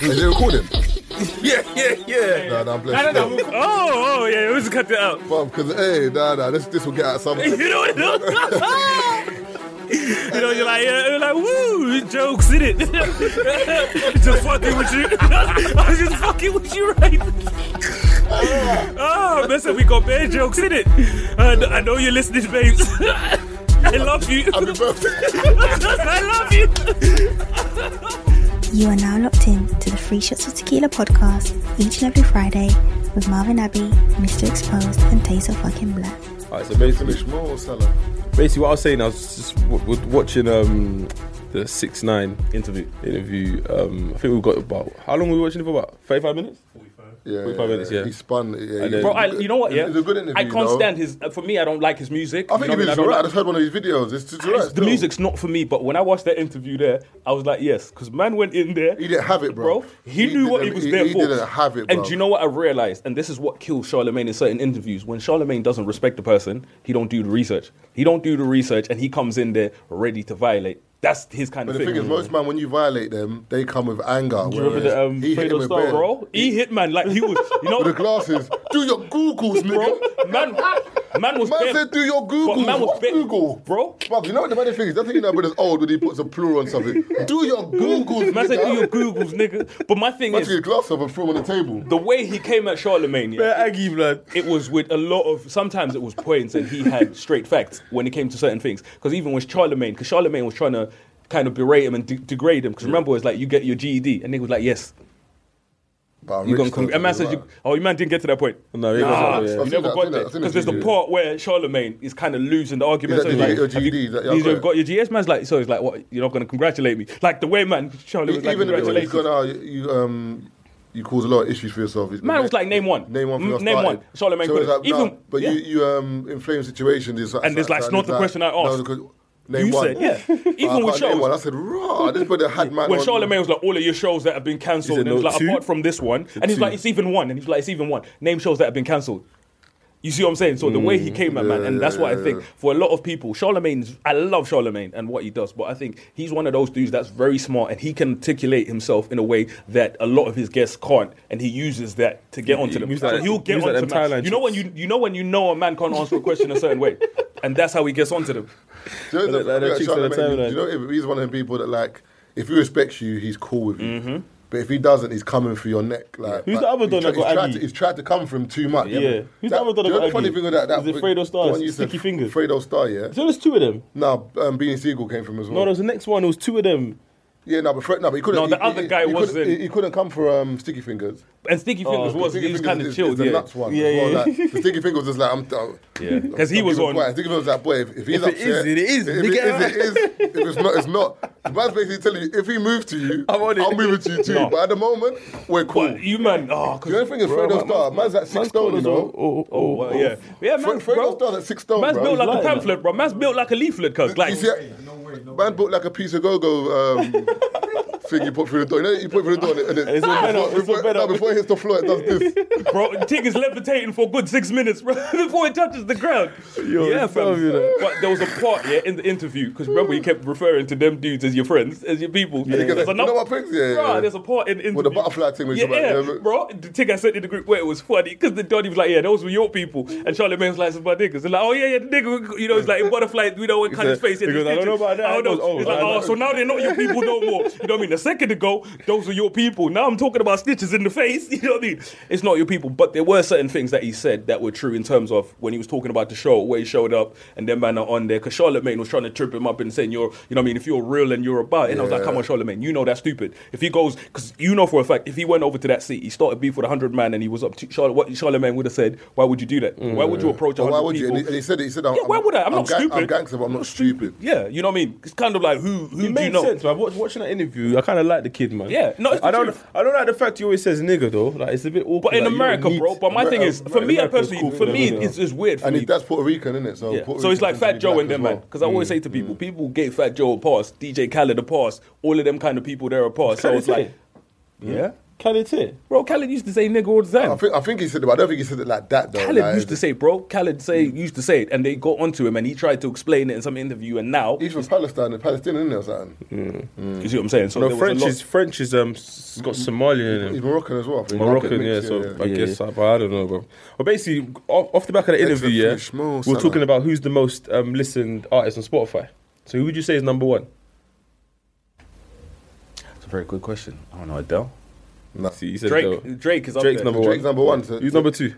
Is it recording? Yeah, yeah, yeah. Nah, nah, I'm No, no, blessed. no. we'll- Oh, oh, yeah. It was cut it out. Because, hey, nah, nah, this, this will get out some. You know what? You know, you're like, yeah, you're like, woo, jokes in it. just fucking with you. I was just fucking with you, right? oh, listen, we got bad jokes in it. I, I know you're listening, babes. I love you. Happy birthday. I love you. You are now locked in to the Free Shots of Tequila podcast each and every Friday with Marvin Abbey, Mr. Exposed, and Taser Fucking Black. All right, so basically, More or Salah? basically what I was saying, I was just w- w- watching um, the six nine interview. Interview. Um, I think we got about how long were we watching it for? About thirty five minutes. Yeah, 45 yeah, minutes, yeah. He spun. Yeah, And he- then- Bro, I, you know what? It's- Yeah, It's a good interview. I can't though. stand his. uh, For me, I don't like his music. I think it You know is what mean? I don't alright. I like- just heard one of his videos. It's it's alright. the still. music's not for me, but when I watched that interview there, I was like, yes, because man went in there. He didn't have it, bro. he, He knew what he didn't- was he- there he for. didn't have it, And bro. do you know what I realized? And this is what kills Charlemagne in certain interviews. When Charlemagne doesn't respect the person, he don't do the research. He don't do the research, and he comes in there ready to violate. That's his kind But of the thing. thing is, most man, when you violate them, they come with anger. Do you remember whereas the um, he hit him Fredo with Star, bare- bro? He hit man like he was, you know, With the glasses. Do your Googles, bro. nigga. Man, man was. Man bare- said, do your Google. man was What bare- Google? bro. Bro, you know what the funny thing is? That's how you know brother's old when he puts a plural on something. Do your Googles, Man said, nigga. do your Googles, nigga. But my thing Man took is, his glass off and threw him on the table. the way he came at Charlemagne, yeah, Aggie blood. it was with a lot of sometimes it was points and he had straight facts when it came to certain things because even with charlemagne because charlemagne was trying to kind of berate him and de- degrade him because remember it's like you get your ged and they was like yes But I'm you gonna rich, con- though, and man so says it's you oh your man didn't get to that point No, he Nah, wasn't, yeah. you I've seen never that, I've got seen there that, I've seen that because there's the video. part where Charlemagne is kind of losing the argument. He's So like, he's "Did you like, get your "Have you- GED?" He's like, "Yeah, he's I've got got your GS man's like, so he's like, what? You're not going to congratulate me? Like the way man Charlemagne Even was like, even though he's congratulations. gone out, you um, you cause a lot of issues for yourself. It's- Man was like, name one. Name one. Mm, From us name started. one. Charlemagne So it's couldn't. like, nah, Even- but yeah. you you um inflame situations. It's like, And it's like, it's not the question I asked. No, name You one. said, yeah. Even I can't with name shows. one. I said, raw. This brother had man. when on- Charlemagne was like, all of your shows that have been cancelled, He and said, he was no, like, two? apart from this one, and he's two. like, it's even one, and he's like, it's even one. Name shows that have been cancelled. You see what I'm saying? So the way he came at man, and that's what I think for a lot of people, Charlemagne's I love Charlemagne and what he does, but I think he's one of those dudes that's very smart and he can articulate himself in a way that a lot of his guests can't, and he uses that to get onto them. used So that- he'll get used that onto them man. Thailand You know when you you know when you know a man can't answer a question a certain way, and that's how he gets onto them. Do you know, Like that- like that yeah, chicks on the Charlemagne, timeline. do you know, he's one of the people that like, if he respects you, he's cool with you. But if he doesn't, he's coming for your neck. Like Mm-hmm. Who's like, the other he's don tri- that got he's tried, Aggie? to, he's tried to come for him too much. Yeah. Yeah. Who's the other don do you that know got the funny Aggie? thing with that, that Is it the Fredo Starr? one you said, Sticky fingers? Fredo Star, yeah. So there's two of them. No, um, Beanie Siegel came from as well. No, there was the next one. It was two of them. Yeah, no, but Fred, no, but he couldn't. No, the he- other he- guy he wasn't- couldn't- He, he couldn't come for um, Sticky Fingers. And Sticky Fingers was Sticky he was Fingers kind is- of is chilled, the yeah. nuts one. Yeah, as well, yeah. like, the Sticky Fingers was like, I'm done. Yeah. 'Cause he was on- Sticky Fingers was like, boy, if, if he's If up it is, it is, If it nigga. is, it is. If it's not, it's not. The man's basically telling you, if he moves to you, I'm on it. will move it to you too. No. But at the moment, we're cool. But you man, oh, 'cause- the only thing is, Fredo Star, man's at six stone, you know. Oh, oh, Oh, oh, well, yeah, yeah, man. Fre- bro. Fredo Starr at six stone, Man's bro. built He's like a lying. pamphlet, bro. Man's built like a leaflet, cuz like You see, man bought like a piece of go-go um, thing you put through the door. You know, you put it through the door and it, and it, It's a bed up, it's a before, bed no, up. before it hits the floor, it does this. bro, Tig is levitating for a good six minutes, bro, before it touches the ground. Yo, yeah, it's dumb, you know. But there was a part, yeah, in the interview, because remember you kept referring to them dudes as your friends, as your people. And Because there's you know another- what pigs? Yeah, Bro, yeah. there's a part in, in With the butterfly thing when you yeah, talk about- yeah, yeah, bro. The thing I sent in the group where it was funny because the Donny was like, "Yeah, those were your people," and Charlemagne was like, "It's my niggas." And like, "Oh yeah, yeah, the nigga, you know, it's like butterfly. We know what kind of said- space." in he the goes, "I don't know kitchen." about that." I don't know. He goes, "Oh, He's like, I "Oh, know." so now they're not your people no more." You know what I mean? A second ago, those were your people. Now I'm talking about stitches in the face. You know what I mean? It's not your people, but there were certain things that he said that were true in terms of when he was talking about the show where he showed up and then man are on there because Charlemagne was trying to trip him up and saying you're, you know what I mean? If you're real and you're about, it." and I was like, Yeah. come on, Charlemagne, you know that's stupid. If he goes, because you know for a fact, if he went over to that seat, he started beef with a hundred man, and he was up to Charlotte, what Charlemagne would have said, why would you do that? Why would you approach a Mm. But Oh, hundred why would you? people? And he, and he said, he said, I'm, yeah, why would I? I'm, I'm not gang- stupid. I'm gangster, but I'm not stupid. Yeah, you know what I mean. It's kind of like who who It do you made know? sense, man. Watch, watching that interview, I kind of like the kid, man. Yeah, no, it's the I don't. truth. I don't like the fact he always says nigger though. Like it's a bit awkward. But in like, you don't America, need- bro. But my thing is, for me, I America's personally, cool for for me, them, it's, it's weird. For And me. he, that's Puerto Rican, isn't it? So, Yeah. Puerto So it's Rican like tends Fat to be Joe black and them, as man. well. Because I Mm. always say to people, people gave Fat Joe a pass, DJ Khaled a pass, all of them kind of people, they're a pass. So Khaled it's like, say? yeah. Khaled here. Bro, Khaled used to say nigga all the time. I think I think he said it, but I don't think he said it like that though. Khaled like, used to say, bro. Khaled say Mm. used to say it, and they got onto him, and he tried to explain it in some interview. And now, you He's from Palestine, and Palestinian, isn't he, or something? see what I'm saying? So No, there was a French lot- Mm. is French is um s- got Somalian in He's him. Moroccan as well. I think. Moroccan, yeah. mixed, So I Yeah. guess I, but I don't know, bro. But basically, off, off the back of the interview, yeah, Excellent fish, small we we're salad. talking about who's the most um, listened artist on Spotify. So who would you say is number one? That's a very good question. I don't know Adele. Nah. See, you said Drake, though. Drake is up Drake's there. number Drake's one. number one. So Who's number two?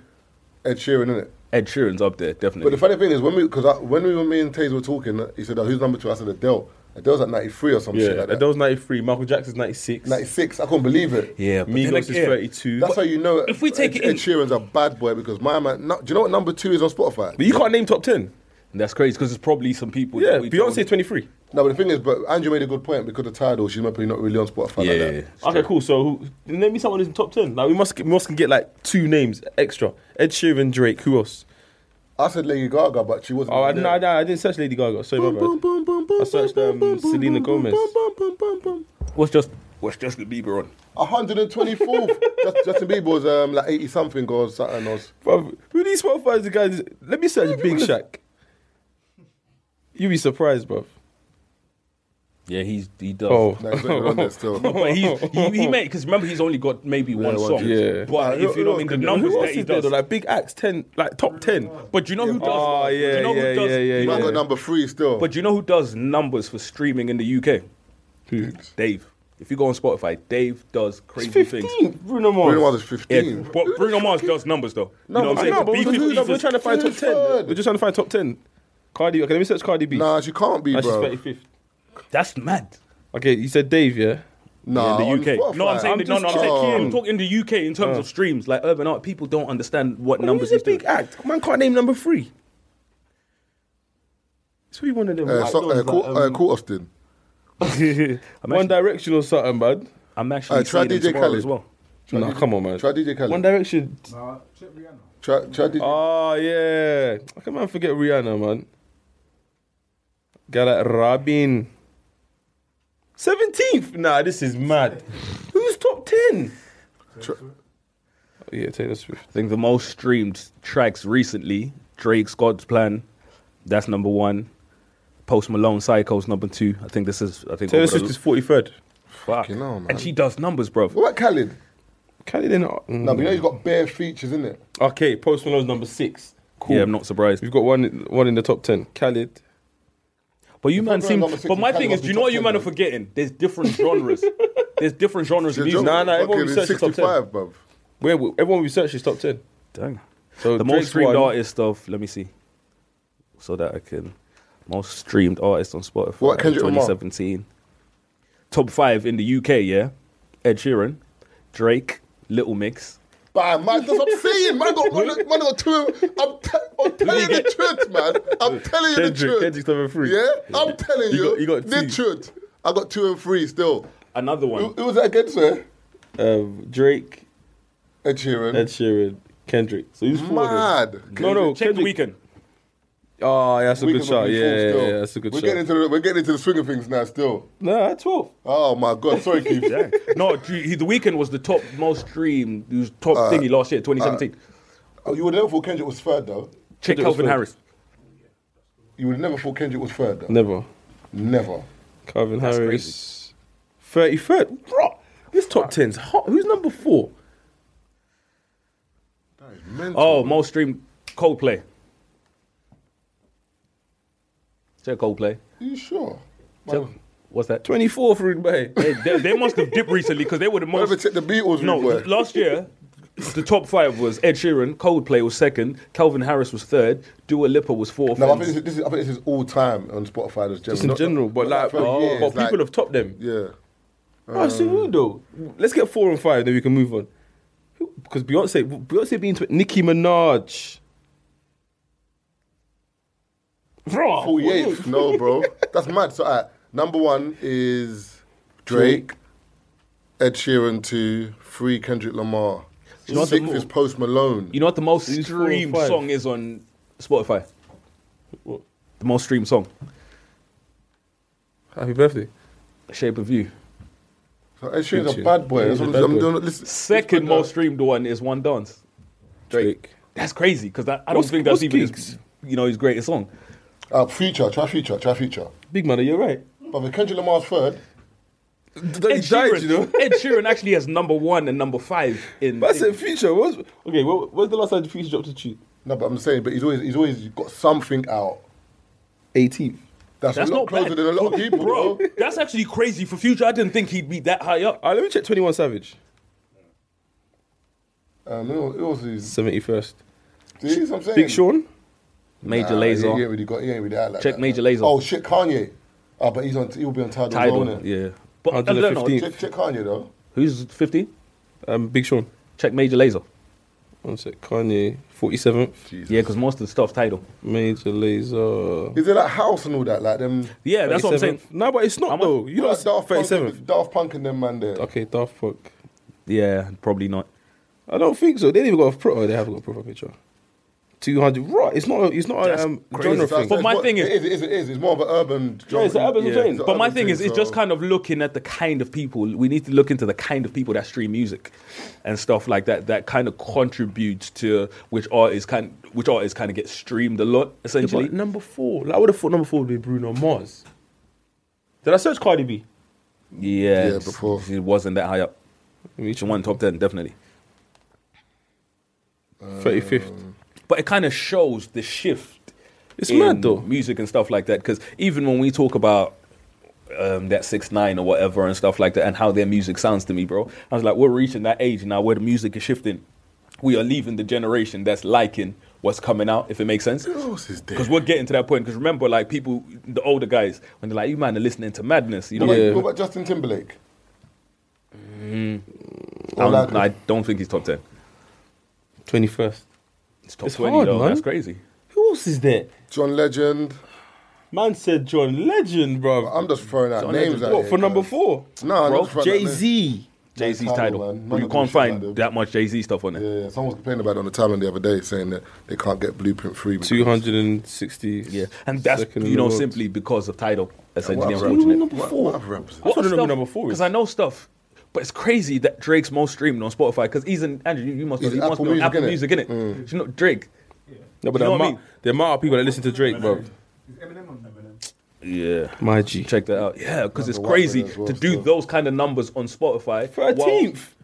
Ed Sheeran, isn't it? Ed Sheeran's up there, But definitely. the funny thing is, when we because when we when me and Taze were talking, he said, oh, "Who's number two? I said, "Adele." Adele's at ninety three or some shit Yeah, like that. Adele's ninety three. Michael Jackson's ninety six. ninety six. I couldn't believe it. yeah, but Migos then is again- thirty two. That's how you know. If we take Ed, it in- Ed Sheeran's a bad boy because my man. No, do you know what number two is on Spotify? But you can't name top ten. And that's crazy because there's probably some people. Yeah, that we don't- Beyonce twenty three. No, but the thing is, but Andrew made a good point because the title, she's probably not really on Spotify Yeah, like yeah, that. yeah. Okay, cool. So who, name me someone who's in top ten. Like we must we must can get like two names extra. Ed Sheeran, Drake. Who else? I said Lady Gaga, but she wasn't. Oh, I, on no, there. no, I didn't search Lady Gaga. Sorry, my bad. I searched um, Selena Gomez. What's just what's Justin Bieber on? 124th. Just- Justin Bieber was um, like 80 something or something else. Bruv, who these Spotify's the guys? Let me search Big Shaq. You'd be surprised, bruv. Yeah, he's he does. Oh, No, he's not even on there still. But he's, he, he made because remember he's only got maybe one one song. hit. Yeah. But Who- if you who know else in the could do- numbers who else that he is there? does. Though? Like big acts, ten, like top ten. but do you know who does? Oh, do yeah, you know yeah, who does, yeah, yeah, He yeah. might got number three still. But do you know who does numbers for streaming in the UK? Dave. If you go on Spotify, Dave does crazy things. Fifteen. Bruno Mars. Bruno Mars is Yeah, 15. but Bruno Mars does numbers though. No, you know what I'm I saying? know, but Beef we're, with we're, Beefers- trying to find top Who's ten. third? We're just trying to find top ten. Cardi. Okay, let me search Cardi B. Nah, she can't be, Nah, she's bro. thirty fifth. That's mad. Okay, you said Dave, yeah. Nah, in the on UK. Spotify. No, I'm saying I'm no, no, I'm, just saying, checking. I'm talking the UK in terms of streams. Like urban art, people don't understand what numbers Who's a he's big doing. act? Man can't name number three. It's probably one of them. Uh, like, so, uh, those, Court, like, uh, um, Court Austin. I'm One actually, Direction or something, bud. I'm actually Uh, try seeing him DJ tomorrow Khaled. as well. Nah, come on, man. Try DJ Khaled. One Direction. Try, try DJ. Oh yeah. How can man forget Rihanna, man? Got like Rabin. Seventeenth. Nah, this is mad. Who's top ten? Oh, yeah, Taylor Swift. I think the most streamed tracks recently, Drake's God's Plan, that's number one. Post Malone Psycho's number two. I think this is I think Taylor over the- Swift is forty third. fuck. Fucking hell, man. and she does numbers, bro. what about Khaled? Khalid in. No, but you know he's got bare features, isn't it? mm. Okay, Post Malone's number six. Cool. Yeah, I'm not surprised. We've got one one in the top ten. Khalid. But you man Brown seem. number six But is my Khaled thing is, must do be you know top what you 10, man are bro. forgetting? There's different genres. There's different genres of music. Nah, nah, everyone Fucking researched the top 65, bruv. Where we- everyone we search is top ten. Dang. So the Drake's most streamed one. artist of let me see, so that I can most streamed artist on Spotify. What, Kendrick Lamar? 2017. Top five in the UK, yeah. Ed Sheeran, Drake, Little Mix. Bam, man, that's what I'm saying. Man, got, man, man got two. I'm, te- I'm telling you the truth, man. I'm telling you the Kendrick. truth. Kendrick's number three. Yeah, I'm telling You you. got- you got the two. truth. I got two and three still. Another Who, one. who was that against, sir? Um, Drake, Ed Sheeran. Ed Sheeran, Kendrick. So who's four? then? Mad. No, no. Check the Kendrick- weekend. Oh, yeah, that's a We good can shot. be Yeah, full yeah, still. yeah, that's a good we're shot. Getting into the, we're getting into the swing of things now still. Nah, 12. Oh, my God. Sorry, Keith. no, he, the weekend was the top most streamed, he was top Uh, thingy last year, 2017. Oh, you would never thought Kendrick was third, though. Check Kendrick was Calvin third. Harris. You would never thought Kendrick was third, though. Never. Never. Calvin Harris. 33rd. Bro, this top 10's hot. Who's number four? Mental. Oh, most streamed Coldplay. Check Coldplay. you sure? Check, what's that? 24th, Rude Bay. Hey, they, they must have dipped recently because they were the Whatever most. took the Beatles, No, we were. th- last year, the top five was Ed Sheeran, Coldplay was second, Calvin Harris was third, Dua Lipa was fourth. No, I and- think this is, this is, I think this is all time on Spotify. Just, Just in general, but like, oh, for years, but like- Uh, people have topped them. yeah. Oh, so who though? Let's get four and five, then we can move on. Who- Because Beyonce, Beyonce being tw- Nicki Minaj. Bro, 48th, no, bro. That's mad. So, alright, number one is Drake, Ed Sheeran, two, three, Kendrick Lamar. know what the Sixth mo- is Post Malone. you know what the most Who's four and streamed five? song is on Spotify? The most streamed song, Happy birthday. Shape of You. So Ed Sheeran's a Sheeran. bad boy. That's He's a what bad I'm, I'm boy. doing. Listen, Second listen, most streamed one is One Dance. Drake. That's crazy because I, I don't What's- think that's what's even his, Geeks? you know his greatest song. Uh, future, try future, try future. Big man, you're right. But with Kendrick Lamar's third, That he Ed Sheeran, died, you know. Ed Sheeran actually has number one and number five in. But I in- said Future. What's, okay, what, when's the last time Future dropped a tune? no, but I'm saying, but he's always he's always got something out. 18th. That's, That's a lot not closer bad. than a lot of people, Bro, bro. that's actually crazy for Future. I didn't think he'd be that high up. All right, Ah, let me check 21 Savage. Um, who else is? 71st. See what I'm saying? Big Sean? Major Nah, Laser. He, he ain't really got. He ain't really out like Check that, Major man. Laser. Oh shit, Kanye. Ah, but he's on. He'll be on Tidal. Tidal, Tidal. Yeah. Yeah. But- I'll do the I don't know. 15th. Check, check Kanye though. Who's 15? Um, Big Sean. Check Major Laser. One sec. Kanye, 47th. Yeah, because most of the stuff's title. Major Laser. Is it like house and all that? Like them. Yeah, that's what I'm saying. 37th. No, but it's not, I'm a- though. You know, Like it's Daft Punk, 37th. and- Daft Punk and them man there. Okay, Daft Punk. Yeah, probably not. I don't think so. They didn't even got a pro. Oh, they haven't got a proper picture. 200. Right. It's not, a, it's not a That's um, crazy. genre It's like- thing. But it's my what- thing is- it is, it is, it is. It's more of an urban. genre. it's an urban Yeah, thing. it's an But my urban thing is, it's so- just kind of looking at the kind of people we need to look into the kind of people that stream music and stuff like that. That kind of contributes to which artists kind which artists kind of get streamed a lot. Yeah, Essentially, but number four. Like, I would have thought number four would be Bruno Mars. Did I search Cardi B? yeah, Yeah, before. it wasn't that high up. Let me She won top ten definitely, 35th. but it kind of shows the shift. It's in mad, though. Music and stuff like that, because even when we talk about um, that six nine or whatever and stuff like that, and how their music sounds to me, bro, I was like, we're reaching that age now where the music is shifting. We are leaving the generation that's liking what's coming out, if it makes sense. Who else is there? Because we're getting to that point. Because remember, like people, the older guys, when they're like, "You man are listening to madness," you know. What about- Yeah. What about Justin Timberlake? I, Or like- don't, Mm. Um, I don't think he's top ten. 21st. It's top It's twenty hard, though. man. That's crazy. Who else is there? John Legend. Man said John Legend, bro. I'm just throwing out John names. Legend. out What here, for number cuz. four? No, I'm Bro, just throwing out Jay names. Z. Jay Z's Tidal, title, man. but None you of can't them shit find like that. that much Jay Z stuff on it. Yeah, yeah, someone was complaining about it on the timeline the other day, saying that they can't get Blueprint Free. because- Two hundred and sixty. Yeah, and that's second in you the know world. simply because of title What essentially. and other- Roach in it. what- what other rappers? I don't know number four is. Because I know stuff, but it's crazy that Drake's most streamed on Spotify. Because he's in Andrew, you, you must know, He's he must Apple be on Music, Apple innit? Music, innit? Do you know Drake? No, but You the, know what I amount, mean? the amount of people that listen to Drake, bro. Yeah. My G. Check that out. Yeah, because it's Number one crazy winner as well to do still. those kind of numbers on Spotify. while- Thirteenth.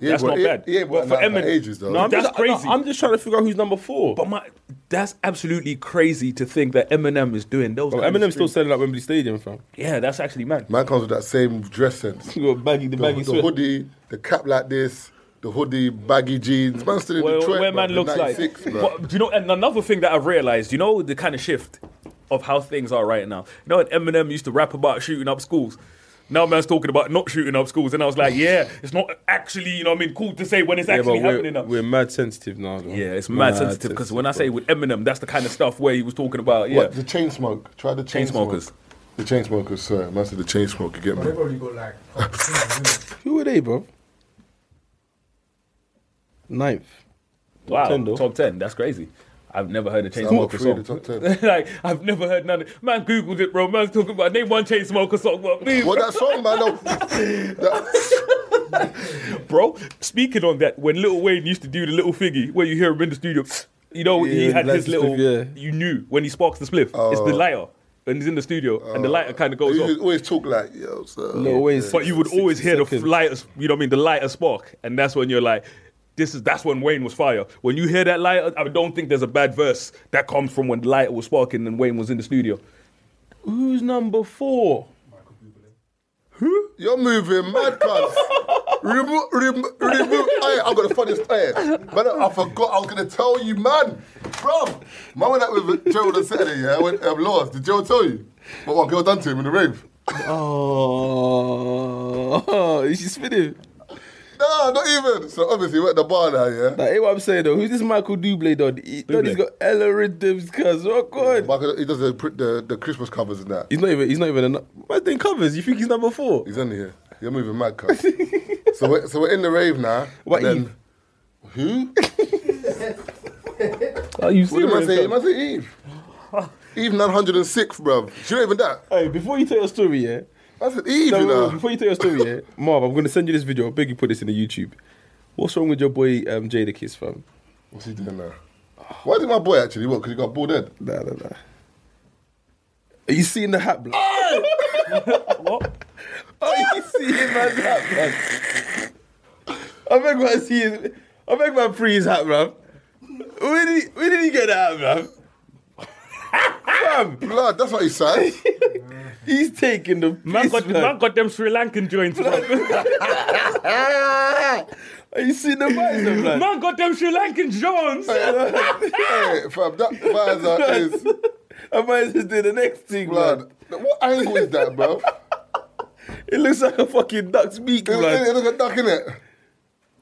Yeah, that's but not he- bad. he ain't But been for out Eminem- ages though. No, I'm That's crazy. I'm just trying to figure out who's number four. But my, that's absolutely crazy to think that Eminem is doing those. Bro, kind of Eminem's still streams. selling out Wembley Stadium, fam. Yeah, that's actually mad. Man comes with that same dress sense. You got baggy, the The, baggy the sweat. hoodie, the cap like this, the hoodie, baggy jeans. Man still in Where, Detroit. where bro, man the looks like. 96, bro. But, do you know? And another thing that I've realized, you know, the kind of shift of how things are right now. You know, when Eminem used to rap about shooting up schools. Now man's talking about not shooting up schools, and I was like, yeah, it's not actually, you know, what I mean, cool to say when it's Yeah, actually but happening. we're, now. we're mad sensitive now. Though. Yeah, it's mad sensitive because when I say with Eminem, that's the kind of stuff where he was talking about. Yeah, What, the chain smoke. Try the chain, Chainsmokers. smoke. The chain smokers, sorry. Man said the chain smoke could get me. who are they, bro? Ninth. wow, 10 though. top ten, that's crazy. I've never heard a chain I'm not smoker free the song. top 10. like I've never heard none. Of, man, googled it, bro. Man's talking about name one chain smoker song. What me, What that song, man? No. That, bro. Speaking on that, when Little Wayne used to do the little thingy where you hear him in the studio, you know he Yeah, had like his the little. spliff, yeah. Oh. You knew when he sparks the spliff, it's the lighter, and he's in the studio, and the lighter kind of goes you off. just always talk like, yo, sir. Lil Wayne's But you would 60 always hear the seconds. f- lightest, you know what I mean, the lighter spark, and that's when you're like, this is that's when Wayne was fire. When you hear that lighter, I don't think there's a bad verse that comes from when the lighter was sparking and Wayne was in the studio. Who's number four? You're moving mad, cuz. remove, remove, remove. Hey, I got the funniest hey, But I forgot I was going to tell you, man. Bro, man went out with Gerald on Saturday, yeah? I went, um, Lars, did Gerald tell you what one girl done to him in the rave? Oh, is she spinning? Nah, not even. So obviously, we're at the bar now, yeah? Like, hey, what I'm saying though, who's this Michael Dublé done? He, done he's got Ella Rhythms, cuz. Oh god, Michael, he does the, pr- the, the Christmas covers and that. he's not even. He's not even. A, nu- man's doing covers. You think he's number four? He's in here. You're moving mad, cuz. so, we're, so we're in the rave now. What and Eve? Who? Are you What did man say? serious? Man say Eve. Eve 906, bruv. She not even that. Hey, before you tell your story, yeah, That's an Eve, No, you wait, wait, know. wait, before you tell your story, yeah, Marv, I'm gonna send you this video. I beg you put this in the YouTube. What's wrong with your boy um, Jada Kiss, fam? What's he doing now? Why did my boy actually? What? Because he got bald head. Nah, nah, nah. Are you seeing the hat, blood? What? Are you seeing man's hat, man? I beg man see his, I beg man free his hat, bruv. Where did he, where did he get that hat, bruv? Bruv, Blood, that's what he said. he's taking the Man piss, got, man. man got them Sri Lankan joints, man. Are you seeing the vibes, though, blood? Man got them Sri Lankan joints. hey, fam, that visor is I might just do the next thing, blood. blood. What angle is that, bro? It looks like a fucking duck's beak, It, it, blood. it look a duck in it.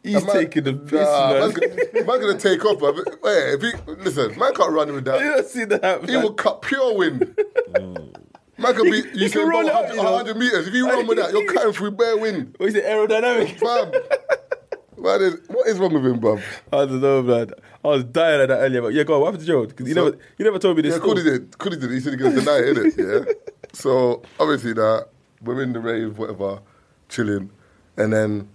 He's taking the piss, man's, man. gonna, man's gonna take off, bro. Hey, if he listen, man can't run with You that. don't see the hat, He will blood. cut pure wind. Man can be he you can can roll roll it 100, up, you know. 100 meters. If you run with that, you're cutting through bare wind, What is it, aerodynamic? fam. Man, is, what is wrong with him, bruv? I don't know, blood. I was dying at that earlier, but yeah, go on. What happened to Gerald? 'Cause you So- never, you never told me this. Yeah, Cody story. did. Cody did. He said he gonna deny it, innit? Yeah. so obviously that we're in the rave, whatever, chilling, and then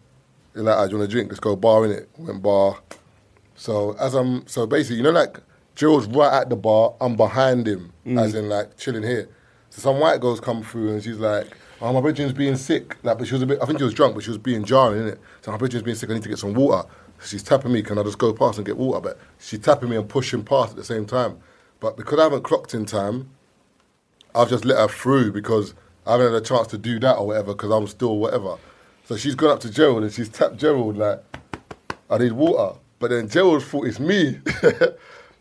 you're like, ah, do you want a drink? Let's go bar in it. Went bar. So as I'm, so basically, you know, like Gerald's right at the bar. I'm behind him, as in like chilling here. So some white girls come through, and she's like. Oh, my brethren's being sick. Like, but she was a bit. I think she was drunk, but she was being jarring, innit? So my brethren's being sick. I need to get some water. She's tapping me. Can I just go past and get water? But she's tapping me and pushing past at the same time. But because I haven't clocked in time, I've just let her through because I haven't had a chance to do that or whatever because I'm still whatever. So she's gone up to Gerald and she's tapped Gerald like, I need water. But then Gerald thought it's me.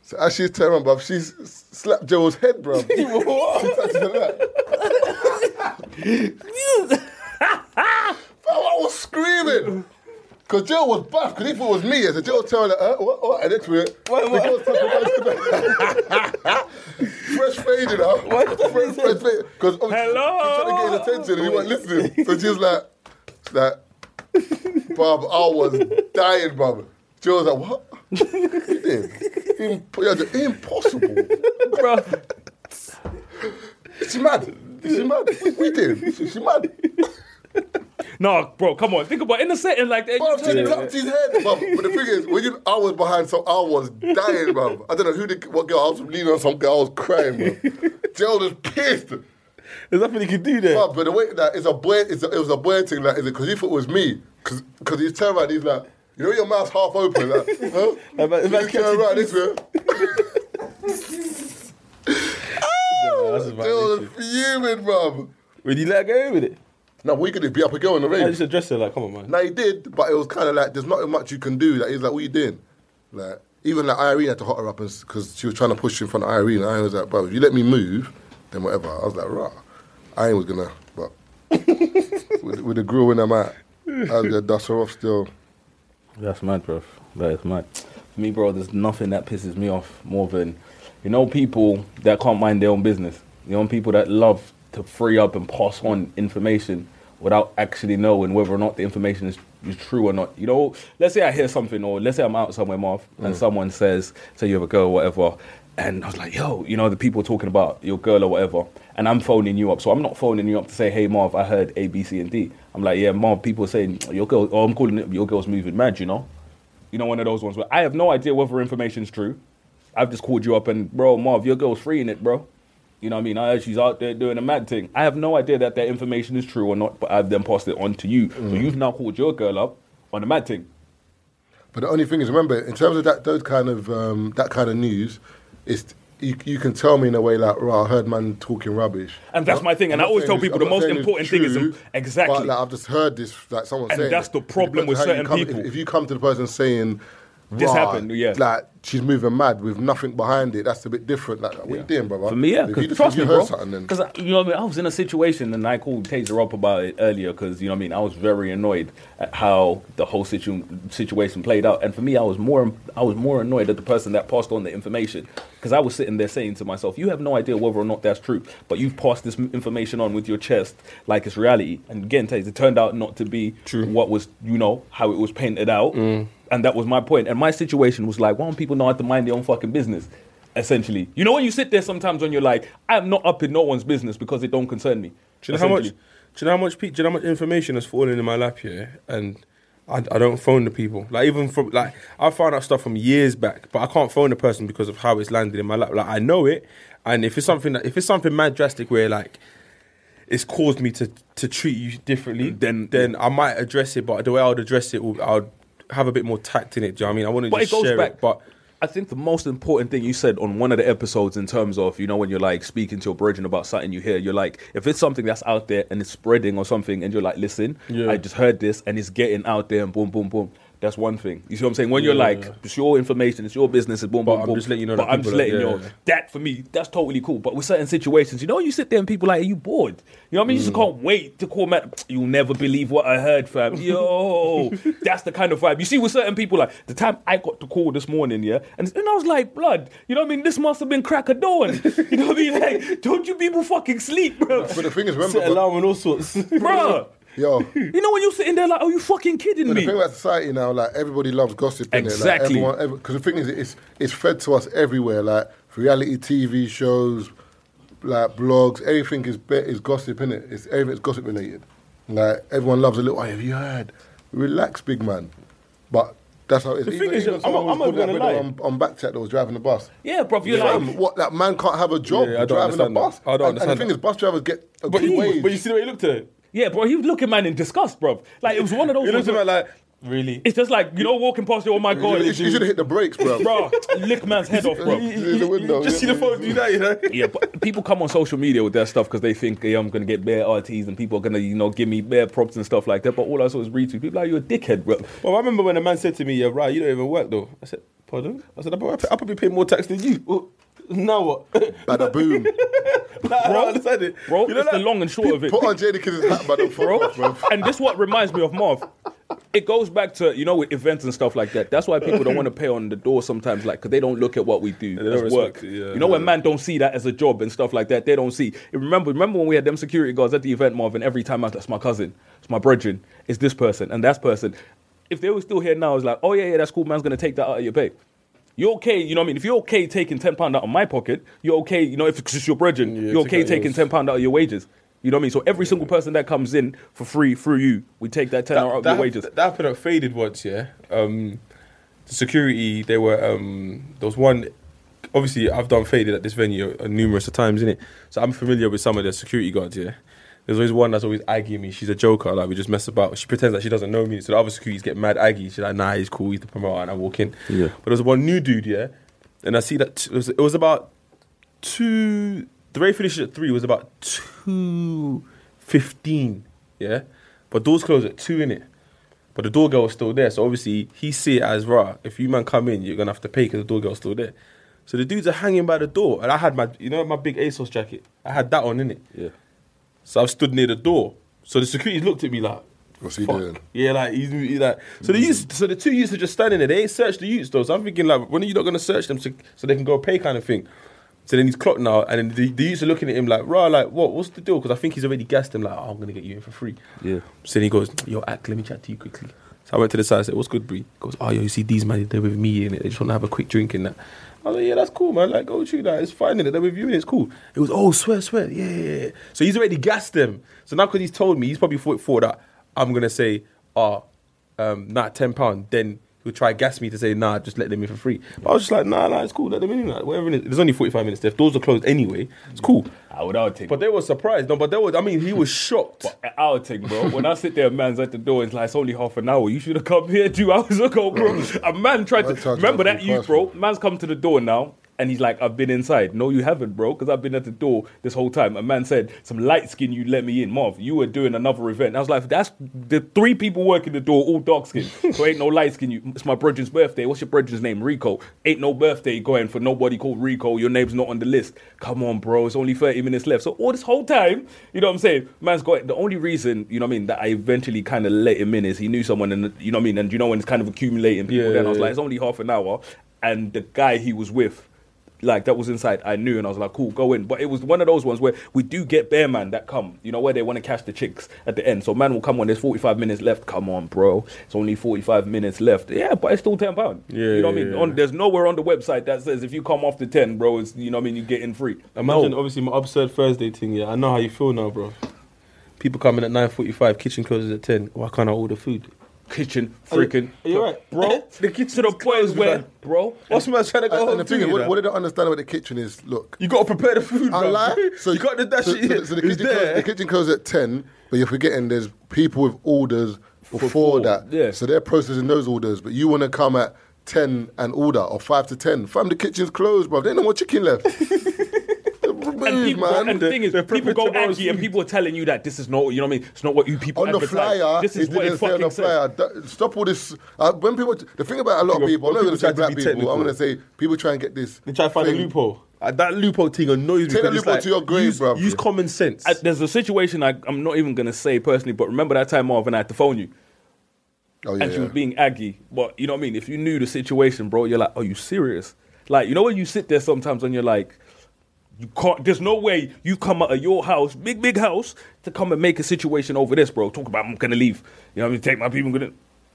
so as she's turning around, bruv, she's slapped Gerald's head, bruv. she touched her neck. Fam, I was screaming. Because Gerald was baffed because he thought it was me. So Gerald telling her, uh, what, what? And next minute, the girl's touching her head. Fresh faded up. Fresh, fresh faded. Because Hello? trying to get his attention and he wasn't listening. So she's like, she's like, Bob, I was dying, Bob. Joe was like, what? He did. Imp- yeah, the- impossible. Bro, She mad. She mad. We, we did. She, she mad. no, bro, come on. Think about it. in a setting like that. Bob, she you know, clapped his head, Bob. But the thing is, when you, I was behind, so I was dying, Bob. I don't know who the, what girl, I was leaning on some girl, I was crying, Bob. Gerald is pissed. There's nothing he could do there. But, but the way that it's a boy, it's a, it was a boy thing. Like, is it because he thought it was me? Because he's turned around, he's like, you know, your mouth's half open. Like, huh? Like, but- So but- you turn around this way. Nah, that's a They was violation. fuming, bruv. Would you let her go with it? Now we could beat up a girl in the I just rain. addressed her like, come on, man. Now he did, but it was kind of like there's not much you can do. Like he's like, what you doing? Like even like Irene had to hot her up because she was trying to push in front of Irene. And Irene was like, bro, if you let me move, then whatever. I was like, rah. Irene was gonna, but with, with the grill in her mat, I was gonna dust her off still. That's mad, bro. That is mad. For me, bro, there's nothing that pisses me off more than, you know, people that can't mind their own business. You know, people that love to free up and pass on information without actually knowing whether or not the information is, is true or not. You know, let's say I hear something, or let's say I'm out somewhere, Marv, and someone says, say you have a girl or whatever, and I was like, yo, you know, the people talking about your girl or whatever, and I'm phoning you up. So I'm not phoning you up to say, hey, Marv, I heard A, B, C, and D. I'm like, yeah, Marv, people are saying, your girl, oh, I'm calling it, your girl's moving mad, you know? You know, one of those ones where I have no idea whether information's true. I've just called you up and, bro, Marv, your girl's freeing it, bro. You know what I mean? I heard she's out there doing a mad thing. I have no idea that that information is true or not, but I've then passed it on to you. So you've now called your girl up on a mad thing. But the only thing is, remember, in terms of that those kind of um, that kind of news, it's you, you can tell me in a way like, right, I heard man talking rubbish. And that's my thing, and I'm I always not tell saying it's- people the I'm not most saying it's important thing is true, im- exactly. But like, I've just heard this, like someone And saying, that's the it. It problem depends with how you certain come- people. If, if you come to the person saying. This "Rah, happened," yeah. Like she's moving mad with nothing behind it. That's a bit different. Like, what you doing, brother? For me, yeah. If 'cause you just trust think me, you heard bro. something, then- Because you know, what I mean, I was in a situation, and I called Taser up about it earlier. Because you know, what I mean, I was very annoyed at how the whole situ- situation played out. And for me, I was more, I was more annoyed at the person that passed on the information. Because I was sitting there saying to myself, "You have no idea whether or not that's true, but you've passed this m- information on with your chest like it's reality." And again, Taser, it turned out not to be true. What was, you know, how it was painted out. Mm. And that was my point. And my situation was like, why don't people know how to mind their own fucking business? essentially. You know when you sit there sometimes when you're like, I'm not up in no one's business because it don't concern me. Do you know how much? essentially. Do you know how much? pe- Do you know how much information has fallen in my lap here? And I, I don't phone the people. Like even from like I found out stuff from years back, but I can't phone the person because of how it's landed in my lap. Like I know it, and if it's something that if it's something mad drastic where like it's caused me to to treat you differently, then then I might address it. But the way I would address it, will- I would have a bit more tact in it. Do you know what I mean? I wouldn't But it just goes share back. it. But I think the most important thing you said on one of the episodes, in terms of you know when you're like speaking to your brethren about something you hear, you're like, if it's something that's out there and it's spreading or something, and you're like, listen, Yeah. I just heard this and it's getting out there and boom, boom, boom. That's one thing. You see what I'm saying? When you're like, it's your information, it's your business, it's boom, But boom, I'm boom. just letting you know But that I'm people just are- letting yeah, you know yeah. that for me, that's totally cool. But with certain situations, you know, you sit there and people like, are you bored? You know what I mean? Mm. You just can't wait to call man. You'll never believe what I heard, fam. Yo, that's the kind of vibe. You see, with certain people, like the time I got the call this morning, yeah, and, and I was like, blood, you know what I mean? This must have been crack of dawn. You know what I mean? Like, don't you people fucking sleep, bro. But the thing is, set remember, alarm and all sorts. Bro. yo, You know when you're sitting there like, are you fucking kidding But the me? thing about society now, like everybody loves gossip. innit? Exactly. Like, everyone, because the thing is, it's it's fed to us everywhere. Like reality TV shows, like blogs, everything is be- is gossip in it. It's everything's gossip related. Like everyone loves a little. Oh, have you heard? Relax, big man. But that's how it is. The thing is, I'm- someone was I'm not gonna putting that lie. video On, on back chat that was driving the bus. Yeah, bro. You're Fam, like, what? That man can't have a job Yeah, yeah, I don't driving a understand that. bus. I don't and, and the understand thing that. is, bus drivers get a but, good you, wage. but you see the way he looked at it. yeah, bro. He was looking man in disgust, bro. Like it was one of those. He ones looked at where- me like really. It's just like you know walking past you. Oh my god, you should have hit the brakes, bro. bro, lick man's head off, bro. Through the window, just see yeah. the phone do that, you know. Yeah, but people come on social media with their stuff because they think hey, I'm gonna get bare RTs and people are gonna you know give me bare props and stuff like that. But all I saw was retweet. People are like you're a dickhead, bro. Well, I remember when a man said to me, "Yeah, right, you don't even work though." I said, "Pardon?" I said, "I probably, I probably pay more tax than you." Well, now what? Like, Bada boom. I don't understand it. Bro, You know it's the that- long and short of it. Put on Jadakiss' hat, by the bro. fuck, bro. and this what reminds me of Marv. It goes back to you know with events and stuff like that. That's why people don't want to pay on the door sometimes, like because they don't look at what we do don't as work. respect it, yeah. you know when man don't see that as a job and stuff like that. They don't see. Remember, remember when we had them security guards at the event, Marv, and every time I was that's my cousin, it's my brethren, it's this person and that person. If they were still here now, it's like, oh yeah, yeah, that's cool. Man's gonna take that out of your pay. You're okay, you know what I mean? If you're okay taking ten pound out of my pocket, you're okay, you know, if it's just your brethren, Yeah, you're take okay out yours. taking ten pound out of your wages. You know what I mean? So every single person that comes in for free through you, we take that ten out of that, your wages. That happened at Faded once, yeah. Um, the security, they were, um, there was one, obviously, I've done Faded at this venue uh, numerous of times, innit? So I'm familiar with some of the security guards, yeah. There's always one that's always agging me. She's a joker. Like we just mess about. She pretends like she doesn't know me. So the other securities get mad aggy. She's like, "Nah, he's cool. He's the promoter." And I walk in. Yeah. But there's one new dude, yeah. And I see that it was, it was about two. The rate finished at three was about two fifteen. Yeah, but doors closed at two in it. But the door girl was still there, so obviously he see it as raw. If you man come in, you're gonna have to pay because the door girl's still there. So the dudes are hanging by the door, and I had my, you know, my big ASOS jacket. I had that on in it. yeah. So I've stood near the door. So the security looked at me like, What's he "Fuck." doing? Yeah, like he's, he like. So the youths, so the two youths are just standing there. They ain't searched the youths though. So I'm thinking like, when are you not gonna search them so, so they can go pay kind of thing. So then he's clocked now, and then the, the youths are looking at him like, "Rah, like what? What's the deal?" Because I think he's already gassed him like, oh, "I'm gonna get you in for free." Yeah. So then he goes, "Yo, act. Let me chat to you quickly." So I went to the side. I said, "What's good, Bree?" He goes, "Oh, yo, you see these man? They're with me in it. They just want to have a quick drink in that." I was like, "Yeah, that's cool, man. Like, go shoot that. It's fine in it. They're with you in it. It's cool." It was, "Oh, swear, swear, yeah, yeah." yeah." So he's already gassed them. So now because he's told me, he's probably thought, thought that I'm gonna say, "Ah, um, nah, ten pound." Then he'll try gas me to say, "Nah, just let them in for free." But I was just like, "Nah, nah, it's cool. Let them in. Like, whatever. It is. There's only 45 minutes left. Doors are closed anyway. It's cool." I would outtake. But they were surprised. No, but they were. I mean, he was shocked. An outtake, bro. When I sit there, man's at the door. It's like it's only half an hour. You should have come here two hours ago, bro. A man tried Man to tried to remember come that to you, class, bro. bro. Man's come to the door now. And he's like, I've been inside. No, you haven't, bro, because I've been at the door this whole time. A man said, Some light skin, you let me in. Marv, you were doing another event. I was like, That's the three people working the door, all dark skin. So ain't no light skin. You, it's my brethren's birthday. What's your brethren's name? Rico. Ain't no birthday going for nobody called Rico. Your name's not on the list. Come on, bro. It's only 30 minutes left. So all this whole time, you know what I'm saying? Man's got the only reason, you know what I mean, that I eventually kind of let him in is he knew someone and you know what I mean, and you know when it's kind of accumulating people Yeah, then I was yeah, like, yeah. it's only half an hour. And the guy he was with, like that was inside, I knew and I was like, cool, go in. But it was one of those ones where we do get bear man that come, you know, where they want to catch the chicks at the end. So man will come when there's 45 minutes left. Come on, bro. It's only 45 minutes left. Yeah, but it's still 10 pounds. Yeah, you know what I yeah, mean? yeah. On, there's nowhere on the website that says if you come after 10, bro, it's, you know what I mean, you get in free. Imagine, No. obviously, my absurd Thursday thing. Yeah, I know how you feel now, bro. People come in at nine forty-five. Kitchen closes at ten. Why can't I order food? kitchen freaking. are you right? bro? The to kitchen's the point closed, where, man. bro, What's my trying to And, go home and the thing to, is, you what, know? what they don't understand about the kitchen is, look, You gotta prepare the food, I bro. lie. you got the dash. so, it. so- so the it's kitchen closes, there. the kitchen closes at ten, but you're forgetting there's people with orders before, that. yeah. So they're processing those orders, but you want to come at ten and order or five to ten. Fam, the kitchen's closed, bro. There ain't no more chicken left. and, Move, people, man. and the thing is, they're people prepping go tomorrow's angry, and food. people are telling you that this is not, you know what I mean? It's not what you people on the advertise. flyer, This is it what didn't it say on fucking the says. flyer. That- stop all this. Uh, when people, the thing about a lot of people, I'm not going to people say try to black be people. technical. I'm going to say people try and get this. They try to find a thing. loophole. Uh, that loophole thing annoys me. Take that because it's loophole like, to your grave, use, bruv. Use common sense. I- there's a situation I, I'm not even gonna say personally, but remember that time Marvin I had to phone you, Oh yeah. and she was yeah. being aggy. But you know what I mean? If you knew the situation, bro, you're like, are you serious? Like, you know when you sit there sometimes and you're like, you can't. There's no way you come out of your house, big big house, to come and make a situation over this, bro. Talk about I'm gonna leave. You know what I mean? Take my people. I'm gonna.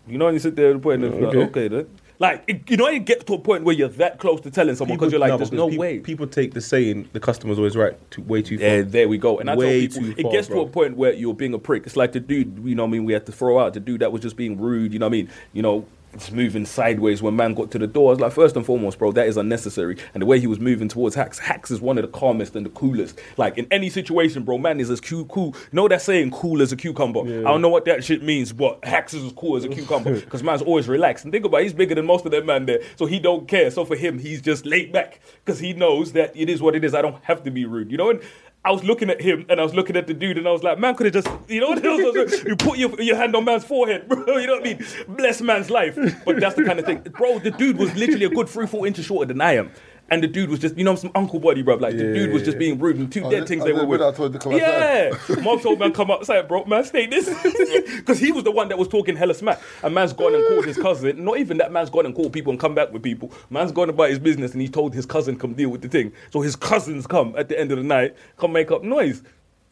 You know, and you sit there at the point and it's like, Okay. okay, then. Like, it, you know, you get to a point where you're that close to telling someone because you're like, no, there's because no peop- way. People take the saying the customer's always right to, way too far. Yeah, there we go. And I Way tell people, too it far, gets bro. to a point where you're being a prick. It's like the dude, you know what I mean, we had to throw out. The dude that was just being rude, you know what I mean? You know, just moving sideways when man got to the door. I was like, first and foremost, bro, that is unnecessary. And the way he was moving towards Hacks, Hacks is one of the calmest and the coolest. Like, in any situation, bro, man is as cool, cool. You know that saying, cool as a cucumber? I don't know what that shit means, but Hacks is as cool as a cucumber because man's always relaxed. And think about it, he's bigger than most of them man there, so he don't care. So for him, he's just laid back because he knows that it is what it is. I don't have to be rude, you know? And I was looking at him and I was looking at the dude and I was like, man could have just, you know what else? I was like, You put your, your hand on man's forehead, bro. You know what I mean? Bless man's life. But that's the kind of thing. Bro, the dude was literally a good three, four inches shorter than I am. And the dude was just, you know, I'm some uncle body, bro. Like, the dude was just being rude and two Oh, dead the- things oh, they the were with. widow told him to come yeah. Mom told man, come outside, bro. Man, stay this. Because he was the one that was talking hella smack. And man's gone and called his cousin. Not even that man's gone and called people and come back with people. Man's gone about his business and he told his cousin, come deal with the thing. So his cousins come at the end of the night, come make up noise.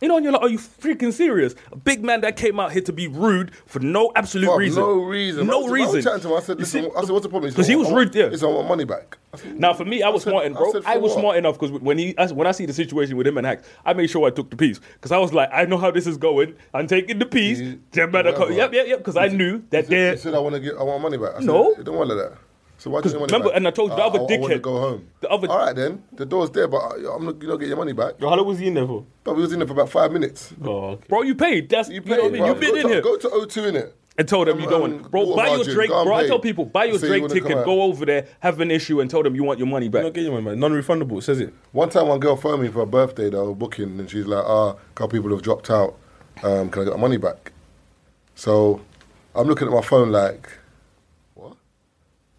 You know, and you're like, are you freaking serious? A big man that came out here to be rude for no absolute Bruv, reason. No reason. I No was- I reason. was chatting to him. I said, You listen, see- I said, what's the problem? said, Because he "I was want- rude, yeah. He said, I want money back. I said, Now for me, I was said- smarting, I bro. said for I, was what? smart enough because when he as- when I see the situation with him and Hacks, I made sure I took the piece because I was like, I know how this is going. I'm taking the piece. You- Them man are co- whatever. yep, yep, yep. Because I knew that He they're. said, I want to get, I want money back. I said, No. You don't want that. So why do you want money remember, back? and I told you, the "I- other I- I want to dickhead- go home. the other- All right then, the door's there, but I- I'm not, you don't get your money back. Yo, how long was he in there for? But we was in there for about five minutes. Oh, okay. Bro, you paid. That's You you, know what I paid, mean? bro. You've been Go in to- here. Go to O2 in it. and told them Um, you don't um, want. Bro, water buy your margin, Drake. go and Bro, I pay. tell people buy your Say you Drake wanna come ticket. out. Go over there, have an issue, and tell them you want your money Not back. getting one, man. Non-refundable. It says it. One time, one girl phoned me for a birthday though, booking, and she's like, "Ah, a couple people have dropped out. Um, can I get my money back?" So, I'm looking at my phone like, "What?"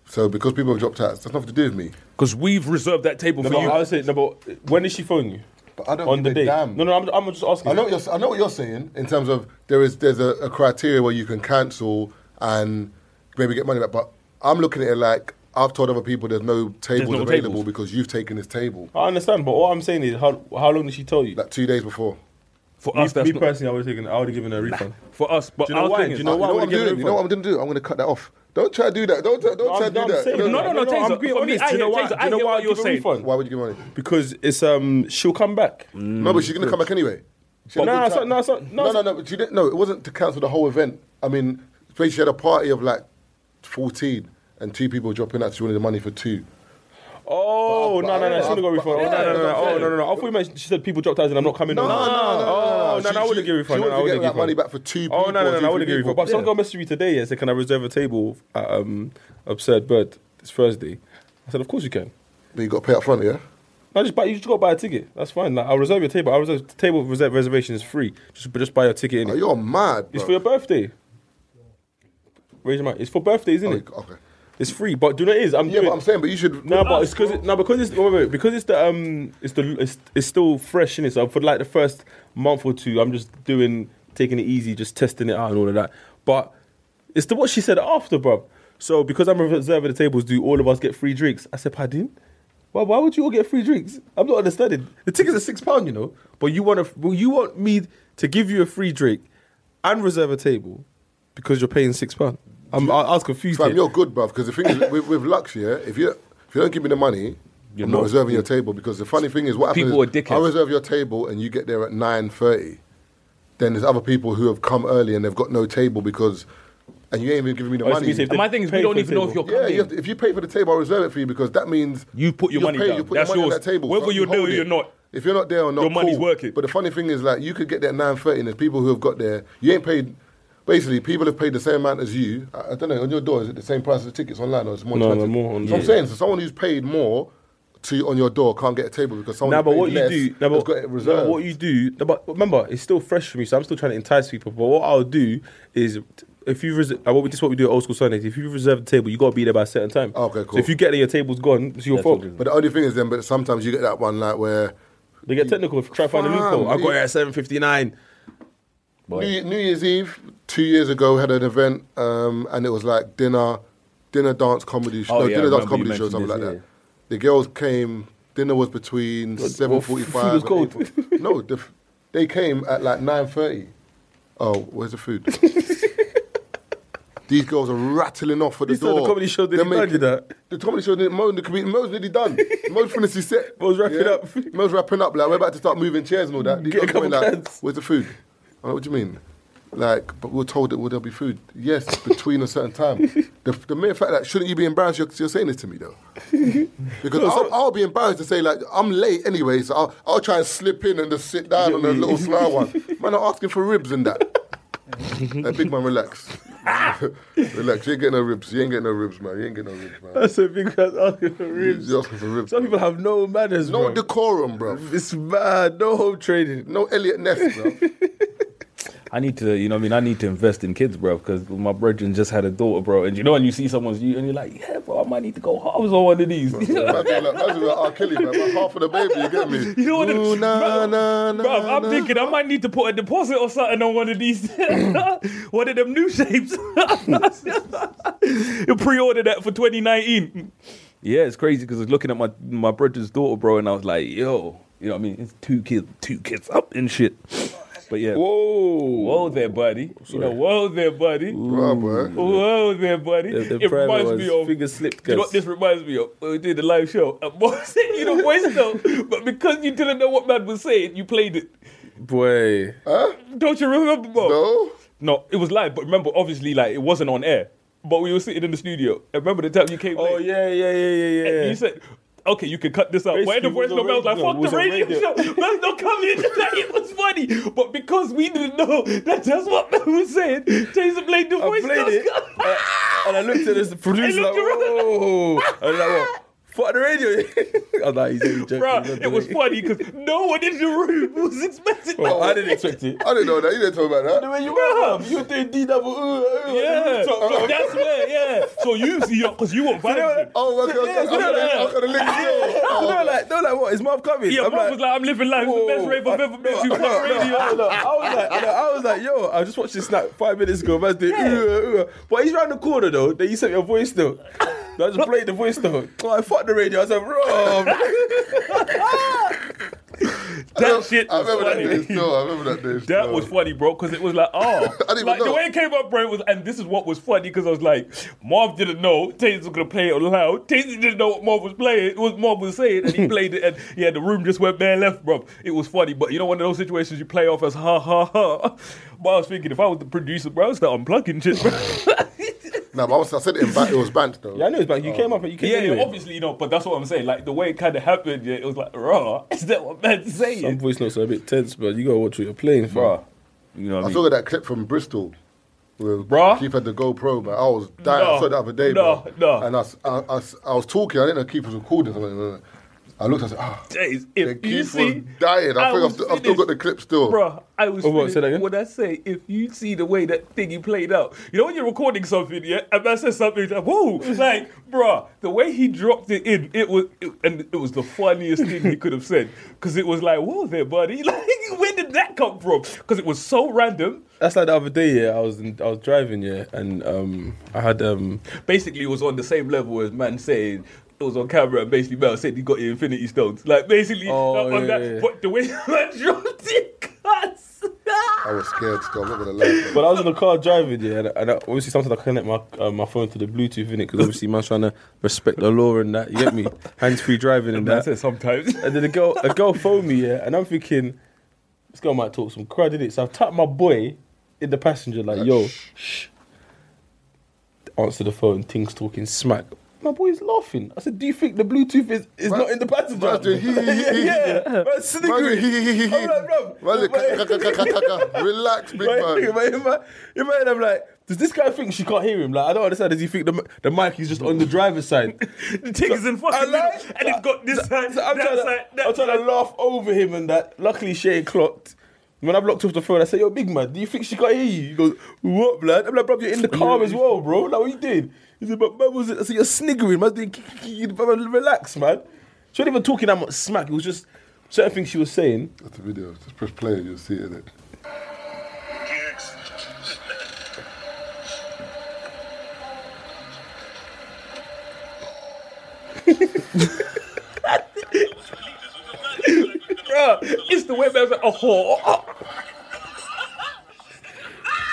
So, because people have dropped out, that's nothing to do with me. Because we've reserved that table No, for but you. I would say no. But when did she phone you? But I don't on give the a day. damn. No, no. I'm, I'm just asking. I know what you're, I know what you're saying in terms of there is there's a, a criteria where you can cancel and maybe get money back, but I'm looking at it like I've told other people there's no tables no available tables. because you've taken this table I understand, but all I'm saying is, how how long did she tell you? like two days before. for me, us, that's me not- personally, I would have taken. I would have given her a refund. for us. But Do you know I was why? thinking, Do you know you why? know what I'm I would've given her a doing? You know what refund. I'm going to do? I'm going to cut that off. Don't try to do that. Don't don't, don't try to do that. saying- Don't- No, no, no, Taser, I'm being for me, honest. I Do you know hear- why? Taser, Do I you know hear why what I you're give her a saying. refund? Why would you give money? Because it's um, she'll come back. Mm. No, but she's gonna come back anyway. She had a Mm. Nah, good it's not- time. nah, it's not- nah, no, it's no, not- no. But she didn't. No, it wasn't to cancel the whole event. I mean, basically she had a party of like fourteen, and two people dropping out. She wanted the money for two. Oh But- no no but- no! She not got a refund. Oh, but- no no no! no. yeah. Oh no no no! I thought you meant she said people dropped out and I'm not coming. No, on. no, no, no, no, Oh no, no. no! no, I She- would have she- given a refund. she No, no, I wanted to would have get given that money back for two Oh people, no no no! two, I would three have given a people. refund. But some Yeah. girl messaged me today. Yeah, said, "Can I reserve a table at um, Absurd Bird? It's Thursday." I said, "Of course you can." But you got to pay up front, yeah. No, just buy. You just got to buy a ticket. That's fine. Like, I'll reserve your table. I'll reserve the table reserve reservation is free. Just but just buy your ticket in. Oh, you're mad. it's bro. for your birthday. Raise your mind. It's for birthdays, Oh, isn't it? you- Okay. It's free. But do you know what it is? I'm Yeah, doing. but I'm saying, but you should. No, but it's because it, no, because it's wait, wait, wait, because it's the um, it's the it's, it's still fresh in it. So for like the first month or two, I'm just doing taking it easy, just testing it out and all of that. But it's the what she said after, bro. So because I'm reserving the tables, do all of us get free drinks? I said, pardon. Why, why would you all get free drinks? I'm not understanding. The tickets are six pound, you know. But you want to, well, you want me to give you a free drink and reserve a table because you're paying six pound. I'm, I, I was confused. Fam, here. you're good, bruv. Because the thing is, with, with Lux, yeah, if you if you don't give me the money, I'm not not- reserving your table. Because the funny thing is, what happens? People is are dickheads. I reserve your table, and you get there at nine thirty. then there's other people who have come early and they've got no table because, and you ain't even giving me the Oh, it's money. me safe And my thing is, we Pay don't for even know if you're table. Yeah, coming. you have to, if you pay for the table, I reserve it for you because that means You put your you're money down. You put That's your money yours. on that table. Whether Something you're there or hold it. you're not, If you're not there or not, your money's cool. working. But the funny thing is, like, you could get there at nine thirty, and there's people who have got there. You ain't paid. Basically, people have paid the same amount as you. I, I don't know on your door is it the same price as the tickets online or it's more? No, no, expensive? more on- so I'm yeah. saying, so someone who's paid more to you on your door can't get a table because someone who Now, but paid what you less do, nah, has but, got it nah, reserved. but what you do, nah, but remember, it's still fresh for me, so I'm still trying to entice people. But what I'll do is, if you reserve, what we, this is what we do at Old School Sundays. If you reserve the table, you gotta be there by a certain time. Okay, So cool. if you get there, your table's gone. It's your That's fault. what it but the only thing is, then, but sometimes you get that one like where. They get technical if you try to find a Fam, loophole. I got it- here at seven fifty nine. New, Ye- New Year's Eve two years ago had an event, um, and it was like dinner, dinner dance comedy show, Oh, no, yeah, I dinner dance remember comedy you show, something mentioned like this, that. The girls came. Dinner was between seven food forty-five. was and cold. 8:45. No, the, f- they came at like nine thirty. Oh, where's the food? These girls are rattling off at the You said the door. comedy show didn't They're done you that? The comedy show didn't. Mo, the comedian, Mo's nearly done. Mo's finished his set. Mo's wrapping up. Mo's wrapping up. Like we're about to start moving chairs and all that. These Get a girls coming couple like, cans. Where's the food? I'm like, what do you mean? Like, but we are told that will there be food? Yes, between a certain time. the, the mere fact that shouldn't you be embarrassed? You're, you're saying this to me though, because I'll, I'll be embarrassed to say like I'm late anyway, so I'll, I'll try and slip in and just sit down on a little sly one. Man, I'm asking for ribs and that. Like, big man, relax, relax. You ain't getting no ribs. You ain't getting no ribs, man. You ain't getting no ribs, man. That's a big guy's asking for ribs. You're asking for ribs. Some people have no manners. no bro. decorum, bro. it's mad. No home training. No Elliot Ness, bro. I need to, you know, what I mean, I need to invest in kids, bro, because my brethren just had a daughter, bro, and you know, and you see someone's, you and you're like, yeah, bro, I might need to go hard on one of these. Imagine like, imagine like R. Kelly, man. Like half of the baby, you get me? You know what? Ooh, Ooh, na, bro, na, na, bro, I'm na. thinking I might need to put a deposit or something on one of these, one of them new shapes. you pre-order that for 2019. Yeah, it's crazy because I was looking at my my brother's daughter, bro, and I was like, yo, you know what I mean? It's two kids, two kids up and shit. But yeah, whoa, Whoa. there, buddy. You know, whoa there, buddy. Bro, bro. Whoa there, buddy. The, the it private reminds was me of finger slipped. do you know what guys. this reminds me of? When we did the live show, and Bob sent you the voice note, but because you didn't know what man was saying, you played it. Boy. Don't you remember, Bob? No? No, it was live, but remember, obviously, like it wasn't on air. But we were sitting in the studio. And remember the time you came? Oh late? yeah, yeah, yeah, yeah, And yeah. you said, "Okay, you can cut this out." Where the Basically, voice it was note, I was a like, radio- it "Fuck the was a radio, radio. show." Man's not coming. like, it was funny, but because we didn't know that that's what man was saying, Jason played the I voice played note. it, uh, and I looked at this producer like, looked around. whoa. I was like, what? Fuck the radio. I was like, he's only joking. Bruh, he's not it was doing funny because no one in the room was expecting Well, that. I didn't expect it. I didn't know that. You didn't talk about that. way you were, you were doing D double uh, Yeah, Yeah. that's where. Yeah, so you see, because you want vibes. Oh, okay, okay. I'm you know that. gonna- I'm gonna link you. Oh, No, like, no, like, what? Is Marv coming? Yeah, I'm Bob like, was like, "I'm living life, it's the best whoa, rave I've ever been to." no, Fuck no, radio. no, no. I was like, no, I was like, yo, I just watched this snap five minutes ago. Man's doing, Yeah. "Ooh, ooh." but he's round the corner though. Then you sent me a voice note. And I just played the voice note. Oh, I fucked the radio. I was like, bro, That shit I was remember that funny. day still. I remember that day That still. was funny, bro, because it was like, oh, I didn't even like the know. way it came up, bro, it was, and this is what was funny because I was like, Marv didn't know Taser was gonna play it loud. Taser didn't know what Marv was playing, it was Marv was saying, and he played it, and yeah, the room just went bare left, bro. It was funny, but you know, one of those situations you play off as ha ha ha. But I was thinking, if I was the producer, bro, I would start unplugging shit, bro. Nah, but I, was, I said it in back. It was banned though. yeah, I know it's back. You came up and you came Oh. yeah, anyway. obviously, you know, but that's what I'm saying. Like the way it kind of happened, yeah, it was like, raw. Is that what man's Some saying, voice notes are a bit tense, but you gotta watch what you're playing, bro. bro? You know what I I mean? saw that clip from Bristol. where Bruh. Keith had the GoPro, man. I was dying. No, I saw it the other day, no, bro. no. And I, s- I- I s- I was talking. I didn't know Keith was recording. Something. I looked. I said, ah. Days, The if you Keith see, was dying. I, I think I've, was st- I've still got the finished. clip still. Bruh, I was Oh, what, finished say that again? when I say if you see the way that thingy played out, you know when you're recording something, yeah, and I says something like, whoa, like, bruh, the way he dropped it in, it was it, and it was the funniest thing he could have said. Cause it was like, whoa there, buddy. Like where did that come from? Cause it was so random. That's like the other day. Yeah, I was in, I was driving. Yeah, and um, I had um, Basically it was on the same level as man saying it was on camera and basically man said he got the infinity stones. Like basically Oh, like, on yeah, that, yeah. but the way man dropped it, cuss. I was scared still. I'm not gonna lie. But I was in the car driving, yeah, and, and I, obviously sometimes I connect my uh, my phone to the Bluetooth in it because obviously man's trying to respect the law and that. You get me? Hands free driving and Man that. said sometimes. And then a girl a girl phoned me, yeah, and I'm thinking, This girl might talk some crud, did it? So I've tapped my boy in the passenger, like, Like, yo, shh. shh. Answer the phone, things talking smack. My boy's laughing. I said, Do you think the Bluetooth is, is Man- not in the passenger? man's doing hee, hee, hee, yeah, hee, yeah. hee. Man, Man's sniggering. doing hee, hee, hee, hee, hee. I'm like, bruv, Man's my- doing ka- ka- ka- ka- ka- ka. Relax, big Right, man. think about it, man. In my head, I'm like, does this guy think she can't hear him? Like, I don't understand. Does he think the, the mic is just on the driver's side? The thing is in fucking I middle, like- and it's got this So- side, so I'm that trying to, side, that I'm trying side. to laugh over him and that. Luckily, she ain't clocked. When I blocked off the phone, I said, "Yo, big man, do you think she can't hear you?" He goes, "What, blood?" I'm like, "Bro, you're in the car as well, bro. Like, what you did?" He said, "But man, was it?" I said, "You're sniggering, man. Doing k- k- k- man, Relax, man." She wasn't even talking that much smack. It was just certain things she was saying. That's the video. Just press play and you'll see it, innit? Bruh, Uh, it's the way man's like, oh, oh,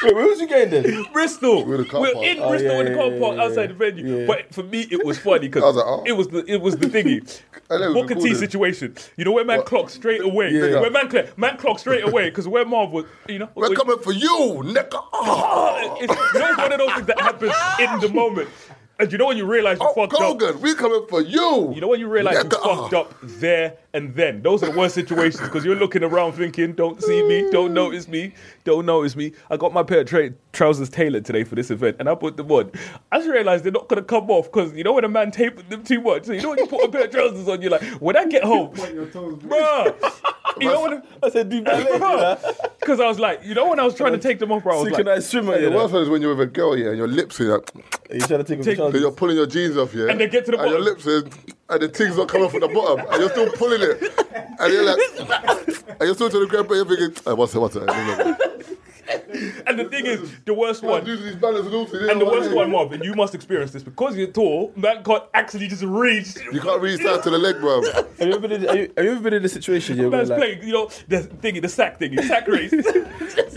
Wait, where was you going then? Bristol. We're We're the car park. in Oh, Bristol yeah, in the car yeah, park yeah, outside the venue. yeah. But for me, it was funny because I was like, oh. it was the it was the thingy. I know it was Booker T recorded. situation. You know where man What? clocked straight away. Yeah. Where man clocked man clocked straight away because where Marv was, you know. We're was- coming for you, nigga. Oh, it's, you know, it's one of those things that happens in the moment, and you know when you realize you oh fucked up. Kogan, we coming for you. You know when you realize you Nigga, oh. fucked up there and then. Those are the worst situations because you're looking around thinking, "Don't see me, don't notice me, don't notice me." I got my pair of tra- trousers tailored today for this event, and I put them on. I just realized they're not gonna come off because you know when a man tapered them too much. So you know when you put a pair of trousers on, you're like, "When I get home, bruh." You know when I said, "Do ballet." you know? because I was like, you know when I was trying to take them off, bro. I was like, Synchronized swimmer. The You know? worst one is when you're with a girl, yeah, and your lips are like, You trying to take off Take- your then trousers? you're pulling your jeans off, yeah, And they get to the and your bottom. lips is, and the things not coming from the bottom, and you're still pulling it, and you're like, and you're still to the grandpa, you're thinking, "Hey, what's it, what's it? I don't know. and the thing is, the worst Man, one. do these balance and all these- And the what I worst mean? one, Marv, and you must experience this because you're tall, man can't actually just reach. You can't reach down to the leg, bro. Have you ever been in? Have you, have you ever been in a situation? Yeah, where, Man's like, playing, you know, the thingy, the sack thingy, sack race. you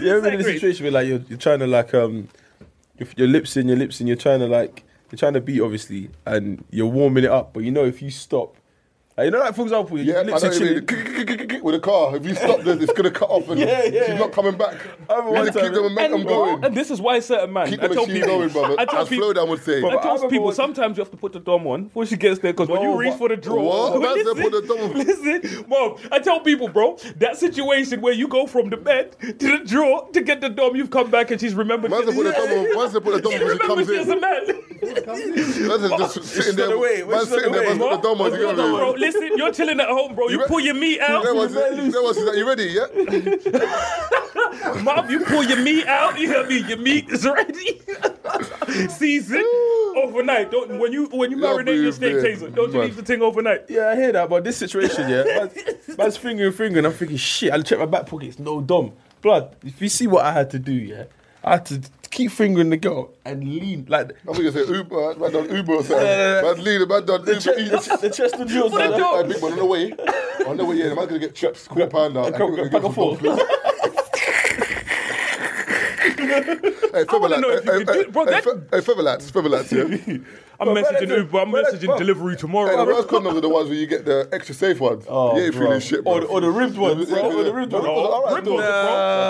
ever been in a Exactly. situation where like you're, you're trying to like um your, your lips in your lips in you're trying to like you're trying to beat obviously and you're warming it up but you know if you stop like, you know like for example Yeah, your I know lips are what you mean. chilling With the car, if you stop this, it's gonna cut off and Yeah, yeah. she's not coming back. I You need remember to one keep time- the momentum and, going. and this is why certain man, Keep I the tell machine people, going, brother. I tell As people, Flowdown would say. I I tell remember people one- sometimes you have to put the dom on before she gets there because when No, you reach but- for the draw, What? Man said listen, put the dom on. listen, mom, I tell people, bro, that situation where you go from the bed to the drawer to get the dom, you've come back and she's remembered. Once they put the Yeah. dom on, once they put the dom She on, she comes remembers she was a in. man. That's just sitting not the there. way, it's Man's not sitting the there, man's way. put the dom on. Bro, You get what I mean? bro, listen, you're chilling at home, bro. You, re- pull your meat out. That was, that was, that you ready? Yeah. Mom, you pull your meat out. You hear me? Your meat is ready. Season overnight. Don't when you when you Love marinate you, your steak man. taser. Don't you Man. leave the thing overnight. yeah I hear that but this situation yeah man's, man's fingering fingering I'm thinking shit I check my back pockets no dom blood if you see what I had to do yeah I had to keep fingering the girl and lean like I think you say Uber. Man done Uber or something. no, no. Man leader. Man done the, Uber chest, Eats. the, the chest and jaws Man, like big- that. man, big man on the way. On the way, yeah. The man's gonna get chips, quarter pounder. and Go- go get back some and forth. dog food. Hey, wanna know if you could do it, bro, Feverlats. Hey, that- fe- hey, Feverlats. Feverlats. Yeah. I'm But messaging brother, Uber. I'm brother, messaging bro. delivery Hey, the tomorrow. worst condoms are the ones where you get the extra safe ones. Oh, yeah, you ain't bro. feeling shit, bro. Or the- or the ribbed ones, bro, or the ribbed ones. Bro, All right, ribbed ones, nah,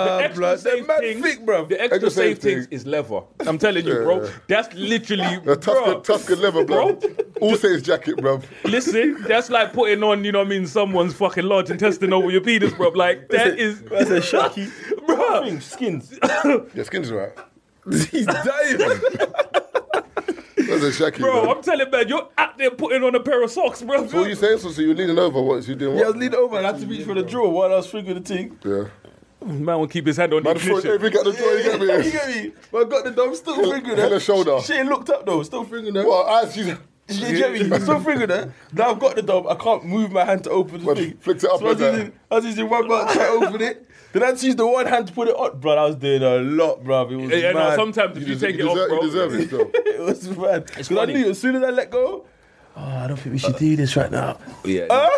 bro. The extra blood, they're safe mad things- thick, bro. The extra Extra safe safe things thing. is leather. I'm telling you, bro. Yeah. That's literally The Tuscan, bro. Tuscan leather, bro. Bro. All saints jacket, bro. Listen, that's like putting on, you know what I mean, someone's fucking large intestine over your penis, bro. Like that is That's a shocky. Bruh. Thing, skins. Your skin's right. He's dying. That's a shaky, bro. Bro, I'm telling man, you're out there putting on a pair of socks, bro. so what you saying? So, so you're leaning over? What? So you doing Yeah, I was what? leaning over and I had to reach for the drawer while I was fingering the thing. Yeah. Man will keep his hand on the Man, throw ignition. everything at the door. You get you me? get me? But I got the dog still fingering Hella her. shoulder. She ain't looked up though, still fingering her. Well, as you She, you get me? Still fingering her. Now I've got the dog, I can't move my hand to open the Well, thing. flicked it up So I was like that. using, I was using one hand to try to open it. Then I had to use the one hand to put it on. Bro, I was doing a lot, bro. It was Yeah, no, mad. sometimes if you, deserve, take you, it off, deserve, bro. you deserve it, though. it was mad. Because I funny. knew as soon as I let go, oh, I don't think we should do this right now. Yeah. Huh?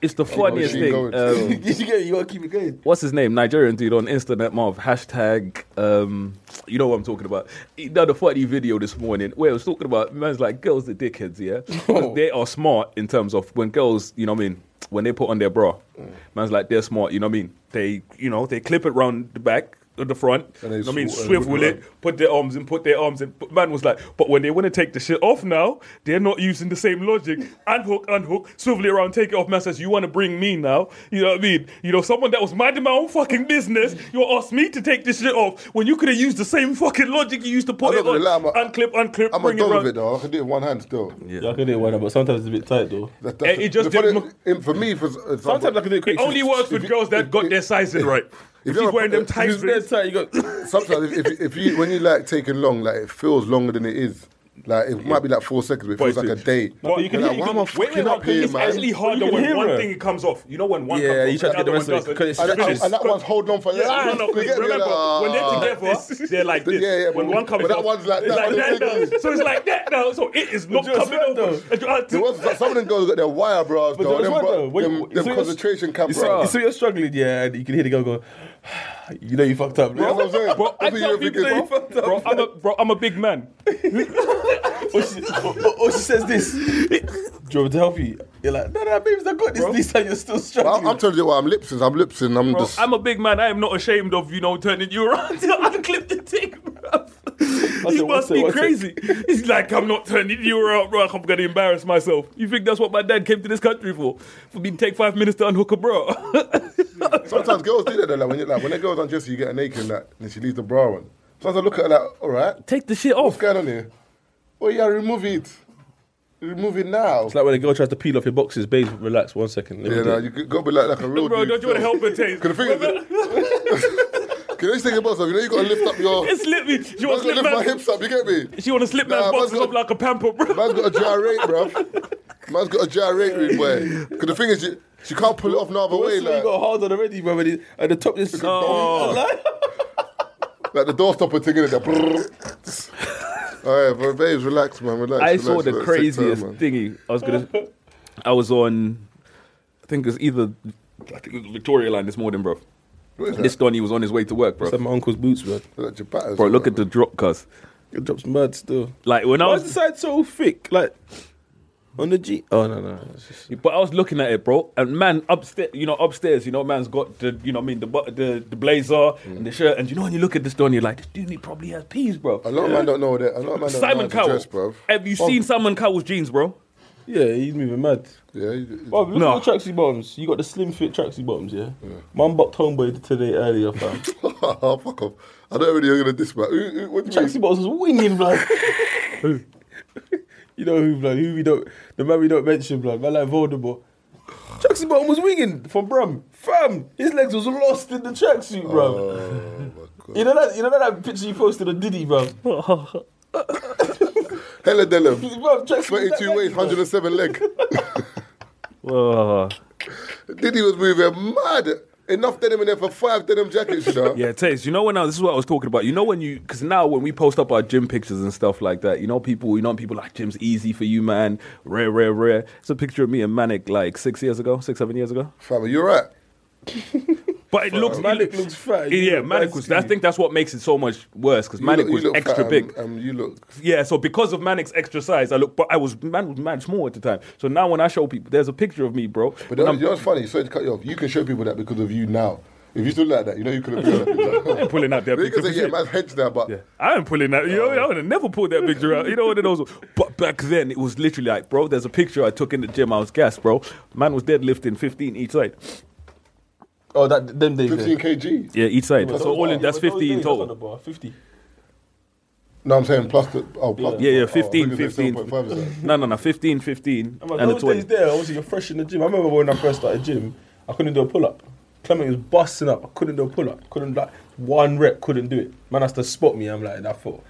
It's the funniest machine thing. going. Um, you get me? You gotta keep it going. what's his name? Nigerian dude on Instanet Marv. Hashtag, um, you know what I'm talking about. He done a funny video this morning where it was talking about, man's like, girls are dickheads, yeah? 'Cause they are smart in terms of when girls, you know what I mean? when they put on their bra, Mm. man's like they're smart. You know what I mean? They, you know, they clip it round the back, uh, the front. And they you know what I mean? sw- uh, Swivel whip it it, put their arms and put their arms in. But man was like, but when they want to take the shit off now, they're not using the same logic. Unhook, unhook, swivel it around, take it off. Man says, you want to bring me now? You know what I mean? You know, someone that was minding my own fucking business, you asked me to take this shit off when you could have used the same fucking logic you used to put I'm it not on. gonna lie, I'm a- unclip, unclip, I'm a bring it dog around. of it though. I can do it with one hand still. Yeah, I can do it one, but sometimes it's a bit tight though. That- that's Eh, it just the funny- didn't- in- for me, for uh, sometimes Sometimes I can do it It quick. only works if with you- girls that if- got if- their sizes right. If If you're she's not- wearing them if tight It's dead fits, tight. You got. Sometimes if, if, if you when you like taking long, like it feels longer than it is. Like it might be like four seconds, but it But feels it's- like a day. No, but you can You're hear- you like, can- why am I wait, wait, fucking wait, up here, it's man? actually harder can when hear one it. thing comes off. You know when one Yeah, comes off, you try to and get the other rest one of it, doesn't. 'cause it's And, that- finished. and that one's holding on for Yeah, life. no, no, You get me? remember, Like, ah. when they're together, they're like this. Yeah, yeah, when but- one comes but that off, one's like it's that. like that now. So it's like that now. So it is not But Joe coming Sweat, over. though. And you are- There was, some of them girls got their wire bras But though. there was Them, one bra- though, when- them, you them saw your- concentration camp You see, you bras. see you're struggling, yeah, and you can hear the girl go. You know you fucked up. You know what I'm saying? Bro, I That's what tell you're people, thinking, that- bro. bro, I'm a, bro, I'm a big man. or, Oh, she, or, or she says this. Do you want me to help you? You're like, no, no, babes, I got this. This time you're still But struggling. I'm, I'm telling you what, I'm lipsing. I'm lipsing. I'm Bro, just. I'm a big man. I am not ashamed of, you know, turning you around. Unclip the thing, bro. it, You must what's it, be what's it? crazy. He's like, I'm not turning you around, bro. I'm going to embarrass myself. You think that's what my dad came to this country for? For me to take five minutes to unhook a bro? Sometimes girls do that though. Like when, you like when a girl's undressed, you get her naked and that, and then she leaves the bra on. Sometimes I look at her like, all right, take the shit off. what's going on here? Oh yeah, remove it. Remove it now. It's like when a girl tries to peel off your boxes, babe, relax one second. Let me yeah, do nah, it. you got to be like, like a real Bro, dude don't you want to still. help her taste? Can the thing is, can you just think about something? You know, you got to lift up your. It's slip me. She Man's wants got to slip lift my man's, hips up. You get me? She want to slip Nah, man's man's boxes got- up like a pamper, bro. Man's got to gyrate, bro. Man's got to gyrate with boy. Because the thing is, she, she can't pull it off no other What's way. like, you Like, Oh. got hard on already, bro. and it- At the top, this. Oh. like the door stopper thing in it. All right, but babes, relax, man. Relax. I relax, saw the relax. Take craziest time, man. thingy. I was gonna. I was on. I think it was either. I think it was Victoria Line this morning, bro. What is that? This Donny was on his way to work, bro. That's my uncle's boots, bro. Look at your batters, Bro, look man. at the drop, cuz. It drops mud still. Like when I Why is the was, side so thick? Like on the G? Oh no no. it's just- but I was looking at it, bro. And man, upstairs, you know, upstairs, you know, man's got the, you know, what I mean, the bu- the, the blazer and the shirt, and you know, when you look at this Donny, you're like, this Donny probably has peas, bro. A lot of men don't know that. A lot of men don't know how Simon to Cowell. dress, bro. Have you seen Simon Cowell's jeans, bro? Yeah, he's moving mad. Yeah, you- Bro, look No. at your tracksuit bottoms. You got the slim fit tracksuit bottoms, yeah. Mum bopped homeboy today earlier, fam. Oh, fuck off. I don't really going to diss, man. Who- who- What do you mean? tracksuit bottoms was winging, blood. Who? you know who, blood? Who we don't? The man we don't mention, blood. Man like Voldemort. Tracksuit bottom was winging from Brum. Fam, his legs was lost in the tracksuit, bro. Oh, my You God. know that? You know that picture you posted of Diddy, bro. Hella Dellum. Bro, check 22 waist, 107 leg. Uh, Diddy was moving mad. Enough denim in there for five denim jackets, you know? Yeah, Taze, you know when I, this is what I was talking about. You know when you, because now when we post up our gym pictures and stuff like that, you know people, you know people like gym's easy for you, man. Rare, rare, rare. It's a picture of me and Manic like six years ago, six, seven years ago. Fam, you're right. But it looks, Malik looks fat. You yeah, look Manic bad was. I skinny. think that's what makes it so much worse because You Manic look- you was look extra fat, um, big. Um, you look. Yeah, so because of Manic's extra size, I look, but I was man was man small at the time. So now when I show people, there's a picture of me, bro. But and that, I'm- you know what's funny? Sorry to cut you off. You can show people that because of you now. If you still like that, you know you could have been like that. pulling out their You can picture. say, for yeah, shit. man's hedge there, but I ain't pulling that. You know, I would have never pulled that picture out. You know what it was. But back then, it was literally like, bro, there's a picture I took in the gym. I was gassed, bro. Man was deadlifting 15 each side. Oh, that them days. 15 15 kg. Yeah, each side. so all in, that's 50 in total. Fifty. No, I'm saying plus the. Oh, plus Yeah, yeah, oh, 15, I think it's like 15. 7.5 is that? No, no, no, 15, 15, And and a those 20. days there, obviously you're fresh in the gym. I remember when I first started gym, I couldn't do a pull up. Clement was busting up. I couldn't do a pull up. Couldn't like one rep. Couldn't do it. Man has to spot me. I'm like, and I thought,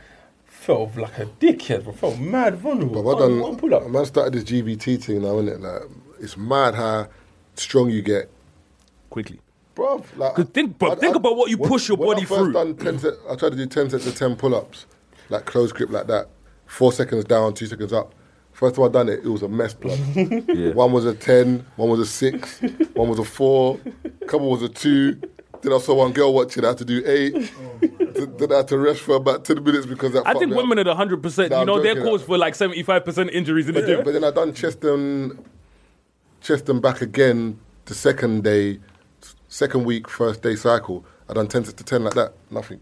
felt like a dickhead. Bro. Felt mad vulnerable. But well Can't do done. One pull up. A Man started this GBT thing now, isn't it? Like, it's mad how strong you get, Quickly. bro. Like, 'Cause think- but think about what you push your when body I first through. Done 10 set, I tried to do ten sets of ten pull-ups, like close grip, like that. Four seconds down, two seconds up. First time I done it, it was a mess, blood. Yeah. One was a ten, one was a six, one was a four, couple was a two. Then I saw one girl watching. I had to do eight. Oh, Th- then I had to rest for about ten minutes because that. I fucked think me up. women at 100%, Nah, you I'm know, they're joking. caused for like 75% injuries in the gym. But then I done chest and Cheston back again the second day, second week, first day cycle. I done 10 sets to 10 like that, nothing.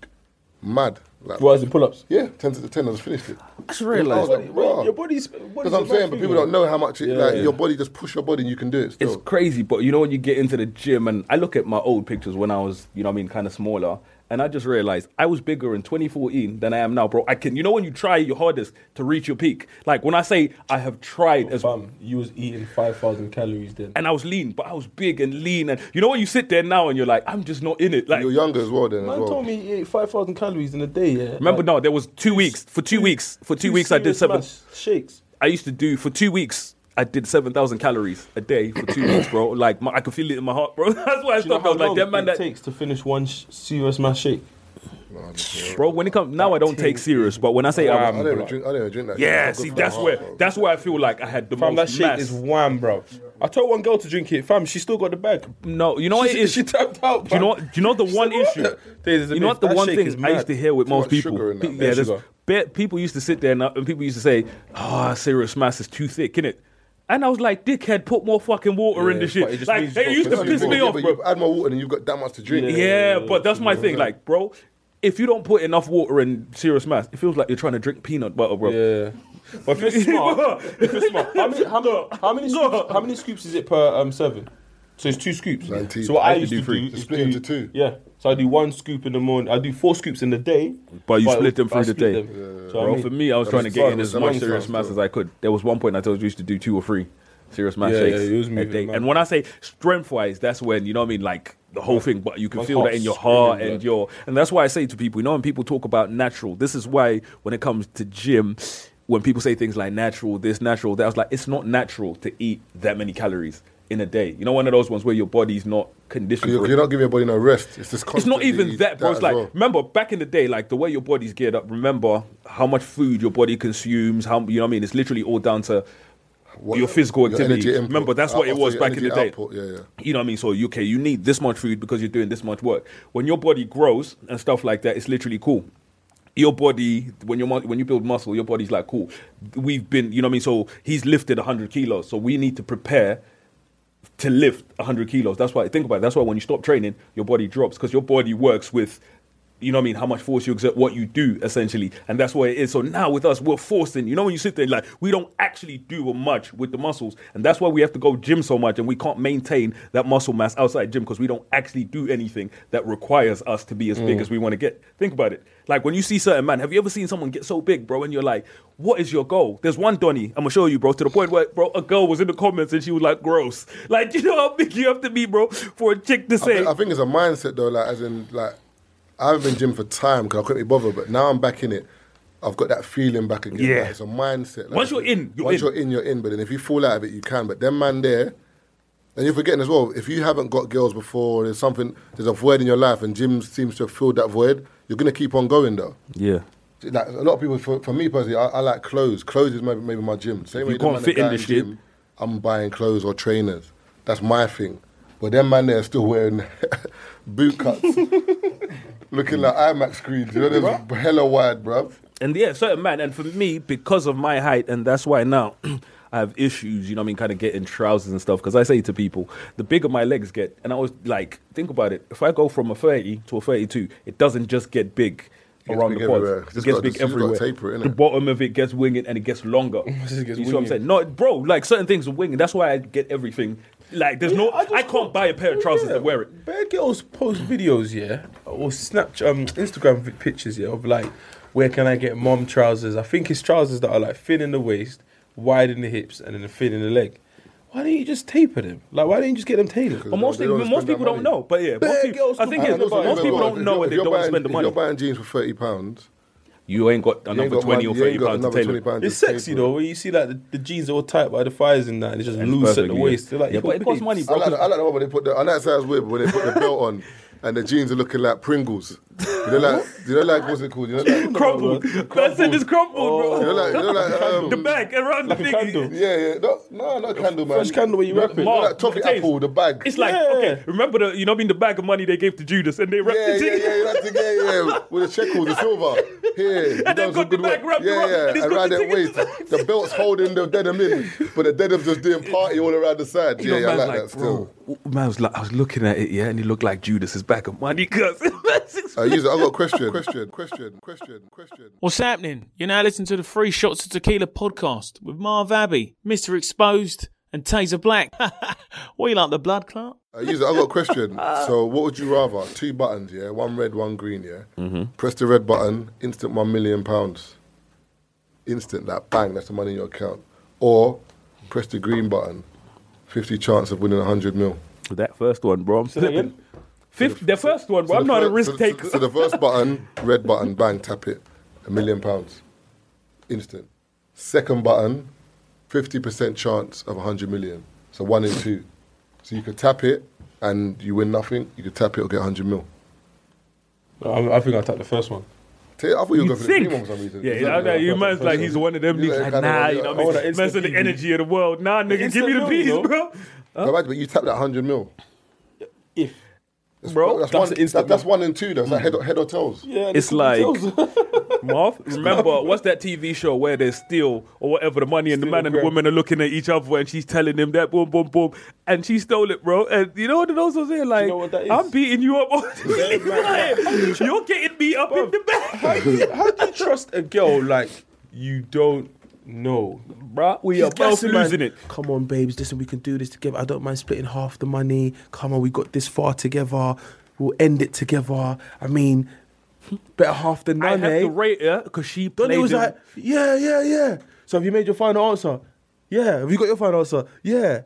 Mad. Like, What is it? Pull ups. yeah, 10 sets to 10, I just finished it. I just realised- Your body- Wow. your body's. Because I'm saying, but people don't know how much it, Yeah, like, yeah. your body, just push your body and you can do it still. It's crazy, but you know when you get into the gym and I look at my old pictures when I was, you know what I mean, kind of smaller, and I just realized I was bigger in 2014 than I am now, bro. I can, you know, when you try your hardest to reach your peak. Like when I say I have tried as Bam, you was eating 5,000 calories then. and I was lean, but I was big and lean, and you know when you sit there now and you're like, I'm just not in it. Like You're younger as well then as Man well. told me he ate 5,000 calories in a day, yeah. remember, Like, no, there was two weeks for two weeks for two weeks I did serious seven. mass shakes. I used to do for two weeks. I did seven thousand calories a day for two weeks, bro. Like my, I could feel it in my heart, bro. That's why I Do you know stopped. I how was like, long that man, it that takes to finish one sh- serious mass shake? bro. When it comes now, I don't take serious, but when I say I I'm, don't even drink, I don't even drink that shit. yeah, It's not see, good for that's my where heart, bro. that's where I feel like I had the Fam, that most shit mass. is wham, bro. I told one girl to drink it, fam. She still got the bag. no, you know what it she, is. she tapped out. Do you know what? Do you know the one issue? There's a you know myth. what the That one shake is thing I mad. used to hear with Too most much people. sugar in that. Pe- yeah, Yeah, there's, sugar. be- people used to sit there and, uh, and people used to say, "Ah, serious mass is too thick, innit?" And I was like, "Dickhead, put more fucking water in Yeah, the but it shit." just Like means they you've used to got plenty piss of me Yeah, off, but bro. you add more water and you've got that much to drink. Yeah, but that's my thing. Like, bro, if you don't put enough water in serious mass, it feels like you're trying to drink peanut butter, bro. Yeah. But if it's smart, if it's smart, how many, how, many, how, many scoops, how many scoops is it per um, serving? So it's two scoops. Nineteen. So what I, I used to do, three. is Split do- into two. Yeah. So I do one scoop in the morning. I do four scoops in the day. But you split them but I through the split day. them. So I Bro, mean- for me, I was That trying to was get fun, in that as was much fun, serious that mass was as I could. There was one point I told you used to do two or three serious mass Yeah, shakes yeah, you was a moving, day. man. And when I say strength wise, that's when you know what I mean, like the whole thing. But you can My feel that heart's in your heart screaming, and man. your, and that's why I say to people, you know, when people talk about natural, this is why when it comes to gym. When people say things like natural, this, natural, that, I was like, it's not natural to eat that many calories in a day. You know, one of those ones where your body's not conditioned. for You're, it. you're not giving your body no rest. It's just It's not constantly even that, bro. as It's like well. remember back in the day, like the way your body's geared up. Remember how much food your body consumes. How you know what I mean? It's literally all down to What- your physical your activity. energy input. remember that's what Uh, it so was your back in the energy day. output, yeah, yeah. You know what I mean? So you- okay, you need this much food because you're doing this much work. When your body grows and stuff like that, it's literally cool. Your body, when you when you build muscle, your body's like cool. We've been, you know what I mean. So he's lifted 100 kilos, so we need to prepare to lift 100 kilos. That's why, think about it. That's why when you stop training, your body drops because your body works with, you know what I mean, how much force you exert, what you do essentially. And that's why it is. So now with us, we're forcing, you know, when you sit there, like, we don't actually do much with the muscles. And that's why we have to go gym so much and we can't maintain that muscle mass outside gym because we don't actually do anything that requires us to be as big as we want to get. Think about it. Like when you see certain man, have you ever seen someone get so big, bro? And you're like, what is your goal? There's one Donny, I'm gonna show you, bro, to the point where, bro, a girl was in the comments and she was like, gross. Like, you know how big you have to be, bro, for a chick to I say, think, I think it's a mindset though. Like as in like I haven't been gym for time because I couldn't be bothered. But now I'm back in it. I've got that feeling back again. Yeah. Like, it's a mindset. Like, Once you're in, you're once in. you're in, you're in. But then if you fall out of it, you can. But them man there, and you're forgetting as well. If you haven't got girls before, there's something. There's a void in your life, and gym seems to have filled that void. You're gonna keep on going though. yeah. Like a lot of people, for, for me personally, I, I like clothes. Clothes is maybe, maybe my gym. Same way you the can't man that fit in guy the shit. gym, I'm buying clothes or trainers. That's my thing. But them man there still wearing boot cuts, looking like IMAX screens. You know, they're hella wide, bruv. And yeah, certain man. And for me, because of my height, and that's why now I have issues, you know what I mean, kind of getting trousers and stuff. Because I say to people, the bigger my legs get, and I was like, think about it. If I go from a 30 to a 32, it doesn't just get big. gets around big the quads. everywhere. It Just gets gotta- big just gotta everywhere. taper it, the innit? bottom of it gets winging and it gets longer. Just gets you see what I'm winging. saying? No, bro, like certain things are winging. That's why I get everything. Like there's no, Yeah, I, just can't thought- buy a pair of Yeah, trousers to wear it. Bare girls post videos, yeah, or snap um, Instagram vi- pictures, yeah, of like, where can I get mom trousers? I think it's trousers that are like thin in the waist, wide in the hips, and then thin in the leg. Why don't you just taper them? Like, why don't you just get them tailored? But They most, don't people- spend most that people don't money. know. But yeah, Bare most people, girls I don't- think And it's, And also, most remember, people if don't you're- know if and they you're don't buying- spend the if money. You're buying jeans for thirty pounds. You ain't got You ain't another got money- 20 or you ain't 30 got pounds to another tailor. 20 pounds It's to taper sexy it. though, where you see like the, the jeans are all tight by the thighs and that, and it's just loose at perfect, the yeah. waist. They're like, Yeah, yo, but it costs babes. money, I bro. like, the- I like the one when they put the. I know it sounds weird, but when they put the belt on, and the jeans are looking like Pringles. You know, like you know, like what's it called? You know, like, crumpled. That said, it's crumpled, you know, bro. like, you know, like um, The bag around the a thing. candle. Yeah, yeah, no, no, not candle, man. Fresh candle where you wrap it. You know, Mark, like toffee contains- apple, the bag. It's like, Yeah. okay, remember the, you know, what I mean, the bag of money they gave to Judas and they wrapped yeah, it yeah, in. yeah, that's it, yeah, yeah. With the shekels, the silver. Here, you And they've done some got the good bag work. wrapped Yeah, around, yeah, and it's got around the their waist. tickets The belt's holding the denim in, but the denim's just doing party all around the side. Yeah, You know, yeah, I man's like, that still. bro, Man was like, I was looking at it, yeah, and he looked like Judas is back of money, cuz. Uh, user, I've got a question. Question, question, question, question. What's happening? You're now listening to the Free Shots of Tequila podcast with Marv Abbey, Mr. Exposed, and Taser Black. what you like, the blood clot? Uh, user, I've got a question. So, what would you rather? Two buttons, yeah? One red, one green, yeah? Press the red button, instant one million pounds. Instant, that bang, that's the money in your account. Or press the green button, 50 chance of winning 100 mil. that first one, bro, I'm slipping. Fifth, the first one, bro. So I'm the not a fir- risk so, so- taker. So, the first button, red button, bang, tap it, a million pounds, instant. Second button, fifty percent chance of a hundred million. So one in two. So you could tap it and you win nothing. You could tap it or get hundred mil. I, I think I took the first one. T- I thought you were You going for the green think? one for some reason. Yeah, Is yeah, I that- know. You that's man's the like first he's one. one of them You niggas. like Like, nah, kinda- you know I what wanna I mean? Man's instant the Pee-wee. energy of the world. Nah, nigga, give me the Instant Pee-wee, peas, though. bro. No, imagine, but you tap that hundred mil. If Bro, That's, That's one, an instant that- that's one in two. Mm. That's like head, head hotels. yeah, It's like- Marv, remember what's that TV show where there's still or whatever the money and the man and the grab. woman are looking at each other and she's telling him that boom boom boom and she stole it, bro. And you know what those was here? Like know what that is? I'm beating you up. Like, You're getting beat up in the back, how do you trust a girl like you don't know? bro. We are She's both gassing, man. losing it. Come on, babes. Listen, we can do this together. I don't mind splitting half the money. Come on, we got this far together. We'll end it together. I mean, better half than I none, have eh? to rate her because she Donny played was him. like, yeah, yeah, yeah. So have you made your final answer? Yeah. Have you got your final answer? Yeah.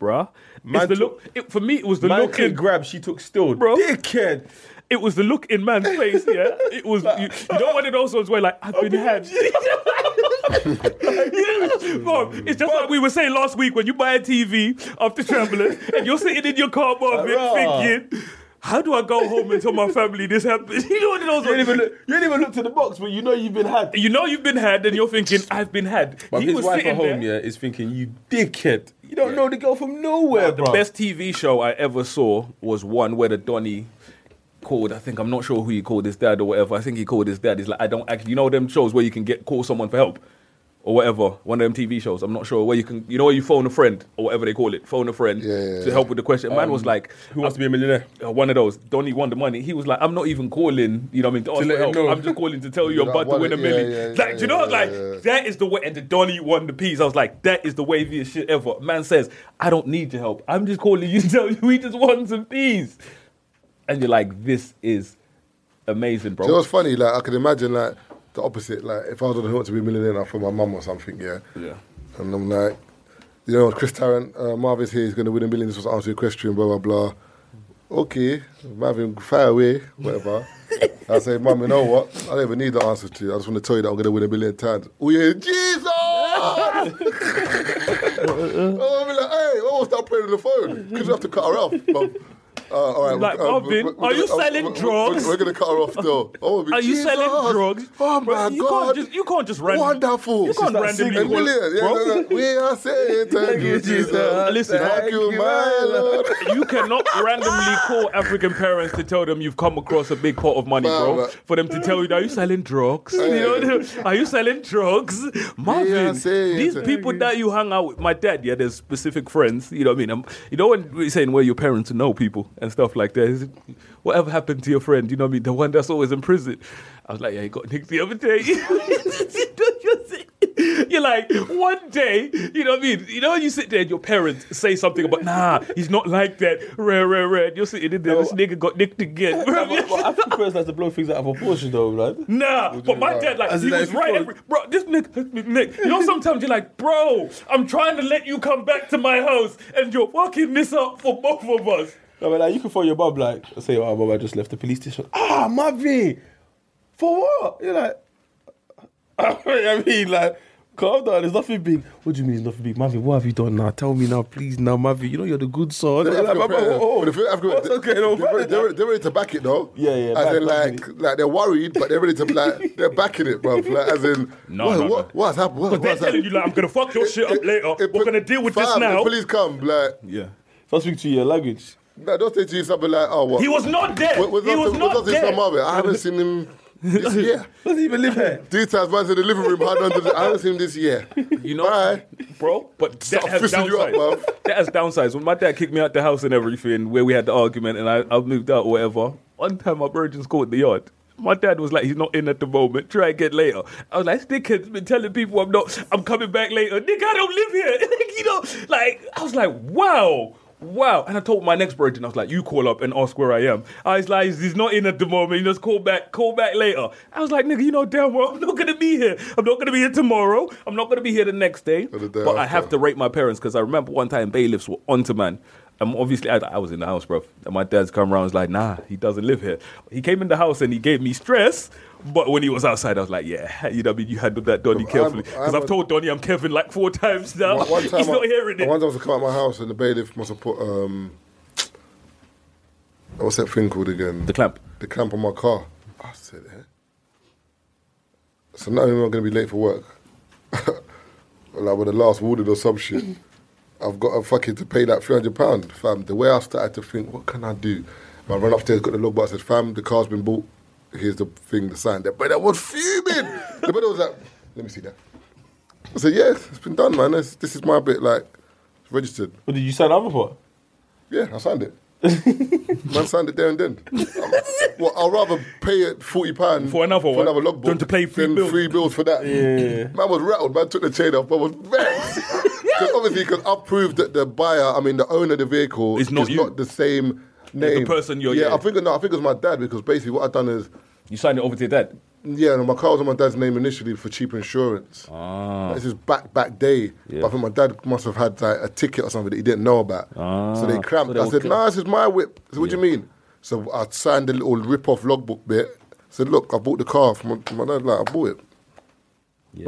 bruh. It's Man the took- look. It, for me, it was the Man look could in. grab, she took still. Bro. Dickhead. it was the look in man's face. Yeah, it was. You, you don't want it those ones where like I've been had. Yeah, bro, it's just like we were saying last week when you buy a TV after Tremblers and you're sitting in your car, Marvin, Bruh. thinking, how do I go home and tell my family this happened? You know what those You didn't, ones- even look, you didn't even look to the box, but you know you've been had. You know you've been had and you're thinking, I've been had. But his wife at there. home, yeah, is thinking, you dickhead. You don't know the girl from nowhere, the bruv. best TV show I ever saw was one where the Donny called. I think I'm not sure who he called his dad or whatever. I think he called his dad. He's like, I don't actually. You know them shows where you can get call someone for help or whatever. One of them TV shows. I'm not sure where you can. You know where you phone a friend or whatever they call it. Phone a friend Yeah, yeah, to yeah. help with the question. Man was like, Um, Who wants to be a millionaire? uh, one of those. Donny won the money. He was like, I'm not even calling. You know what I mean? To ask let for him help. know. I'm just calling to tell you I'm Yeah, about to one- win a yeah, million. yeah, like, yeah, do you know? yeah, like, yeah. that is the way. And the Donny won the piece. I was like, that is the waviest shit ever. Man says, I don't need your help. I'm just calling you to tell you we just won some peas. And you're like, this is amazing, bro. So it was funny. Like I could imagine like the opposite. Like if I was on Who Wants to Be a Millionaire for my mum or something, yeah. Yeah. And I'm like, you know, Chris Tarrant, uh, Marv is here. He's going to win a million. This was answer your question. Blah blah blah. Okay, Marvin, fire away, whatever. I say, Mum, you know what? I don't even need the answer to you. I just want to tell you that I'm going to win a million times. Oh, yeah, Jesus! oh, I'm like, hey, I will start playing on the phone because you have to cut her off. Mum. Uh, all right, Like, we're- uh, Marvin, we're- we're are you gonna- uh, selling we're- we're- drugs? We're, going to cut her off still. Oh, Are you selling drugs? Oh, Bro, my you God. Can't just, you can't just randomly. Wonderful. You can't She's randomly. A call- million. Yeah, bro. no, no. We are saying thank you, Jesus. Uh, Listen, thank you, my Lord. You cannot randomly call African parents to tell them you've come across a big pot of money, Nah, bro. but- For them to tell you, are you selling drugs? You know, are you selling drugs? Marvin, saying these it. people that you hang out with, my dad, yeah, there's specific friends. You know what I mean? Um you know when we're saying where your parents know people and stuff like that. Is it- Whatever happened to your friend? You know what I mean? The one that's always in prison. I was like, yeah, he got nicked the other day. You're like, one day, you know what I mean? You know, when you sit there and your parents say something about, nah, he's not like that, rare, rare, rare. You're sitting in there, this nigga got nicked again. But, but African parents like to blow things out of proportion, though, lad. Nah, but my like? dad, like, As he in, like, was if you right. call- Every, bro, this Nick, this Nick, Nick. You know, sometimes you're like, bro, I'm trying to let you come back to my house, and you're fucking this up for both of us. No, but like you can phone your mum, like say, "Oh, mum, I just left the police station." Ah, Mavi, for what? You're like, I mean, like, Calm down. There's nothing big. What do you mean it's nothing big? Mavi, what have you done now? Tell me now, please now, Mavi. You know you're the good son. Them Like, African Mavi, players, oh, oh. but if you're African- What's they- okay, no, they're, why ready, not? they're, ready, they're ready to back it though. Yeah, yeah, back- As in, back like, like they're worried, but they're ready to like they're backing it, bro. Like, as in, No, what, no, what, no. what's happened? What, They're what's telling happened? you like I'm gonna fuck your shit up later. It- it- We're gonna deal with this fam, the now. Police come, like, Yeah. So I speak to your language. no, don't say to you something like, oh, what? He was not there. With- with he us- was with not us in there. some other. I haven't seen him this year. Doesn't even live here. These times, man's in the living room. hard under the- I haven't seen him this year. You know, Bye. bro. But that Stop has fishing you up, downsides. bruv. that has downsides. When my dad kicked me out the house and everything, where we had the argument, and I, I moved out or whatever. One time, my virgin's caught in the yard. My dad was like, "He's not in at the moment. Try again later." I was like, "Sticker's been telling people I'm not. I'm coming back later. Nigga, I don't live here. you know, like I was like, wow." Wow, and I told my next virgin, I was like, "You call up and ask where I am." I was like, "He's not in at the moment. You just call back, call back later." I was like, "Nigga, you know damn well I'm not gonna be here. I'm not gonna be here tomorrow. I'm not gonna be here the next day." the day but I after. have to rate my parents because I remember one time bailiffs were onto man. And obviously, I, I was in the house, bro. And my dad's come around, was like, nah, he doesn't live here. He came in the house and he gave me stress. But when he was outside, I was like, yeah, you know, what I mean, you handled that Donnie I'm- carefully. Because I'm I've a- told Donnie I'm Kevin like four times now. One- one time He's not I, hearing it. One time I was come out my house and the bailiff must have put um, what's that thing called again? the clamp. the clamp on my car. I said, eh? So now I'm not going to be late for work. like with the last warden or some shit. I've got to fucking to pay that £300, fam. The way I started to think, what can I do? I ran upstairs, got the logbook, I said, fam, the car's been bought. Here's the thing, the sign. The brother was fuming. the brother was like, let me see that. I said, yeah, it's been done, man. This, this is my bit, like, it's registered. What did you sign up for? Yeah, I signed it. Man signed it there and then. Um, well, I'd rather pay it forty pound For another for one. another logbook Than to pay three than bills. three bills for that. Yeah. man was rattled. Man took the chain off. Man was vexed because obviously because I proved that the buyer, I mean the owner of the vehicle, It's not is you. not the same name. person you're- yeah, yeah. I think no, I think it was my dad because basically what I done is. You signed it over to your dad. Yeah, no, my car was on my dad's name initially for cheaper insurance. Ah. This is back back day. But I think my dad must have had like, a ticket or something that he didn't know about. Ah, So they cramped. I said, nah, this is my whip. So what do you mean? So I signed the little rip-off logbook bit. said, look, I bought the car from my, my dad. Like, I bought it.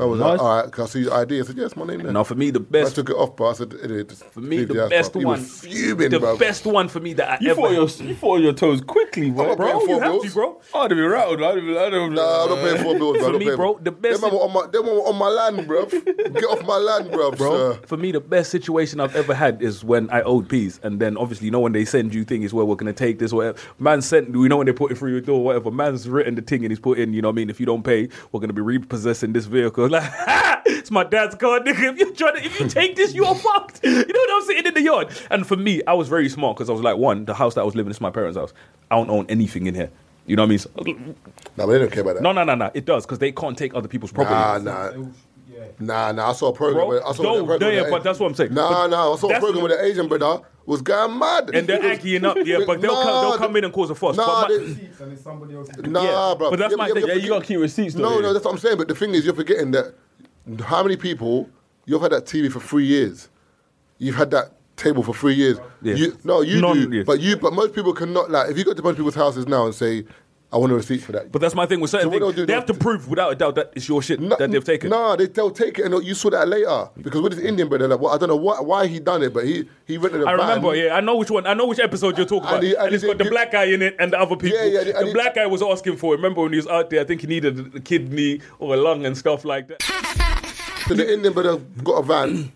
I was like, all right, can I see your ID? I said, yes, my name there. Now, for me, the I best. took it off, but I said, anyway, just For me, leave the ass, best bruv. He one. was fuming, the bruv. best one for me that I You ever. thought your you thought your toes quickly, bro. not bro. Oh, paying bro, four you have bills. to, bro. I'd have been rattled. I'd have been. I'd have been Nah, I'm not paying four bills. For bruv, I'm not me, paying- bro, the best- Them man were on my, them man were on my land, bro. Get off my land, bro. bro. sir. For me, the best situation I've ever had is when I owed peas, and then obviously, you know, when they send you things, well, we're gonna take this, whatever. Man sent, we know when they put it through your door, whatever. Man's written the thing, and he's put in, you know, what I mean, if you don't pay, we're gonna be repossessing this vehicle. Like, ha! it's my dad's car, nigga. If you try to, if you take this, you are fucked. You know what I'm saying in the yard. And for me, I was very smart because I was like, one, the house that I was living in is my parents' house. I don't own anything in here. You know what I mean? So- Nah, but they don't care about that. no, no, no, no. It does because they can't take other people's property. Nah, nah. Nah, nah, I saw a program. Bro, where, I saw no, a program no, yeah, with but that's what I'm saying. Nah, But nah, I saw a that's- program with an Asian brother was going mad. and they're It was- aggying up, yeah. But they'll, come, Nah, they'll come in and cause a fuss. Nah, but my- they- seats and it's somebody else's. nah, Yeah, bro. but that's my thing. Yeah, you gotta keep receipts. No, though, no, yeah. that's what I'm saying. But the thing is, you're forgetting that how many people you've had that TV for three years. You've had that table for three years. Yeah. You, no, you None- do. yeah. But you, but most people cannot. Like, if you go to a bunch of people's houses now and say, "I want a receipt for that," But that's my thing with certain So what things. they'll do, They have to they'll- prove without a doubt that it's your shit No, that they've taken. No, they, they'll take it, and you saw that later because with this Indian brother, like, well, I don't know what, why he done it, but he he rented a I van. remember, yeah, I know which one, I know which episode you're talking And about. he- and and it's he got the did- black guy in it and the other people. Yeah, yeah, the and he- black guy was asking for it. Remember when he was out there, I think he needed a kidney or a lung and stuff like that. So the Indian brother got a van,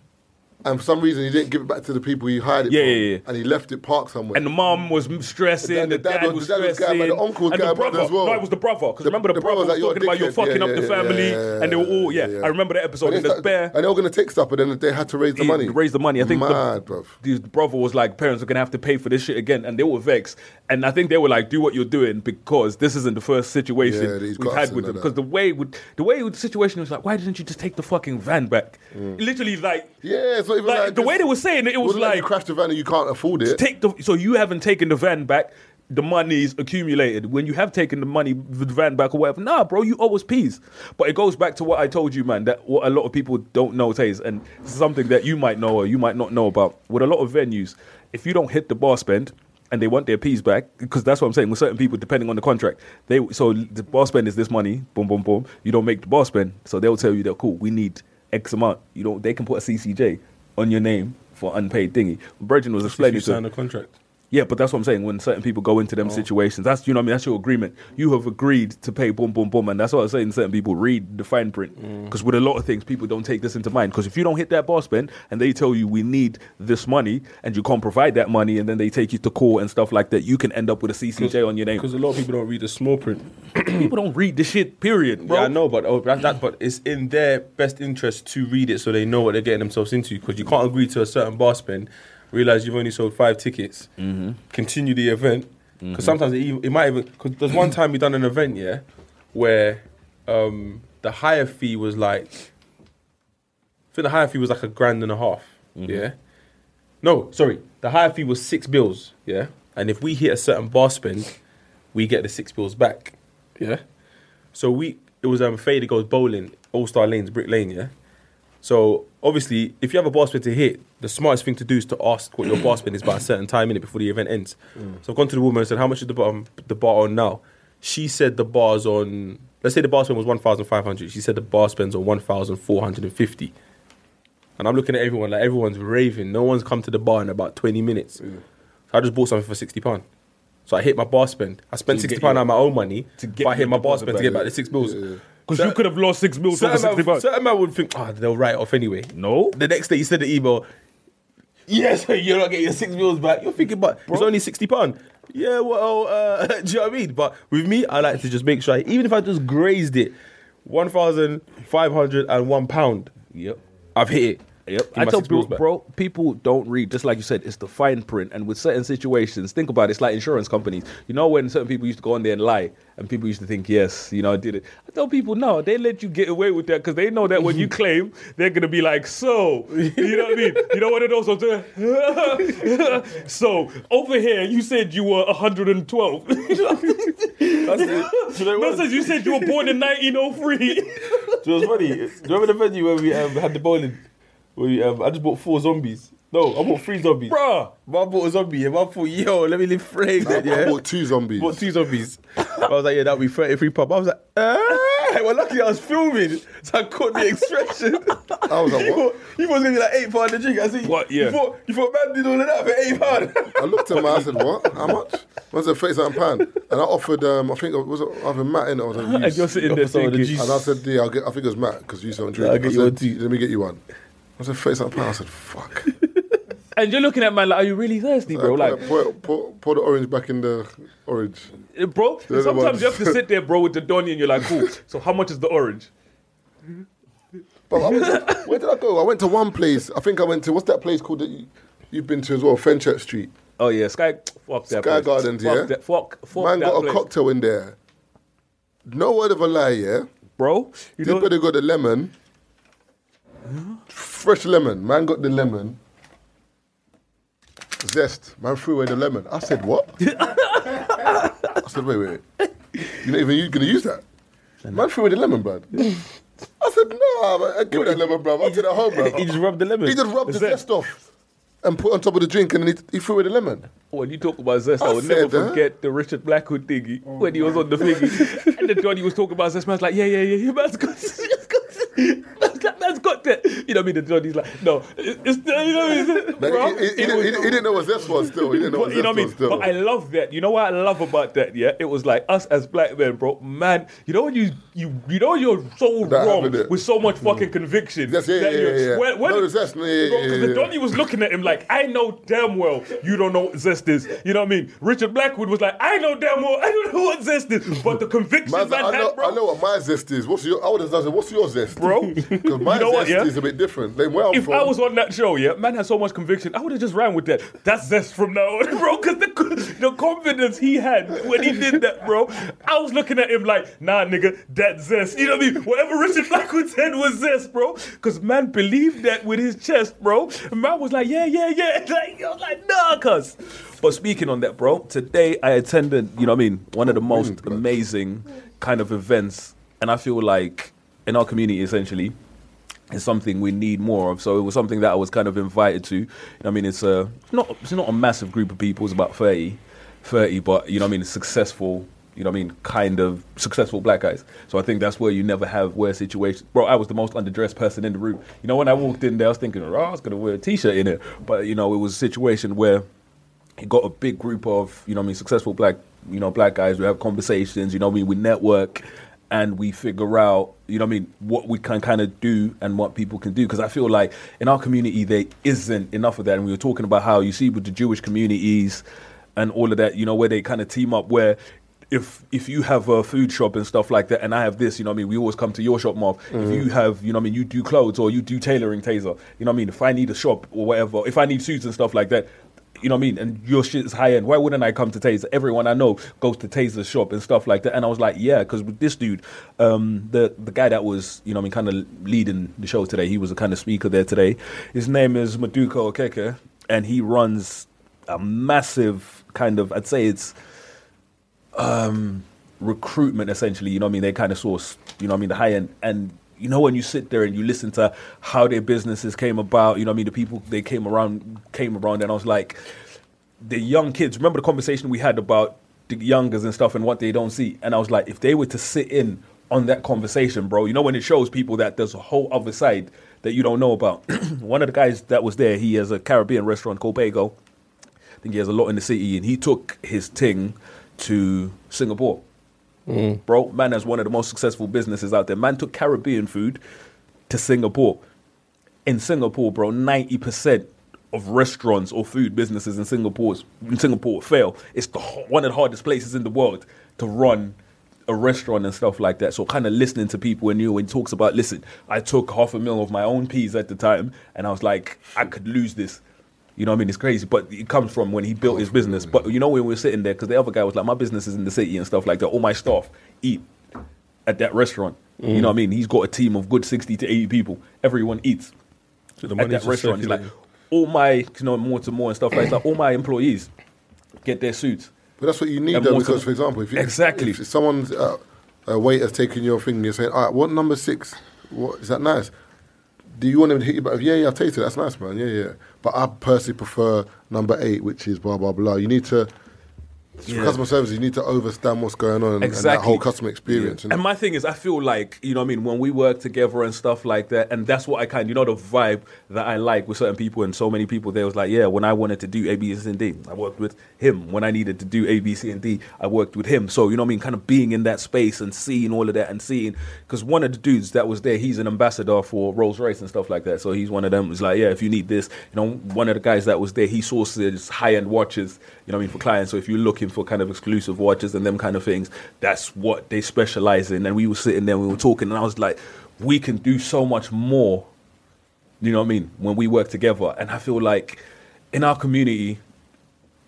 and for some reason he didn't give it back to the people he hired it. Yeah, from, yeah, yeah. and he left it parked somewhere. And the mom was stressing, And the, dad, was, stressing, guy, but the uncle was and guy, the but brother. as well. No, it was the brother. Because The- remember, the, the brother brother was was like, talking about "You're you're a fucking dickhead." up the Yeah, yeah, family, yeah, yeah, and they were all yeah. yeah, yeah. I remember the episode. But they And there's start- bear. And they were going to take stuff, but then they had to raise the Yeah, money. Raise the money. I think Mad, the, bruv. his brother was like, parents are gonna have to pay for this shit again, and they were vexed. And I think they were like, do what you're doing because this isn't the first situation Yeah, he's we've got had us with in them. that. Because the way would the way with the situation was like, why didn't you just take the fucking van back? Literally, like, Yeah, it's not even like, like, the just- way they were saying it, it was wouldn't let like, you crash the van and you can't afford it. take the so you haven't taken the van back. The money's accumulated. When you have taken the money, the van back or whatever, nah, bro, you owe us peas. But it goes back to what I told you, man. That what a lot of people don't know, Taze, and something that you might know or you might not know about. With a lot of venues, if you don't hit the bar spend and they want their peas back, because that's what I'm saying. With certain people, depending on the contract, they so the bar spend is this money, boom, boom, boom. You don't make the bar spend, so they'll tell you that cool. We need X amount. You don't. They can put a CCJ on your name for unpaid thingy. Bridging was explaining you to him. sign a contract. Yeah, but that's what I'm saying. When certain people go into them situations, that's you know what I mean. That's your agreement. You have agreed to pay boom, boom, boom, and that's what I'm saying. Certain people read the fine print because with a lot of things, people don't take this into mind. Because if you don't hit that bar spend and they tell you we need this money and you can't provide that money, and then they take you to court and stuff like that, you can end up with a CCJ on your name. Because a lot of people don't read the small print. People don't read the shit. Period, bro. Yeah, I know, but oh, that, that, but it's in their best interest to read it so they know what they're getting themselves into. Because you can't agree to a certain bar spend, realize you've only sold five tickets, continue the event. Because sometimes it, even, it might even. Because there's one time we done an event, yeah, where um, the higher fee was like, I think the higher fee was like a grand and a half, yeah. No, sorry, the higher fee was six bills, yeah. And if we hit a certain bar spend, we get the six bills back, yeah. So we it was um Fader goes bowling, All Star Lanes, Brick Lane, yeah. So obviously, if you have a bar spin to hit, the smartest thing to do is to ask what your bar spin is by a certain time in it before the event ends. Mm. So I've gone to the woman and said, "How much is the bar, um, the bar on now?" She said the bar's on. Let's say the bar spin was one thousand five hundred. She said the bar spin's on one thousand four hundred and fifty. And I'm looking at everyone like everyone's raving. No one's come to the bar in about twenty minutes. Mm. So I just bought something for sixty pound. So I hit my bar spend. I spent you sixty get pound your- out of my own money, to get but I hit your my bar deposit spend to back, get back yeah. the six bills. Because you could have lost six bills over Certain sixty man, bucks. certain man would think, ah, they'll write off anyway. No. The next day you send the email, yes, you're not getting your six meals back. You're thinking, but it's only sixty pound. Yeah, well, uh, do you know what I mean? But with me, I like to just make sure, I, even if I just grazed it, one thousand five hundred and one pound, Yep. I've hit it. Yep. Give I my tell six bills people, back. bro, people don't read. Just like you said, it's the fine print. And with certain situations, think about it. It's like insurance companies. You know when certain people used to go on there and lie, and people used to think, yes, you know, I did it. I tell people, no, they let you get away with that because they know that when you claim, they're gonna be like, so, you know what I mean? You know what it also does? so over here, you said you were 112. That's it. Do you know what? No, says you said you were born in 1903. So it was funny. Do you remember the venue where we um, had the bowling? Where we, um, I just bought four zombies. No, I bought three zombies. Bruh. But I bought a zombie. And I thought, yo, let me live frame. I, Then, yeah. I bought two zombies. bought two zombies. I was like, yeah, that'll be 33 pub. I was like, eh. Well, luckily I was filming, so I caught the expression. I was like, You what? thought, you thought it was going to be like £8 pound a drink. I said, What? Yeah. You thought, you thought man did all of that for £8? I looked at my, I said, what? How much? What's it, thirty-seven pound? And I offered, um, I think it was either Matt in it or something. And you're sitting there Officer of the thinking, juice. And I said, yeah, I'll get, I think it was Matt because you said I'm drinking. I'll get I you said, one too. Let me get you one. I said, thirty-seven pound. I said, fuck. and you're looking at man like, are you really thirsty, bro? I Like, put- pour, pour, pour the orange back in the orange. Eh, bro. other Sometimes ones. you have to sit there, bro, with the donny, and you're like, cool. So how much is the orange? But I went, where did I go? I went to one place. I think I went to what's that place called that you, you've been to as well? Fenchurch Street. Oh yeah, Sky. Fuck that. Sky place. Gardens, Fuck yeah? That, fuck. Fuck Man that got a place. cocktail in there. No word of a lie, yeah. bro. You This know. better got the lemon. Fresh lemon. Man got the lemon. Zest. Man threw away the lemon. I said, what? I said, wait, wait. wait. You're not even going to use that? Man threw away the lemon, bruv. I said, nah, man, I give me that lemon, bruv. I'll take that home, bruv. He just rubbed the lemon. He just rubbed the Zest. zest off and put on top of the drink and then he, he threw away the lemon. When you talk about zest, I, I will said Oh never that. forget the Richard Blackwood thingy when he was on the thingy, and the donny was talking about zest. Man's like, yeah, yeah, yeah. Your man's got. That man's got that. You know what I mean? The donny's like, no. It's, you know what I mean? Like, Bro, he, he- he it didn't, was- he didn't- he didn't know what zest was still. He didn't know what But zest you know what I was mean? still. But I love that. You know what I love about that? Yeah, it was like us as black men, bro. Man, you know when you you you know you're so That wrong happened, yeah. Mm. with so much fucking conviction. Yes, yeah, that yeah, you- yeah, yeah. When, when No, the zest, yeah, yeah, Bro, 'cause yeah, the yeah. Donny was looking at him like, I know damn well you don't know what zest is. You know what I mean? Richard Blackwood was like, I know damn well I don't know what zest is, but the conviction Man's man like, I, know, had, bro. I know what my zest is. What's your? I would have done. What's your zest, Bro. Because my You know zest what, yeah? is a bit different. Like where I'm if from. I was on that show, yeah, man had so much conviction, I would have just ran with that. That's zest from now on, bro. Because the, the confidence he had when he did that, bro, I was looking at him like, nah, nigga, that zest. You know what I mean? Whatever Richard Blackwood said was zest, bro. Because man believed that with his chest, bro. And man was like, yeah, yeah, yeah. Like, I was like, nah, cuz. But speaking on that, bro, today I attended, you know what I mean, one of the most amazing kind of events. And I feel like in our community, essentially, is something we need more of. So it was something that I was kind of invited to. I mean, it's a not it's not a massive group of people. It's about 30, 30 but you know, what I mean, it's successful you know what I mean, kind of successful black guys. So I think that's where you never have wear situations. Bro, I was the most underdressed person in the room. You know, when I walked in there, I was thinking, oh, I was going to wear a t shirt in it. But, you know, it was a situation where he got a big group of, you know what I mean, successful black, you know, black guys. We have conversations, you know what I mean, we network and we figure out, you know what I mean, what we can kind of do and what people can do. Because I feel like in our community, there isn't enough of that. And we were talking about how you see with the Jewish communities and all of that, you know, where they kind of team up, where if if you have a food shop and stuff like that, and I have this, you know, what I mean, we always come to your shop, Marv. If you have, you know, what I mean, you do clothes or you do tailoring, Taser. You know, what I mean, if I need a shop or whatever, if I need suits and stuff like that, you know what I mean? And your shit's high end. Why wouldn't I come to Taser? Everyone I know goes to Taser's shop and stuff like that. And I was like, yeah, because with this dude, um, the the guy that was, you know, what I mean, kind of leading the show today, he was a kind of speaker there today. His name is Maduko Okeke, and he runs a massive kind of, I'd say it's recruitment essentially. You know what I mean? They kind of source. You know what I mean? The high end and. You know when you sit there and you listen to how their businesses came about. You know what I mean? The people they came around came around, and I was like, the young kids. Remember the conversation we had about the youngers and stuff and what they don't see. And I was like, if they were to sit in on that conversation, bro. You know when it shows people that there's a whole other side that you don't know about. One of the guys that was there, he has a Caribbean restaurant, Copago. I think he has a lot in the city, and he took his ting to Singapore. Bro, man has one of the most successful businesses out there. Man took Caribbean food to Singapore. In Singapore, bro, 90% of restaurants or food businesses in Singapore in Singapore fail. It's the h- one of the hardest places in the world to run a restaurant and stuff like that. So kind of listening to people and you when he talks about, listen, I took half a meal of my own peas at the time and I was like, I could lose this. You know what I mean? It's crazy, but it comes from when he built his business. But you know when we were sitting there, because the other guy was like, my business is in the city and stuff like that. All my staff eat at that restaurant. You know what I mean? He's got a team of good sixty to eighty people. Everyone eats So the at money's that just restaurant. He's like, circulating. all my you know more to more and stuff like that. All my employees get their suits. But that's what you need, And though, more to because, the- for example, if you, Exactly. if someone's uh, a waiter's taking your thing, and you're saying, "All right, what number six? What is that nice? Do you want him to hit you back? Yeah, yeah, I'll taste it. That's nice, man. Yeah, yeah. But I personally prefer number eight, which is blah blah blah. You need to it's for Yeah. customer service. You need to understand what's going on and, and that whole customer experience. And my thing is, I feel like you know, what I mean, when we work together and stuff like that, and that's what I kind, you know, the vibe that I like with certain people and so many people. There was like, yeah, when I wanted to do A, B, C, and D, I worked with him. When I needed to do A, B, C, and D, I worked with him. So you know, what I mean, kind of being in that space and seeing all of that and seeing because one of the dudes that was there, he's an ambassador for Rolls Royce and stuff like that. So he's one of them. Was like, yeah, if you need this, you know, one of the guys that was there, he sources high end watches. You know, what I mean, for clients. So if you're looking for kind of exclusive watches and them kind of things, that's what they specialize in. And we were sitting there, we were talking, and I was like, we can do so much more. You know what I mean? When we work together, and I feel like in our community,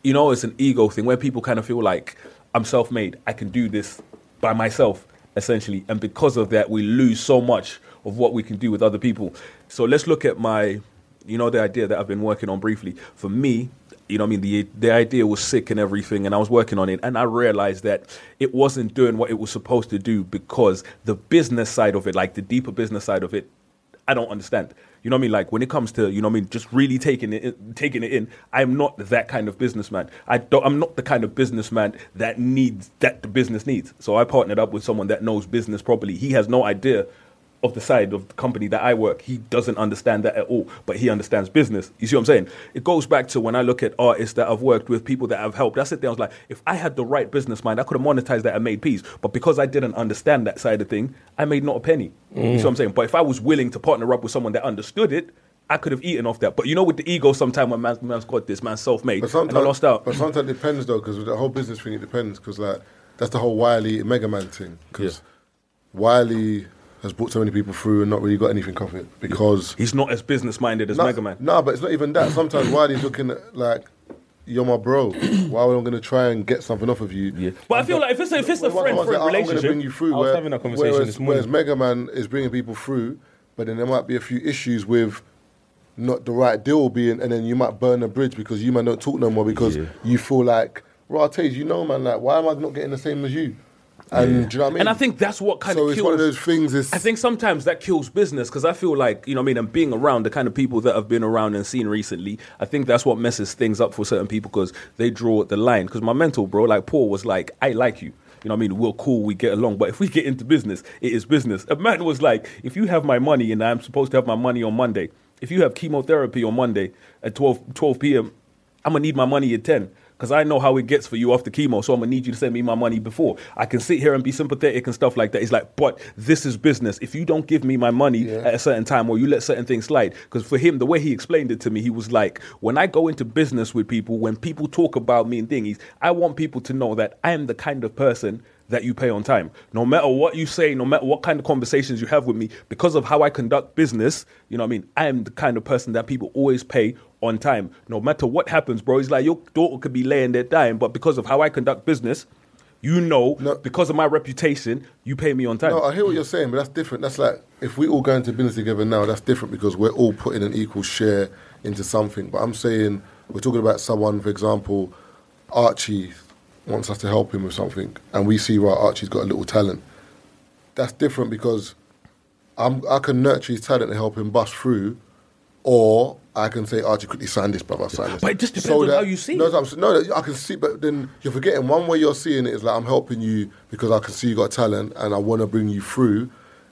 you know, it's an ego thing where people kind of feel like I'm self-made. I can do this by myself, essentially, and because of that, we lose so much of what we can do with other people. So let's look at my, you know, the idea that I've been working on briefly. For me, you know, what I mean, the the idea was sick and everything, and I was working on it, and I realized that it wasn't doing what it was supposed to do because the business side of it, like the deeper business side of it, I don't understand. You know what I mean? Like when it comes to you know what I mean, just really taking it in, taking it in. I'm not that kind of businessman. I don't. I'm not the kind of businessman that needs that the business needs. So I partnered up with someone that knows business properly. He has no idea of the side of the company that I work. He doesn't understand that at all, but he understands business. You see what I'm saying? It goes back to when I look at artists that I've worked with, people that I've helped. I sit there, I was like, if I had the right business mind, I could have monetized that and made peace. But because I didn't understand that side of thing, I made not a penny. You see what I'm saying? But if I was willing to partner up with someone that understood it, I could have eaten off that. But you know, with the ego, sometimes when man's, man's got this, man's self made, But and sometimes, I lost out. But sometimes it depends though, because with the whole business thing, it depends. Because like that's the whole Wiley Mega Man thing. Because Wiley has brought so many people through and not really got anything off it because He's not as business minded as no, Mega Man. No, but it's not even that. Sometimes Wiley's looking at like. You're my bro. Why am I going to try and get something off of you? Yeah. But I feel like if it's a, if it's a friend friend "Oh, I'm going to bring you relationship, through. I was where- having that conversation whereas, this morning. Whereas Mega Man is bringing people through, but then there might be a few issues with not the right deal being, and then you might burn a bridge because you might not talk no more because you feel like, well, I'll tell you, you know, man, like, why am I not getting the same as you? And do you know what I mean? and I think that's what kind so of it's kills. one of those things. Is I think sometimes that kills business because I feel like, you know what I mean, and being around the kind of people that I've been around and seen recently, I think that's what messes things up for certain people because they draw the line. Because my mentor, bro, like Paul was like, I like you. You know what I mean? We're cool, we get along. But if we get into business, it is business. A man was like, if you have my money and I'm supposed to have my money on Monday, if you have chemotherapy on Monday at 12, 12 p.m., I'm gonna need my money at 10 because I know how it gets for you after chemo. So I'm gonna need you to send me my money before. I can sit here and be sympathetic and stuff like that. It's like, but this is business. If you don't give me my money at a certain time or you let certain things slide, because for him, the way he explained it to me, he was like, when I go into business with people, when people talk about me and thingies, I want people to know that I am the kind of person that you pay on time. No matter what you say, no matter what kind of conversations you have with me, because of how I conduct business, you know what I mean? I am the kind of person that people always pay on time. No matter what happens, bro, it's like your daughter could be laying there dying, but because of how I conduct business, you know, No. because of my reputation, you pay me on time. No, I hear what you're saying, but that's different. That's like if we all go into business together now, that's different because we're all putting an equal share into something. But I'm saying we're talking about someone, for example, Archie wants us to help him with something, and we see right Archie's got a little talent. That's different because I'm, I can nurture his talent and help him bust through, or I can say, Archie, quickly sign this, brother, sign this. But it just depends on how you see no, it. I'm s- no, no, I can see, but then you're forgetting one way you're seeing it is like I'm helping you because I can see you got talent and I want to bring you through.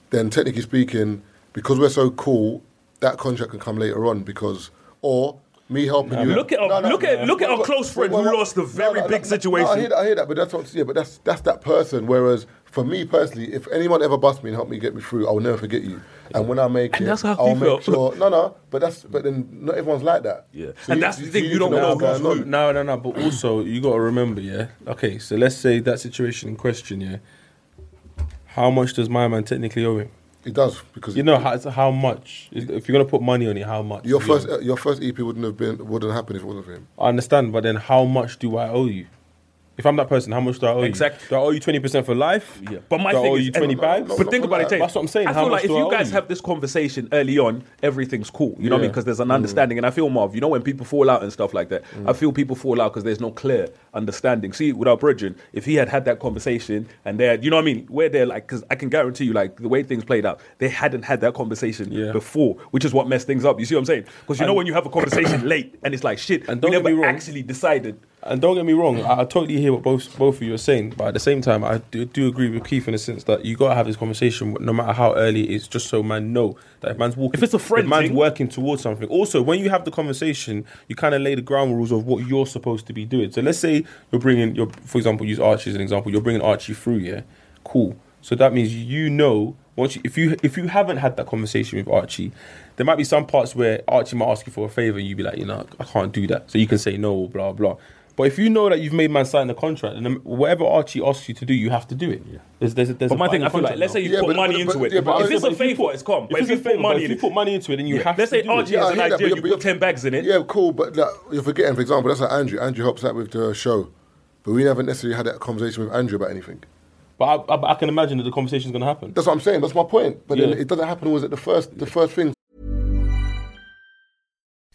Then technically speaking, because we're so cool, that contract can come later on because or me helping you. look at our- look at- look at our close friend who lost a very big No, situation. I hear that. I hear that, but that's what, yeah, but that's that's that person. Whereas for me personally, if anyone ever bust me and helped me get me through, I will never forget you. And when I make And it, that's how I'll you make feel. sure. No, no, but that's but then not everyone's like that. Yeah. And that's the thing, you need to don't know Oh, what's who's going who. on. No, no, no. But also, you got to remember, yeah. Okay, so let's say that situation in question, yeah. How much does my man technically owe him? It does because You know how, how much? If you're gonna put money on it, how much? Your do you first, owe? uh, your first EP wouldn't have been, wouldn't happen if it wasn't for him. I understand, but then how much do I owe you? If I'm that person, how much do I owe Exact- you? Do I owe you twenty percent for life? Yeah. But my do I thing owe is, you twenty bags. no, But think no, about it, no. Tay. That's what I'm saying. I How feel much like if do I you owe guys you? have this conversation early on, everything's cool. You know what I mean? Yeah. Because there's an understanding, and I feel Marv. You know when people fall out and stuff like that. I feel people fall out because there's no clear understanding. See, with our brethren, if he had had that conversation and they, had, you know what I mean, where they're like, because I can guarantee you, like the way things played out, they hadn't had that conversation Yeah. before, which is what messed things up. You see what I'm saying? Because you know when you have a conversation late and it's like shit, And we don't get never me wrong. actually decided. And don't get me wrong, I, I totally hear what both both of you are saying, but at the same time, I do, do agree with Keith in the sense that you gotta have this conversation, no matter how early it is, just so man know that if man's walking, If it's a friend if man's thing- working towards something. Also, when you have the conversation, you kind of lay the ground rules of what you're supposed to be doing. So let's say you're bringing, your, for example, use Archie as an example. You're bringing Archie through, yeah, cool. So that means you know once you, if you if you haven't had that conversation with Archie, there might be some parts where Archie might ask you for a favor and you'd be like, you know, I can't do that. So you can say no, blah blah. But if you know that you've made man sign a contract, and then whatever Archie asks you to do, you have to do it. There's, there's, there's But a my bit thing, in I feel contract like, let's now. say you Yeah, put but- money but- into but- it. yeah, but if it's I- a favor, it's calm. But if, it's a you put favour, money if in you it, put money into it, then you have let's to say do it. Archie Yeah, I has an hear that, idea, but you you're- put 10 bags in it. Yeah, cool, but like, you're forgetting, for example, that's like Andrew. Andrew helps out with the show, but we never necessarily had that conversation with Andrew about anything. But I, I, I can imagine that the conversation's going to happen. That's what I'm saying. That's my point. But Yeah. then it doesn't happen. Was it the first, the first thing?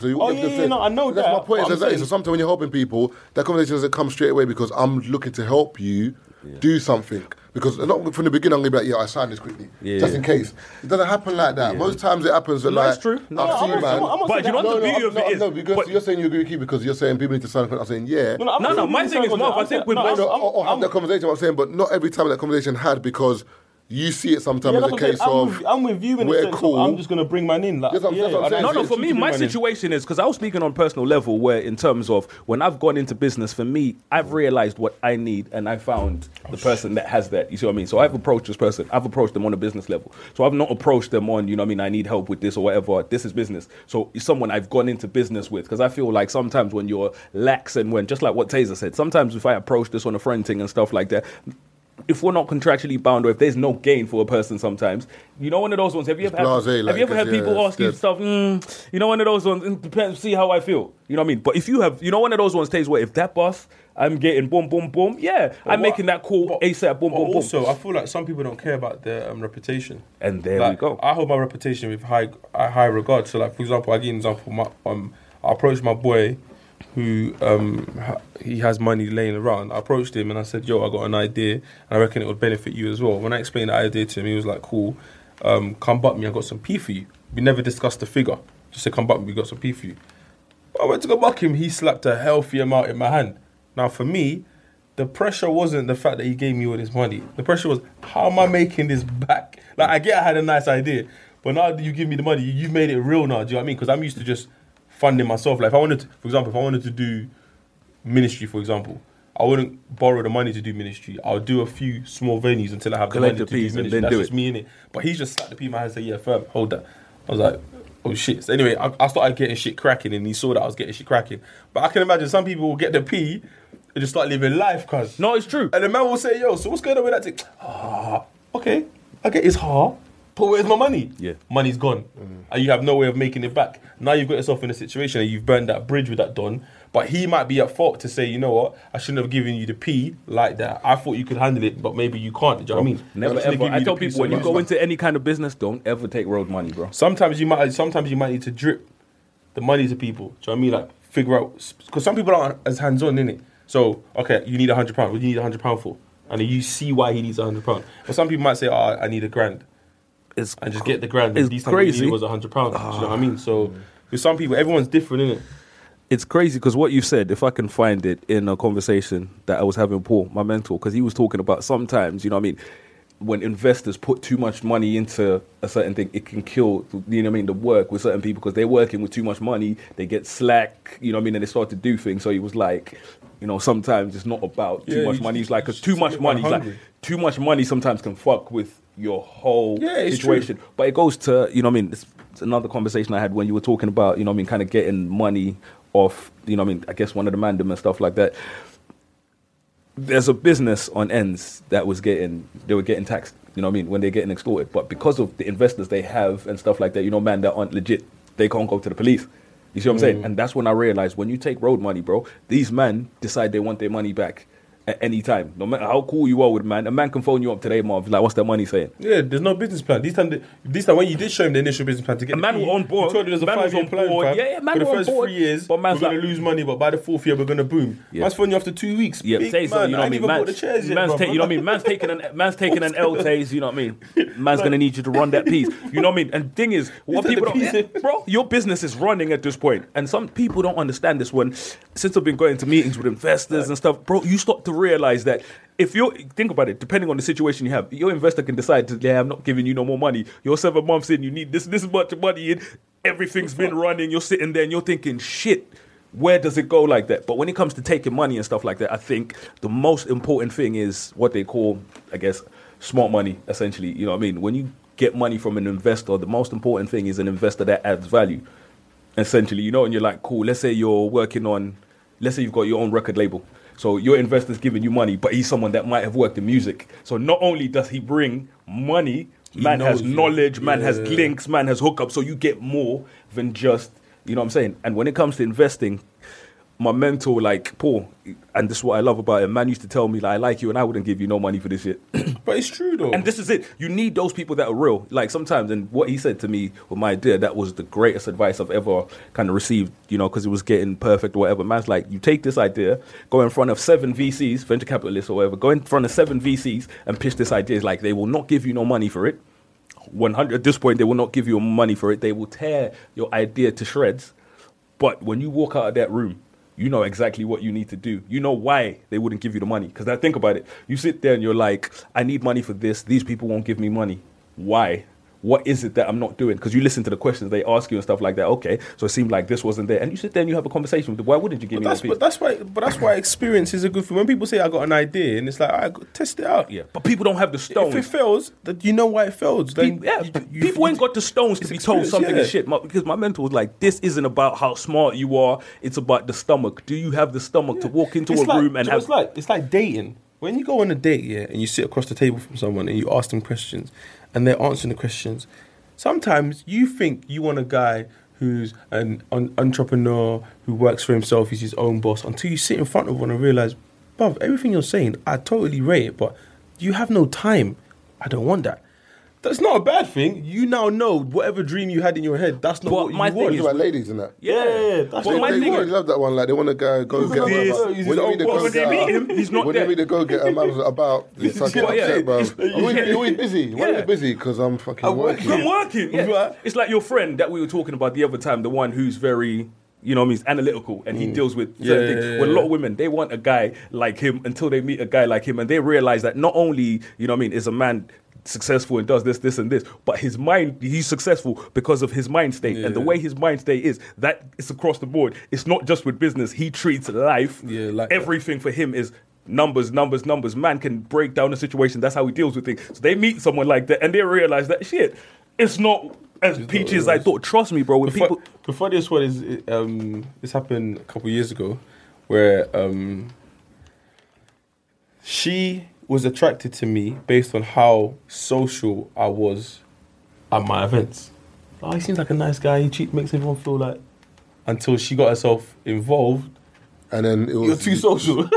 So you Oh, you have to yeah, yeah, say- no, I know That's that, my point. but So, I'm that- saying- so sometimes when you're helping people, that conversation doesn't come straight away because I'm looking to help you do something. Because not from the beginning, I'm gonna be like, "Yeah, I signed this quickly, just in case." It doesn't happen like that. Most times, it happens that No, like, it's true. No, I've I'm seen not- man. I'm not- I'm But not saying you know that- what the no, beauty no, of it no, is? no, because But- you're saying you agree with Keith because you're saying people need to sign a contract. I'm saying, yeah. I'm No, not no, saying my you thing sign is, no, contract. I I'm think saying- with no, my- I know, I'm- I'll, I'll have I'm- that conversation. I'm saying, but not every time that conversation had because you see it sometimes Yeah, as that's a what I'm case saying. I'm of with, I'm with you in the we're sense of cool. I'm just going to bring mine in. Like, Yes, I'm- that's what I'm I- saying. No, It's no, just for me, bring my mine in. situation is because I was speaking on personal level, where in terms of when I've gone into business, for me, I've realized what I need and I found the person that has that. You see what I mean? So I've approached this person, I've approached them on a business level. So I've not approached them on, you know what I mean, I need help with this or whatever. This is business. So it's someone I've gone into business with because I feel like sometimes when you're lax and when, just like what Taser said, sometimes if I approach this on a friend thing and stuff like that, if we're not contractually bound or if there's no gain for a person sometimes, you know, one of those ones. Have you ever had, blasé, like, have you ever had because, people yeah, ask you it's stuff? Mm, you know, one of those ones. It depends. See how I feel. You know what I mean? But if you have, you know, one of those ones stays where if that boss, I'm getting boom, boom, boom. Yeah, I'm what- making that call but- ASAP. Boom, but boom, also, boom. I feel like some people don't care about their um, reputation. And there like, we go. I hold my reputation with high uh, high regard. So, like for example, I give you an example. My, um, I approached my boy, who um, ha- he has money laying around. I approached him and I said, "Yo, I got an idea, and I reckon it would benefit you as well." When I explained the idea to him, he was like, "Cool, um, come butt me. I got some pee for you." We never discussed the figure. Just said, "Come butt me. We got some pee for you." I went to go buck him. He slapped a healthy amount in my hand. Now, for me, the pressure wasn't the fact that he gave me all this money. The pressure was, how am I making this back? Like, I get I had a nice idea, but now that you give me the money, you- you've made it real now. Do you know what I mean? Because I'm used to just funding myself. Like, if I wanted to, for example, if I wanted to do ministry, for example, I wouldn't borrow the money to do ministry. I'll do a few small venues until I have Collect the the money to do peas and ministry. then That's do just it. me in it. But he's just slapped the P in my hand and said, Yeah, firm, hold that. I was like, Oh shit. So anyway, I, I started getting shit cracking and he saw that I was getting shit cracking. But I can imagine some people will get the P and just start living life, cuz. No, it's true. And the man will say, Yo, so what's going on with that thing? Ah, okay. I get his heart. But where's my money? Yeah. Money's gone. And you have no way of making it back. Now you've got yourself in a situation and you've burned that bridge with that Don. But he might be at fault to say, you know what, I shouldn't have given you the P like that. I thought you could handle it, but maybe you can't. Do you know what I mean? Never I shouldn't have ever. given I you tell the P people so when you much. go into any kind of business, don't ever take road money, bro. Sometimes you might. Sometimes you might need to drip the money to people. Do you know what I mean? Like figure out because some people aren't as hands on in it. So okay, you need a hundred pound. What do you need a hundred pound for? And you see why he needs a hundred pound. But some people might say, "Oh, I need a grand," It's and just get the grand. It's These times what you crazy. Ah. needed was a hundred pound. Do you know what I mean? So with some people, everyone's different in it. it's crazy because what you said, if I can find it in a conversation that I was having with Paul, my mentor, because he was talking about sometimes, you know what I mean, when investors put too much money into a certain thing, it can kill, you know what I mean, the work with certain people because they're working with too much money, they get slack, you know what I mean, and they start to do things. So he was like, you know, sometimes it's not about too Yeah, much you money. just- It's like, you 'cause just too much get money, it's like, hungry. too much money sometimes can fuck with your whole Yeah, it's true. situation. But it goes to, you know what I mean, it's, it's another conversation I had when you were talking about, you know what I mean, kind of getting money off, you know what I mean, I guess one of the mandem and stuff like that. There's a business on ends that was getting, they were getting taxed, you know what I mean, when they're getting extorted. But because of the investors they have and stuff like that, you know, man, that aren't legit, they can't go to the police. You see what I'm saying? And that's when I realized when you take road money, bro, these men decide they want their money back at any time. No matter how cool you are with a man, a man can phone you up today, Marv, like, what's that money saying? Yeah, there's no business plan. This time, this time when you did show him the initial business plan to get And man the were fee, on board. you told him there's a Man was five-year on plan. board. fam. Yeah, yeah, man For the were on first board. three years, But man's we're gonna like- lose money, but by the fourth year, we're gonna boom. Yeah. Man's phoning you after two weeks. Yeah, Big say man, something, you know I what I ain't mean? even bought Man's, the chairs yet, man's bruv. ta- you know what I mean? Man's taking an man's taking an L taste, you know what I mean? Man's gonna need you to run that piece. You know what I mean? And thing is, what that people the don't piece? bro, your business is running at this point. And some people don't understand this when since I've been going to meetings with investors and stuff, bro, you start to realize that if you think about it, depending on the situation you have, your investor can decide to yeah, I'm not giving you no more money. You're seven months in, you need this this much money in, everything's been running, you're sitting there and you're thinking, shit where does it go like that? But when it comes to taking money and stuff like that, I think the most important thing is what they call, I guess, smart money, essentially. You know what I mean? When you get money from an investor, the most important thing is an investor that adds value, essentially. You know, and you're like, cool, let's say you're working on, let's say you've got your own record label. So your investor's giving you money, but he's someone that might have worked in music. So not only does he bring money, man has knows you. knowledge, man has Yeah. links links, man has hookups, so you get more than just, you know what I'm saying? And when it comes to investing, my mentor, like Paul, and this is what I love about him, man used to tell me, like, I like you and I wouldn't give you no money for this shit. But it's true though. And this is it. You need those people that are real. Like sometimes, and what he said to me with my idea, that was the greatest advice I've ever kind of received, you know, because it was getting perfect or whatever. Man's like, you take this idea, go in front of seven VCs, venture capitalists or whatever, go in front of seven VCs and pitch this idea. It's like, they will not give you no money for it. 100 at this point, they will not give you money for it. They will tear your idea to shreds. But when you walk out of that room, you know exactly what you need to do. You know why they wouldn't give you the money. Because now think about it. You sit there and you're like, I need money for this. These people won't give me money. Why? What is it that I'm not doing? Because you listen to the questions they ask you and stuff like that. Okay, so it seemed like this wasn't there. And you sit there and you have a conversation with them. Why wouldn't you give But me that's, that? piece? but that's why. But that's why experience is a good thing. When people say I got an idea, and it's like I test it out. yeah. But people don't have the stones. If it fails, that you know why it fails. Then People, yeah, you- p- you- people you- ain't got the stones to it's be told experience, something yeah. is shit. My, because my mentor was like, "This isn't about how smart you are; it's about the stomach. Do you have the stomach to walk into It's a like- room and do you know what have it's like it's like dating. When you go on a date, yeah, and you sit across the table from someone and you ask them questions and they're answering the questions, sometimes you think you want a guy who's an, an entrepreneur who works for himself, he's his own boss, until you sit in front of one and realize, bruv, everything you're saying, I totally rate it, but you have no time. I don't want that. That's not a bad thing. You now know whatever dream you had in your head, that's not But what my you thing want. is- It's about ladies and that. Yeah, that's But They, my they thing really is- love that one. Like they want to go go get. this, a man. he's When all you meet the boss. go When they get meet a- him, he's not When you there. meet the go get a man about this, I get Yeah. upset, bro. Yeah. Are we- Are we busy? Why are Yeah. you busy? Because I'm fucking working. working. I'm working. yeah. Right. It's like your friend that we were talking about the other time, the one who's very, you know, what I mean, he's analytical and he deals with certain Mm. Yeah, things. yeah, With a yeah. lot of women, they want a guy like him until they meet a guy like him, and they realize that not only, you know, what I mean, is a man successful and does this, this, and this, but his mind, he's successful because of his mind state and the way his mind state is. That it's across the board. It's not just with business. He treats life. Yeah, like that. every everything for him is numbers, numbers, numbers. Man can break down a situation. That's how he deals with things. So they meet someone like that and they realize that shit, it's not as peachy as I thought. Trust me, bro. When the, fu- people, the funniest one is it, um, this happened a couple years ago, where um, she was attracted to me based on how social I was at my events. Oh, he seems like a nice guy. He che- makes everyone feel like. Until she got herself involved, And then it was you're too social.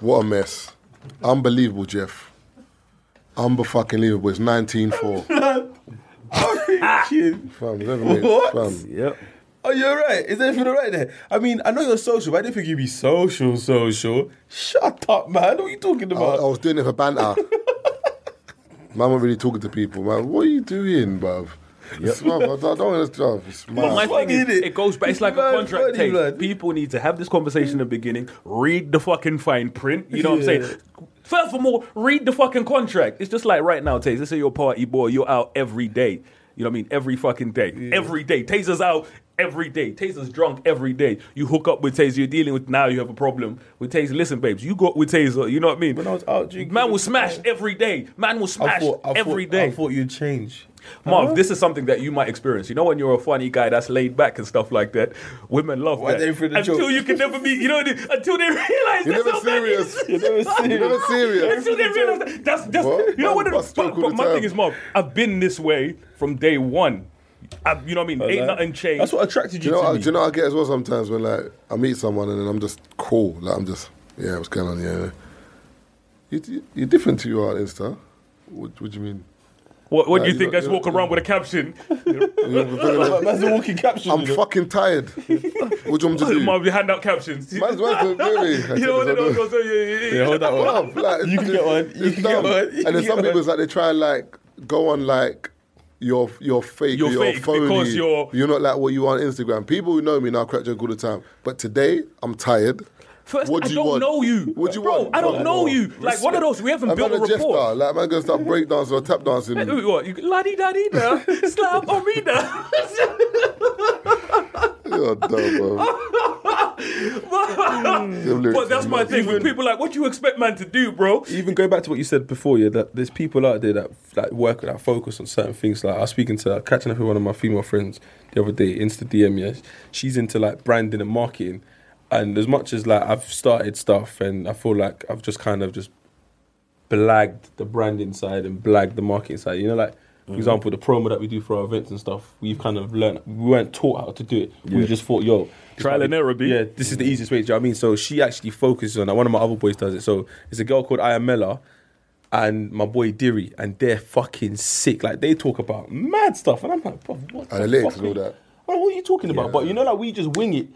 What a mess. Unbelievable, Jeff. Unbelievable. It's 19 4. Fam, Kid. it's never made- What? fam. yep. Oh, you're right. Is everything all right there? I mean, I know you're social, but I didn't think you'd be social, social. Shut up, man. What are you talking I, I about? was doing it for banter. Man, we're really talking to people. Man, what are you doing, bruv? It's mad, I don't want this job. It's mad. But my Funny, thing is, innit? it goes back. It's like a Blood, contract funny, thing. blood. People need to have this conversation in the beginning. Read the fucking fine print. You know what I'm Yeah. saying? Furthermore, read the fucking contract. It's just like right now, Taze. Let's say you're a party boy. You're out every day. You know what I mean? Every fucking day. Every day. Taser's out every day. Taser's drunk every day. You hook up with Taser. You're dealing with now. You have a problem with Taser. Listen, babes. You got with Taser. You know what I mean? When I was out drinking- man will smash every day. Man will smash every day. I thought you'd change. Marv, this is something that you might experience. You know, when you're a funny guy that's laid back and stuff like that, women love Why that. they for the until joke? you can never be, you know, what I mean? until they You're realize that's never how bad it serious. is. You're never You're never serious. Until they realize that. That's, that's What? you know what? Man it- bust joke But, all but the my time. thing is, Marv, I've been this way from day one. I, you know what I mean? Ain't Like, nothing changed. That's what attracted Do you you, know, to what, me. do you know what I get as well sometimes when like I meet someone and then I'm just cool, like I'm just yeah, what's going on? Yeah, you, you- you're different to you are on Insta. What, what do you mean? what, what do Nah, you you think? know- Guys walk around with a caption. That's a walking caption. I'm you know? fucking tired. what do you want me to do? Marv, you hand out captions. You Man's worth it, really. know what I mean? So, yeah, yeah, Yeah, yeah. hold that one. Bruv, like, You can get one, it's you can get dumb. one, you And can then get some one. people is like they try and like go on like your your fake, You're your fake phony. because you're- not like what you are on Instagram. People who know me now crack joke all the time. But today I'm tired. First, what I do you don't want? know you. What do you Bro, want? I don't Like, know you. Like, one respect. of those, we haven't Like, built man, a a jester. rapport. Like man gonna start break dancing or tap dancing. Wait, wait, what? You, la di da di da, slap on me da. You're dumb, bro. But that's my thing with people like, what do you expect man to do, bro? even going back to what you said before, yeah, that there's people out there that that work that focus on certain things. Like I was speaking to catching up with one of my female friends the other day, Insta DM. Yeah, she's into like branding and marketing. And as much as like I've started stuff, and I feel like I've just kind of just blagged the branding side and blagged the marketing side. You know, like Mm-hmm. for example, the promo that we do for our events and stuff, we've kind of learned we weren't taught how to do it. We just thought, yo, this Trial might be- and error, B. Yeah, this is the easiest way. Do you know what I mean? So she actually focuses on that. One of my other boys does it. So it's a girl called Ayamela and my boy Diri, and they're fucking sick. Like they talk about mad stuff, and I'm like, bro, what? the Analytics fuck and are all you- that. Bro, what are you talking about? But you know, like we just wing it.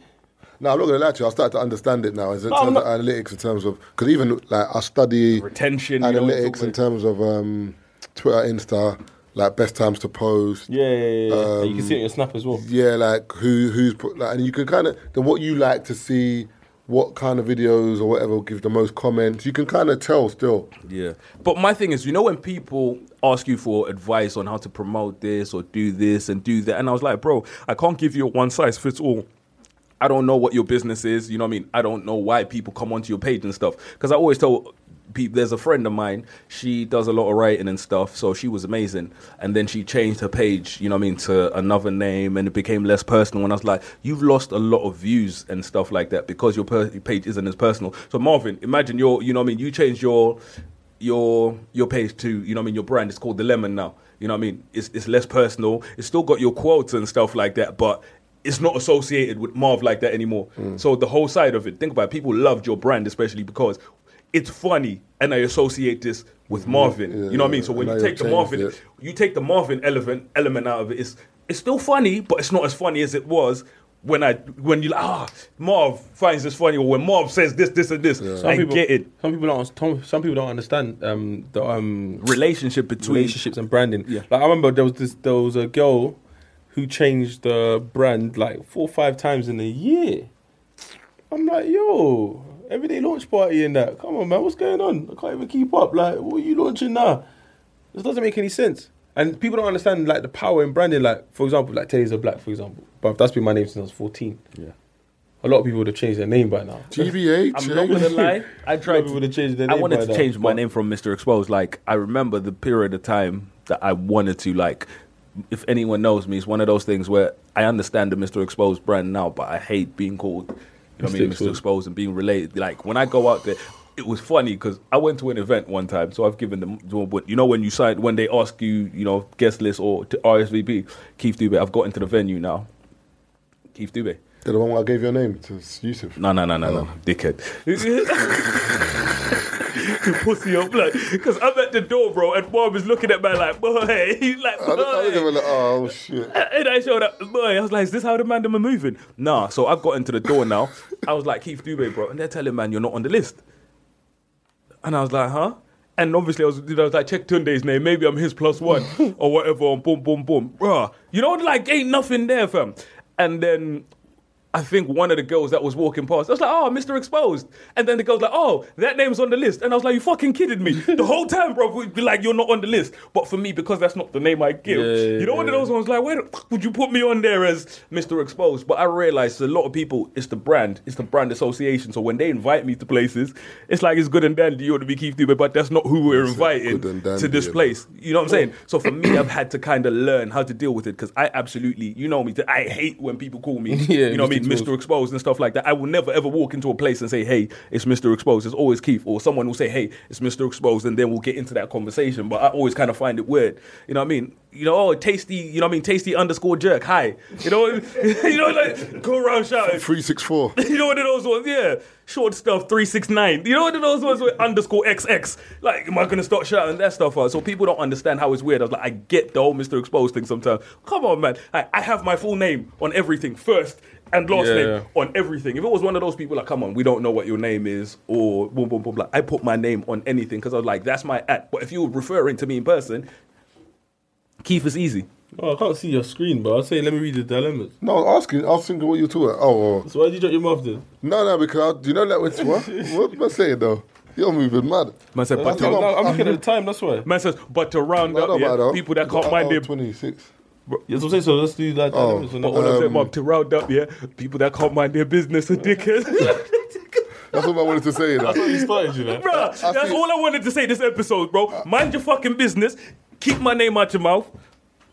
No, I'm not gonna lie to you. I started to understand it now. As in No, I'm terms not- of analytics, in terms of because even like I study Retention, you know, analytics in it's terms of um, Twitter, Insta, like best times to post. Yeah, yeah, yeah, yeah. And you can see it on your snap as well. Yeah, like who who's put like, and you can kind of then what you like to see, what kind of videos or whatever give the most comments. You can kind of tell still. Yeah. But my thing is, you know, when people ask you for advice on how to promote this or do this and do that, and I was like, bro, I can't give you a one size fits all. I don't know what your business is. You know what I mean? I don't know why people come onto your page and stuff. Because I always tell peop there's a friend of mine. She does a lot of writing and stuff, so she was amazing. And then she changed her page, you know what I mean, to another name, and it became less personal. And I was like, you've lost a lot of views and stuff like that because your per- page isn't as personal. So Marvin, imagine your, you know what I mean, you changed your your your page to you know what I mean your brand is called the Lemon now. You know what I mean? It's it's less personal. It's still got your quotes and stuff like that, but it's not associated with Marv like that anymore. Hmm. So the whole side of it, think about it, people loved your brand especially because it's funny and I associate this with Marvin. you know what I mean? So when and Hmm. you now take the you've changed Marvin it. you take the Marvin element element out of it, it's it's still funny, but it's not as funny as it was when I when you like, ah Marv finds this funny or when Marv says this, this and this. I get it. Some people don't. Some people don't understand um, the um, Relationship between relationships and branding. Yeah. Like I remember there was this there was a girl who changed the brand like four or five times in a year. I'm like, yo, everyday launch party and that. Come on, man, what's going on? I can't even keep up. Like, what are you launching now? This doesn't make any sense. And people don't understand like the power in branding. Like, for example, like Taser Black, for example. But that's been my name since I was 14. Yeah. A lot of people would have changed their name by now. GBH. I'm eh? not gonna lie. I A lot tried of people would have changed their I name wanted by to now, change my but- name from Mr. Exposed. Like I remember the period of time that I wanted to like. If anyone knows me, it's one of those things where I understand the Mr. Exposed brand now, but I hate being called, you know, what I Mr. mean, Mr. Exposed. Exposed and being related. Like when I go out there. It was funny because I went to an event one time, so I've given them. You know when you sign, when they ask you, you know, guest list or to RSVP, Keith Dube. I've got into the venue now. Keith Dube. They're the one I gave your name to Yusuf. No, no, no, no, Oh. no, dickhead. You pussy up, blood. Because I'm at the door, bro, and Bob is looking at me like, boy, he's like, I look- I look at boy. him like, oh shit. And I showed up, boy. I was like, is this how the man them are moving? Nah, so I've got into the door now. I was like, Keith Dube, bro. And they're telling man, you're not on the list. And I was like, huh? And obviously, I was, you know, I was like, check Tunde's name. Maybe I'm his plus one or whatever. And boom, boom, boom. Bruh. You know, like, ain't nothing there, fam. And then I think one of the girls that was walking past, I was like, oh, Mr. Exposed. And then the girl's like, oh, that name's on the list. And I was like, you fucking kidding me. The whole time, bro, we'd be like, you're not on the list. But for me, because that's not the name I give, you know, one of those ones like, where the fuck would you put me on there as Mr. Exposed? But I realized a lot of people, it's the brand, it's the brand association. So when they invite me to places, it's like, it's good and dandy, you want to be Keith Dube, but that's not who we're inviting good and dandy, to this yeah. place. You know what I'm saying? So for me, I've had to kind of learn how to deal with it because I absolutely, you know me, I hate when people call me, Yeah, you know what I Mr. mean, Mr. Exposed and stuff like that. I will never ever walk into a place and say, hey, it's Mr. Exposed. It's always Keith. Or someone will say, hey, it's Mr. Exposed. And then we'll get into that conversation. But I always kind of find it weird. You know what I mean? You know, oh, tasty, you know what I mean? Tasty underscore jerk. Hi. You know, you know, like go around shouting. 364. You know one of those ones, yeah. Short stuff, three six nine. You know one of those ones with underscore XX. Like, am I gonna start shouting that stuff out? So people don't understand how it's weird. I was like, I get the whole Mr. Exposed thing sometimes. Come on, man. I, I have my full name on everything first and last Yeah, name yeah. on everything. If it was one of those people like, come on, we don't know what your name is, or boom, boom, boom, like, I put my name on anything because I was like, that's my at. But if you were referring to me in person, Keith is easy. Oh, I can't see your screen, but I'll say, let me read the dilemmas. No, I was asking. I was thinking what you two are. Oh, oh. So why did you drop your mouth then? no, no, because I, do you know that which what? What am I saying though? You're moving mad. Man said, I but think to, I'm- No, I'm looking at the time, that's why. man says, but to round I Oh, up don't yeah, matter. people that can't mind their 26. That's what I'm saying, so let's do that. Oh. dilemmas and But that. all of them up to round up, yeah. People that can't mind their business are dickheads. That's what I wanted to say. That's what Though. you started, you know. Bruh, I that's see- Uh, all I wanted to say this episode, bro. Mind your fucking business. Keep my name out your mouth.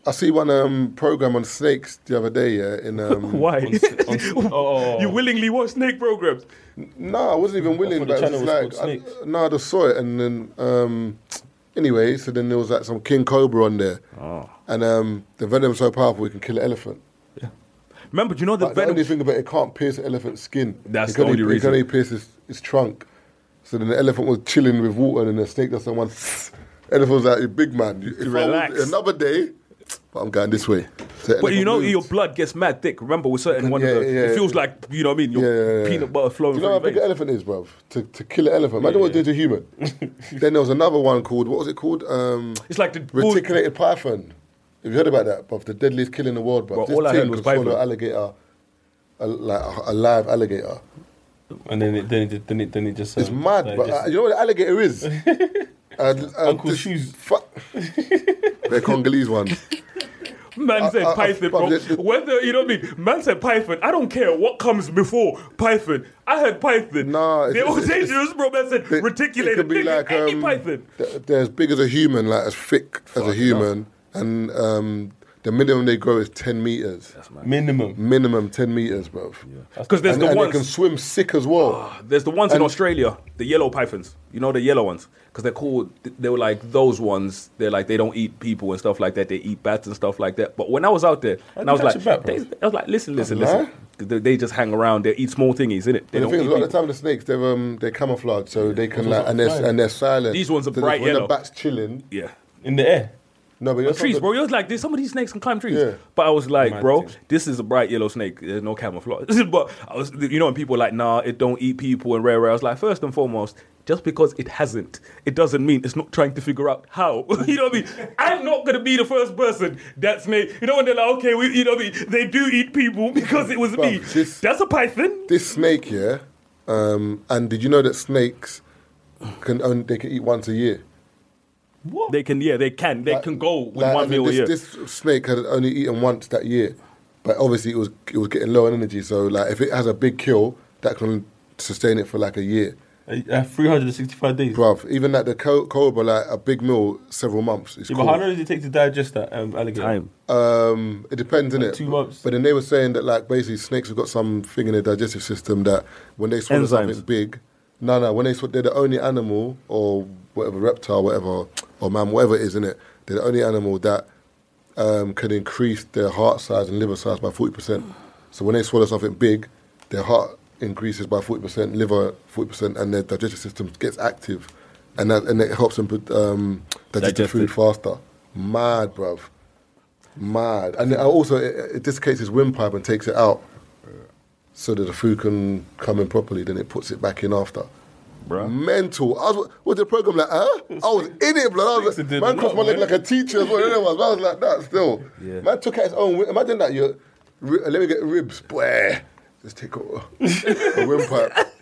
I see one um, program on snakes the other day. Yeah, in um, Why? oh. you willingly watch snake programs. No, I wasn't even willing. thought the But I was channel just was like, called I, no, I just saw it, and then um, anyway, so then there was like some king cobra on there, and um, the venom's so powerful it can kill an elephant. Remember, do you know the But the only venom? thing about it, it can't pierce an elephant's skin. That's it can the only It can reason. only pierce its, its trunk. So then the elephant was chilling with water, and the snake does someone. elephant was like, "You big man, you- if I was Relax. another day, but I'm going this way." So But you elephant know, moves. your blood gets mad thick. Remember, with certain one yeah, of the, yeah, it yeah. feels like you know what I mean. Your Yeah, yeah, yeah. peanut butter flowing Do you know how from big your an veins. elephant is, bruv? To, to kill an elephant. Imagine what it did to a human. then there was another one called, what was it called? Um, It's like the bull- Reticulated python. Have you heard about that, bruv? The deadliest kill in the world, bruv. Bro, This all I thing heard was could swallow python. an alligator, a, like a, a live alligator. And then it, then it, did- then it, then it just. It's mad, but uh, you know what an alligator is? uh, uh, Uncle this Shoes. Fu- They're Congolese one. Man I- said I- I- Python, but bro. the- the- Whether you know what I mean, man said Python. I don't care what comes before Python. I had Python. Nah, it's- they all it's- it's- dangerous, bro. Man said It- reticulated. Nigga, any um, Python. th- they're as big as a human, like as thick as a human, and um, the minimum they grow is ten meters. Minimum. minimum ten meters, bro. Because there's and, the and ones. they can swim sick as well. There's the ones in And- Australia, the yellow pythons. You know the yellow ones because they're called. They were like those ones. They're like they don't eat people and stuff like that. They eat bats and stuff like that. But when I was out there, and I was like, catch a bat, bro? they, I was like, listen, listen, Nah. listen. 'Cause They, they just hang around. They eat small thingies, innit? They And the don't thing is, a lot eat of people. the time the snakes they're um, they're camouflaged, so they can like, and they're and they're silent. These ones are So bright when the yellow. bat's chilling. yeah. In the air. No, but, that's Trees, not bro. You was like, there's some of these snakes can climb trees. Yeah. But I was like, Mad bro, thing. this is a bright yellow snake. There's no camouflage. but I was, you know, when people are like, nah, it don't eat people and rare, rare. I was like, first and foremost, just because it hasn't, it doesn't mean it's not trying to figure out how. you know what I mean? I'm not gonna be the first person that snake. You know when they're like, okay, we, you know, what I mean? they do eat people because it was Bro, me. this- That's a python. this snake, yeah. Um, and did you know that snakes can only, they can eat once a year? They can, yeah, they can, they Like- can go with like, one as in meal this, a year. This snake had only eaten once that year, but obviously it was it was getting low on energy. So like, if it has a big kill, that can sustain it for like a year. Uh, uh, 365 days. Bruv, even like the co- cobra, like a big meal, several months. It's Yeah, cool. but how long does it take to digest that um, alligator? Time. Um, it depends, innit? two months. But then they were saying that, like, basically, snakes have got something in their digestive system that when they swallow Enzymes. something big, no, no, when they sw- they're the only animal or whatever reptile, whatever or man, whatever it is, innit? They're the only animal that um, can increase their heart size and liver size by forty percent. So when they swallow something big, their heart increases by forty percent, liver forty percent, and their digestive system gets active, and that and it helps them put, um, digest the Digest food it. faster. Mad, bruv. Mad, and it also it, it dislocates his windpipe and takes it out, so that the food can come in properly. Then it puts it back in after. Mental. I was with the program like, huh? I was in it, blood. I was like, Sticks did man, a crossed my lot, leg man. like a teacher as well. You know what I was like that still. Yeah. Man took out his own. wi- Imagine that. You ri- let me get ribs. Boy, just take a, a windpipe.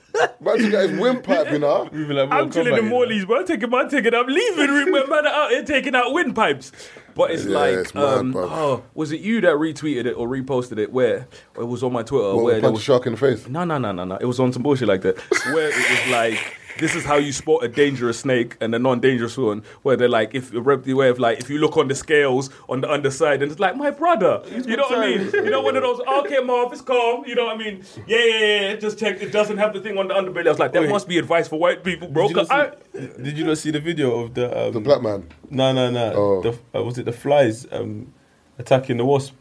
Man took out his windpipe, you know. We'd be like, I'm Mortal chilling in Kombat, you know? Morley's, bro. I'm taking my ticket. I'm leaving. Remember, man, out here taking out windpipes. But it's Yeah, like, it's mad, um, bro. oh, was it you that retweeted it or reposted it? Where it was on my Twitter. where Well, there punch a was- shark in the face. no, no, no, no, no. It was on some bullshit like that. Where it was like, this is how you spot a dangerous snake and a non-dangerous one. Where they're like, if where if like if you look on the scales on the underside, and it's like, my brother. you know what I mean? You know, one of those. Okay, Marv, it's calm. You know what I mean? Yeah, yeah, yeah. Just check. It doesn't have the thing on the underbelly. I was like, that Wait. must be advice for white people, bro. Did you, 'cause I, not see, did you not see the video of the um, The black man. No, no, no. Oh. The, uh, was it the flies um, attacking the wasp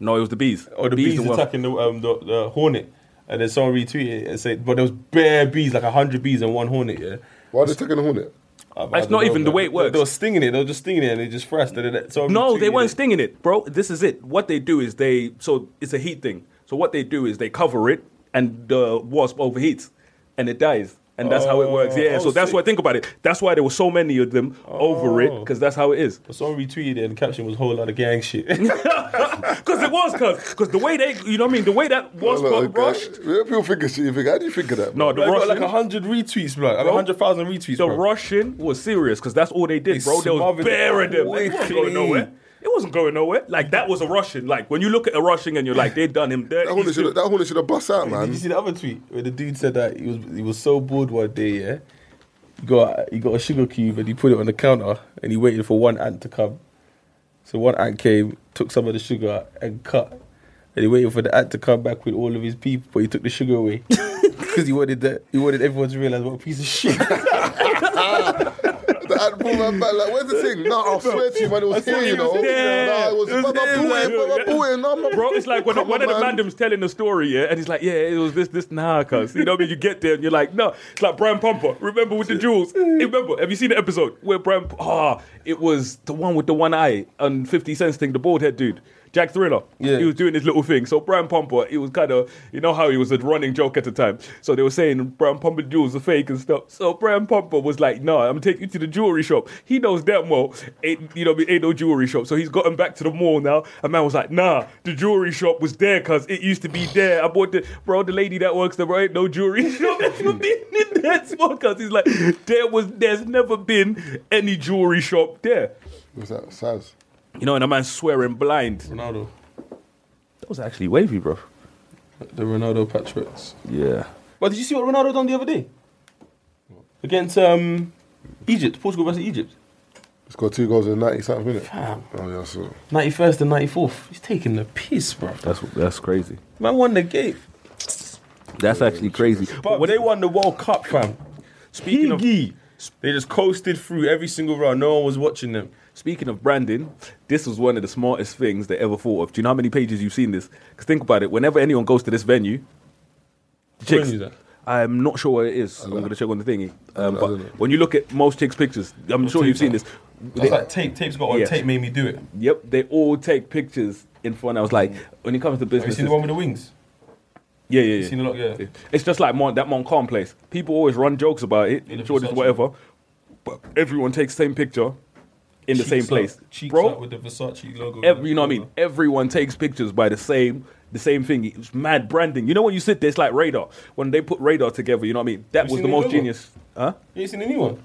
no, it was the bees. or Oh, the bees, and wasp. attacking the, um, the the hornet? And then someone retweeted it and said, but there was bare bees, like hundred bees and one hornet. Yeah, Why are they taking a hornet? Um, That's I don't not even the man. way it works. They were stinging it. They were just stinging it and they just thrashed it. So No, they weren't stinging. stinging it, bro. This is it. What they do is they so it's a heat thing. So what they do is they cover it, and the wasp overheats, and it dies. And that's how it works. Oh, Yeah. oh, so that's sick. why. Think about it. That's why there were so many of them over it, Oh. because that's how it is. But someone retweeted it and the caption was whole lot of gang shit. That's Because it was, cause, 'cause the way they, you know, what I mean, the way that wasp Well, got okay. uh, rushed. Yeah, people think of shit. You think, how do you think of that? No, bro? the got like Russian, hundred retweets, bro. Like Bro, hundred thousand retweets. the bro. Russian was serious because that's all they did, They bro. They was smothered it burying them. Like, it wasn't quickly. going nowhere. It wasn't going nowhere. Like that was a Russian. Like when you look at a Russian and you're like, they done him dirty. That hornet should that hornet should have bust out, Did man. you see the other tweet where the dude said that he was he was so bored one day, yeah? He got he got a sugar cube and he put it on the counter and he waited for one ant to come. So one ant came, took some of the sugar out and cut. And he waited for the ant to come back with all of his people, but he took the sugar away. Because he wanted that he wanted everyone to realise what a piece of shit. The ad pulled that back. Like, where's the thing? No, I swear to you, man, it was here, it you was know. No, there. it was. It was Mama there, like, booing, mama yeah. booing, no, man. Bro, it's like when Come one on, of the mandems telling the story, yeah, and he's like, yeah, it was this, this, nah, cuz. You know what I mean? You get there and you're like, no. It's like Brian Pumper. Remember with the jewels? Remember, have you seen the episode where Brian, ah, it was the one with the one eye and 50 Cent's thing, the bald head dude. Jack Thriller, Yeah. he was doing his little thing. So Brian Pumper, he was kind of, you know how he was a running joke at the time. So they were saying Brian Pumper jewels are fake and stuff. So Brian Pumper was like, "No, I'm taking you to the jewelry shop." He knows damn well, ain't, you know, what I mean, ain't no jewelry shop. So he's gotten back to the mall now. And man was like, "Nah, the jewelry shop was there because it used to be there. I bought the bro, the lady that works there, bro, ain't no jewelry shop for being in that small." Because he's like, "There was, there's never been any jewelry shop there." What's that? Saz. You know, and a man swearing blind. Ronaldo. That was actually wavy, bro. The Ronaldo Patriots. Yeah. But did you see what Ronaldo done the other day? Against um, Egypt, Portugal versus Egypt. He's got two goals in 90 something, innit? Oh, yeah, so. 91st and 94th. He's taking the piss, bro. That's that's crazy. Man won the game. That's actually crazy. But when they won the World Cup, fam, speaking Higgy. of, they just coasted through every single round. No one was watching them. Speaking of branding, this was one of the smartest things they ever thought of. Do you know how many pages you've seen this? Because think about it. Whenever anyone goes to this venue, chicks, venue is that? I'm not sure where it is. I'm going to check on the thingy. Um, I don't know. but when you look at most chicks' pictures, I'm sure you've seen this. It's like tape. Tape's got on. Yes. Tape made me do it. Have Yep, they all take pictures in front. I was like, when it comes to you business, seen the one with the wings? yeah, yeah, yeah. seen a lot, yeah. It's just like Mon, that Montcalm place. People always run jokes about it, In the Jordan's Versace. whatever, but everyone takes the same picture in the Cheeks same up, place, Cheeks bro. up with the Versace logo. every, you know what I mean? Everyone takes pictures by the same the same thing. It's mad branding. You know when you sit there, it's like radar. When they put radar together, you know what I mean? That You was seen the the most logo? genius. Huh? You ain't seen the new one?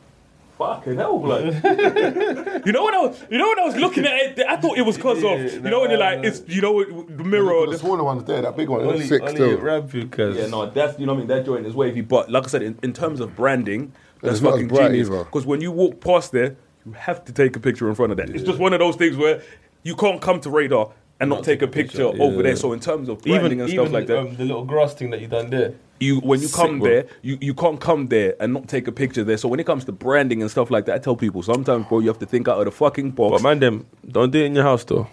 Fucking hell, blood. you know when I was, you know when I was looking at it, I thought it was cause of. You know when you're like, it's you know the mirror. The the- smaller one's there, that big one, Only, six only still. at Radford, cause Yeah, no, that's you know what I mean. That joint is wavy, but like I said, in, in terms of branding, that's it's not as fucking bright genius. either. Because when you walk past there, you have to take a picture in front of that. It's just one of those things where you can't come to radar and not, take a picture, over there. So in terms of branding and stuff like that, um, the little grass thing that you done there. you when you Sick, come bro. there, you, you can't come there and not take a picture there. So when it comes to branding and stuff like that, I tell people sometimes, bro, you have to think out of the fucking box. But man, them don't do it in your house though.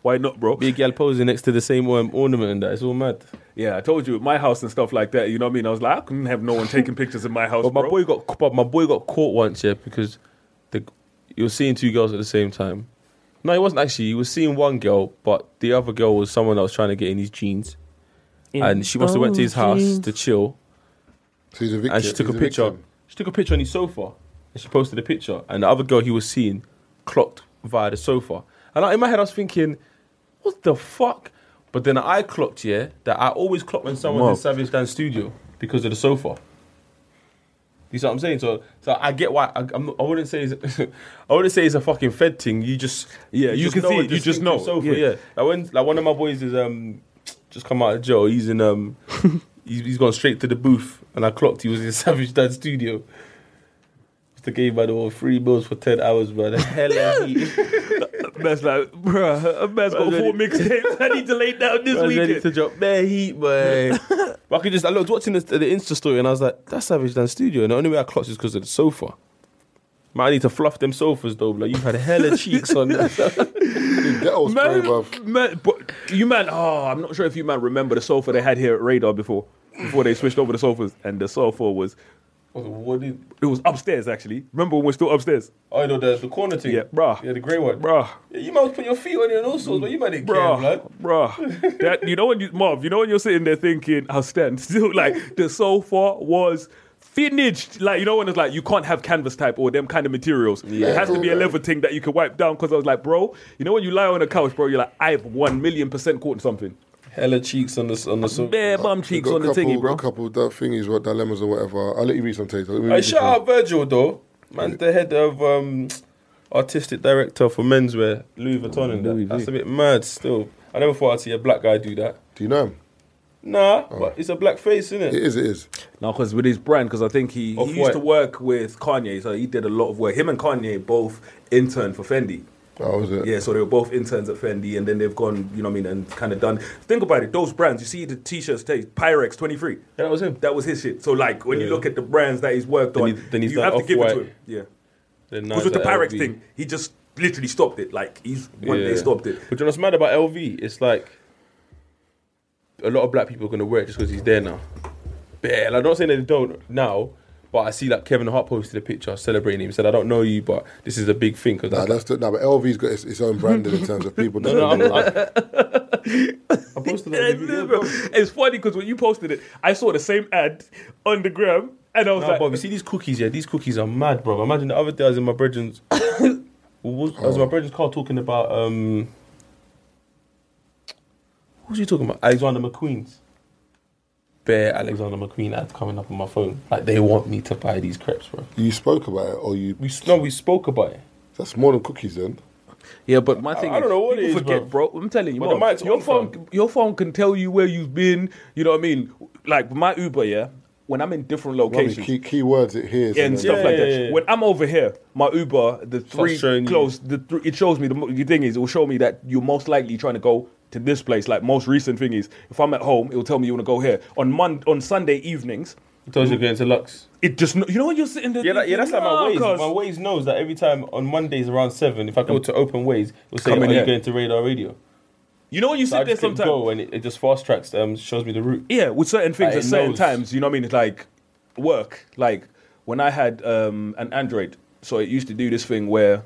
Why not, bro? Big gal posing next to the same um, ornament and that. It's all mad. Yeah, I told you at my house and stuff like that. You know what I mean? I was like, I couldn't have no one taking pictures in my house, But my bro. boy got but my boy got caught once, yeah, because the you were seeing two girls at the same time. No, he wasn't actually. He was seeing one girl, but the other girl was someone that was trying to get in his jeans, and she must have went to his house to chill, So he's a victim. and she took a he's picture. victim. She took a picture on his sofa, and she posted a picture. And the other girl he was seeing clocked via the sofa. And I, in my head, I was thinking, what the fuck? But then I clocked, yeah, that I always clock when someone's in Mark. Savage Dan Studio because of the sofa. You see what I'm saying? So, so I get why I, I'm, not- I wouldn't say it's, I wouldn't say it's a fucking Fed thing. You just Yeah, you just can know see a it, you just distinctive know. Sofa, Yeah. yeah. like when like one of my boys is um just come out of jail. He's in um he's, he's gone straight to the booth, and I clocked he was in Savage Dad Studio. Just gave by the way three bills for ten hours, bro. The hell Man's like, bruh, a man's got Man's four ready- mixtapes. I need to lay down this I was ready weekend. to drop bare heat, boy. but I could just I looked watching the, the Insta story and I was like, that's Savage Dan Studio, and the only way I clocked is because of the sofa. Man, I need to fluff them sofas though, like you've had hella cheeks on that. Ghetto spray, bruv. man, man, but you man, oh, I'm not sure if you man remember the sofa they had here at Radar before, before they switched over the sofas, and the sofa was Oh, what did it was upstairs actually. Remember when we we're still upstairs, Oh, you know, the, the corner thing. Yeah, bruh. Yeah, the grey one. bruh. Yeah, you might as well put your feet on it and all sorts, but you might not care, Bruh, blood. bruh, that you know when you Marv, you know when you're sitting there thinking, I'll stand still. Like the sofa was finished. Like you know when it's like you can't have canvas type or them kind of materials. It has to be a leather thing that you can wipe down. Because I was like, bro, you know when you lie on a couch, bro, you're like, I've one million percent caught in something. Hella cheeks on the on the sofa. Bare bum cheeks Got a on the couple- thingy, got bro. A couple of that thingies, what dilemmas or whatever. I'll let you read some tapes. Let me Hey, read this shout one. out Virgil though. Man's the head of um, artistic director for menswear, Louis eh? Vuitton, and that. That's a bit mad. Still, I never thought I'd see a black guy do that. Do you know him? Nah, but it's a black face, isn't It it? is. It is. No, because with his brand, because I think he, he used Off-White. to work with Kanye, so he did a lot of work. Him and Kanye both interned for Fendi. That was Oh, it. Yeah, so they were both interns at Fendi, and then they've gone, you know what I mean, and kind of done. Think about it, those brands, you see the t shirts, Pyrex 23. that was him. That was his shit. So, like, when you Yeah. look at the brands that he's worked Then on, he- then he's you done have to give it to Off-White. him. Yeah. Because Because with the Pyrex thing, he just literally stopped it. Like, he's one day stopped it. But you know what's mad about LV? It's like a lot of black people are gonna wear it just because he's there now. Bare. Like, I'm not saying that they don't now, but I see like Kevin Hart posted a picture celebrating him. He said, "I don't know you, but this is a big thing." Because Nah, that's the, nah, but LV's got its, its own branding in terms of people. no, no, I'm, I, I posted that. And then, bro, it's funny because when you posted it, I saw the same ad on the gram, and I was No, like, but you see these cookies, yeah, these cookies are mad, bro. Imagine the other day I was in my brethren's, I was, I was Oh. in my brethren's car talking about um, what was he talking about? Alexander McQueen's. Bare Alexander McQueen ads coming up on my phone. Like they want me to buy these crepes, bro. You spoke about it, or you? We s- no, we spoke about it. That's more than cookies, then. Yeah, but my thing I is, don't know what it is, people forget, bro. I'm telling you, But the bro, mic's your on, phone, fam. your phone can tell you where you've been. You know what I mean? Like my Uber, yeah. When I'm in different locations, Key, key words it hears. and stuff like that. yeah, yeah. When I'm over here, my Uber, the three showing you. close, the three, it shows me the, mo- the thing is, it will show me that you're most likely trying to go to this place. Like most recent thing is, if I'm at home, it will tell me you want to go here on Mon- on Sunday evenings. Told you you're going to Lux. It just kn- you know when you're sitting there. Yeah, like, yeah, that's like my Nah, ways. My 'cause- ways knows that every time on Mondays around seven, if I go to open ways, it'll say, Come "Are in you here." going to Radar Radio?" You know when you So I sit there just click sometimes. go and it, it just fast tracks, um, shows me the route. Yeah, with certain things Like, at it certain knows. times, you know what I mean? It's like work. Like when I had um, an Android, so it used to do this thing where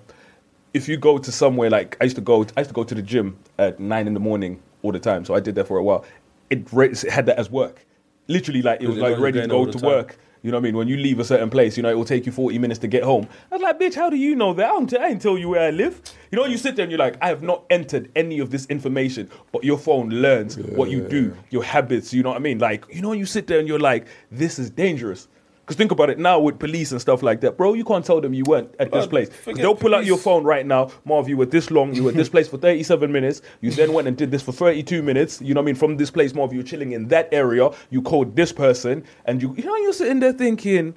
if you go to somewhere like I used to go, I used to go to the gym at nine in the morning all the time. So I did that for a while. It, ra- it had that as work. Literally, like it was it knows like you're ready to going all go the to time. work. You know what I mean? When you leave a certain place, you know it will take you forty minutes to get home. I was like, bitch, how do you know that? I don't t- I ain't tell you where I live. You know, you sit there and you're like, I have not entered any of this information, but your phone learns what you do, your habits. You know what I mean? Like, you know, you sit there and you're like, this is dangerous. Because think about it now with police and stuff like that, bro. You can't tell them you weren't at this Blood, place. 'Cause forget They'll pull out your police. phone right now, Marv. You were this long. You were at this place for 37 minutes. You then went and did this for 32 minutes. You know what I mean? From this place, Marv, you were chilling in that area. You called this person, and you, you know, you're sitting there thinking,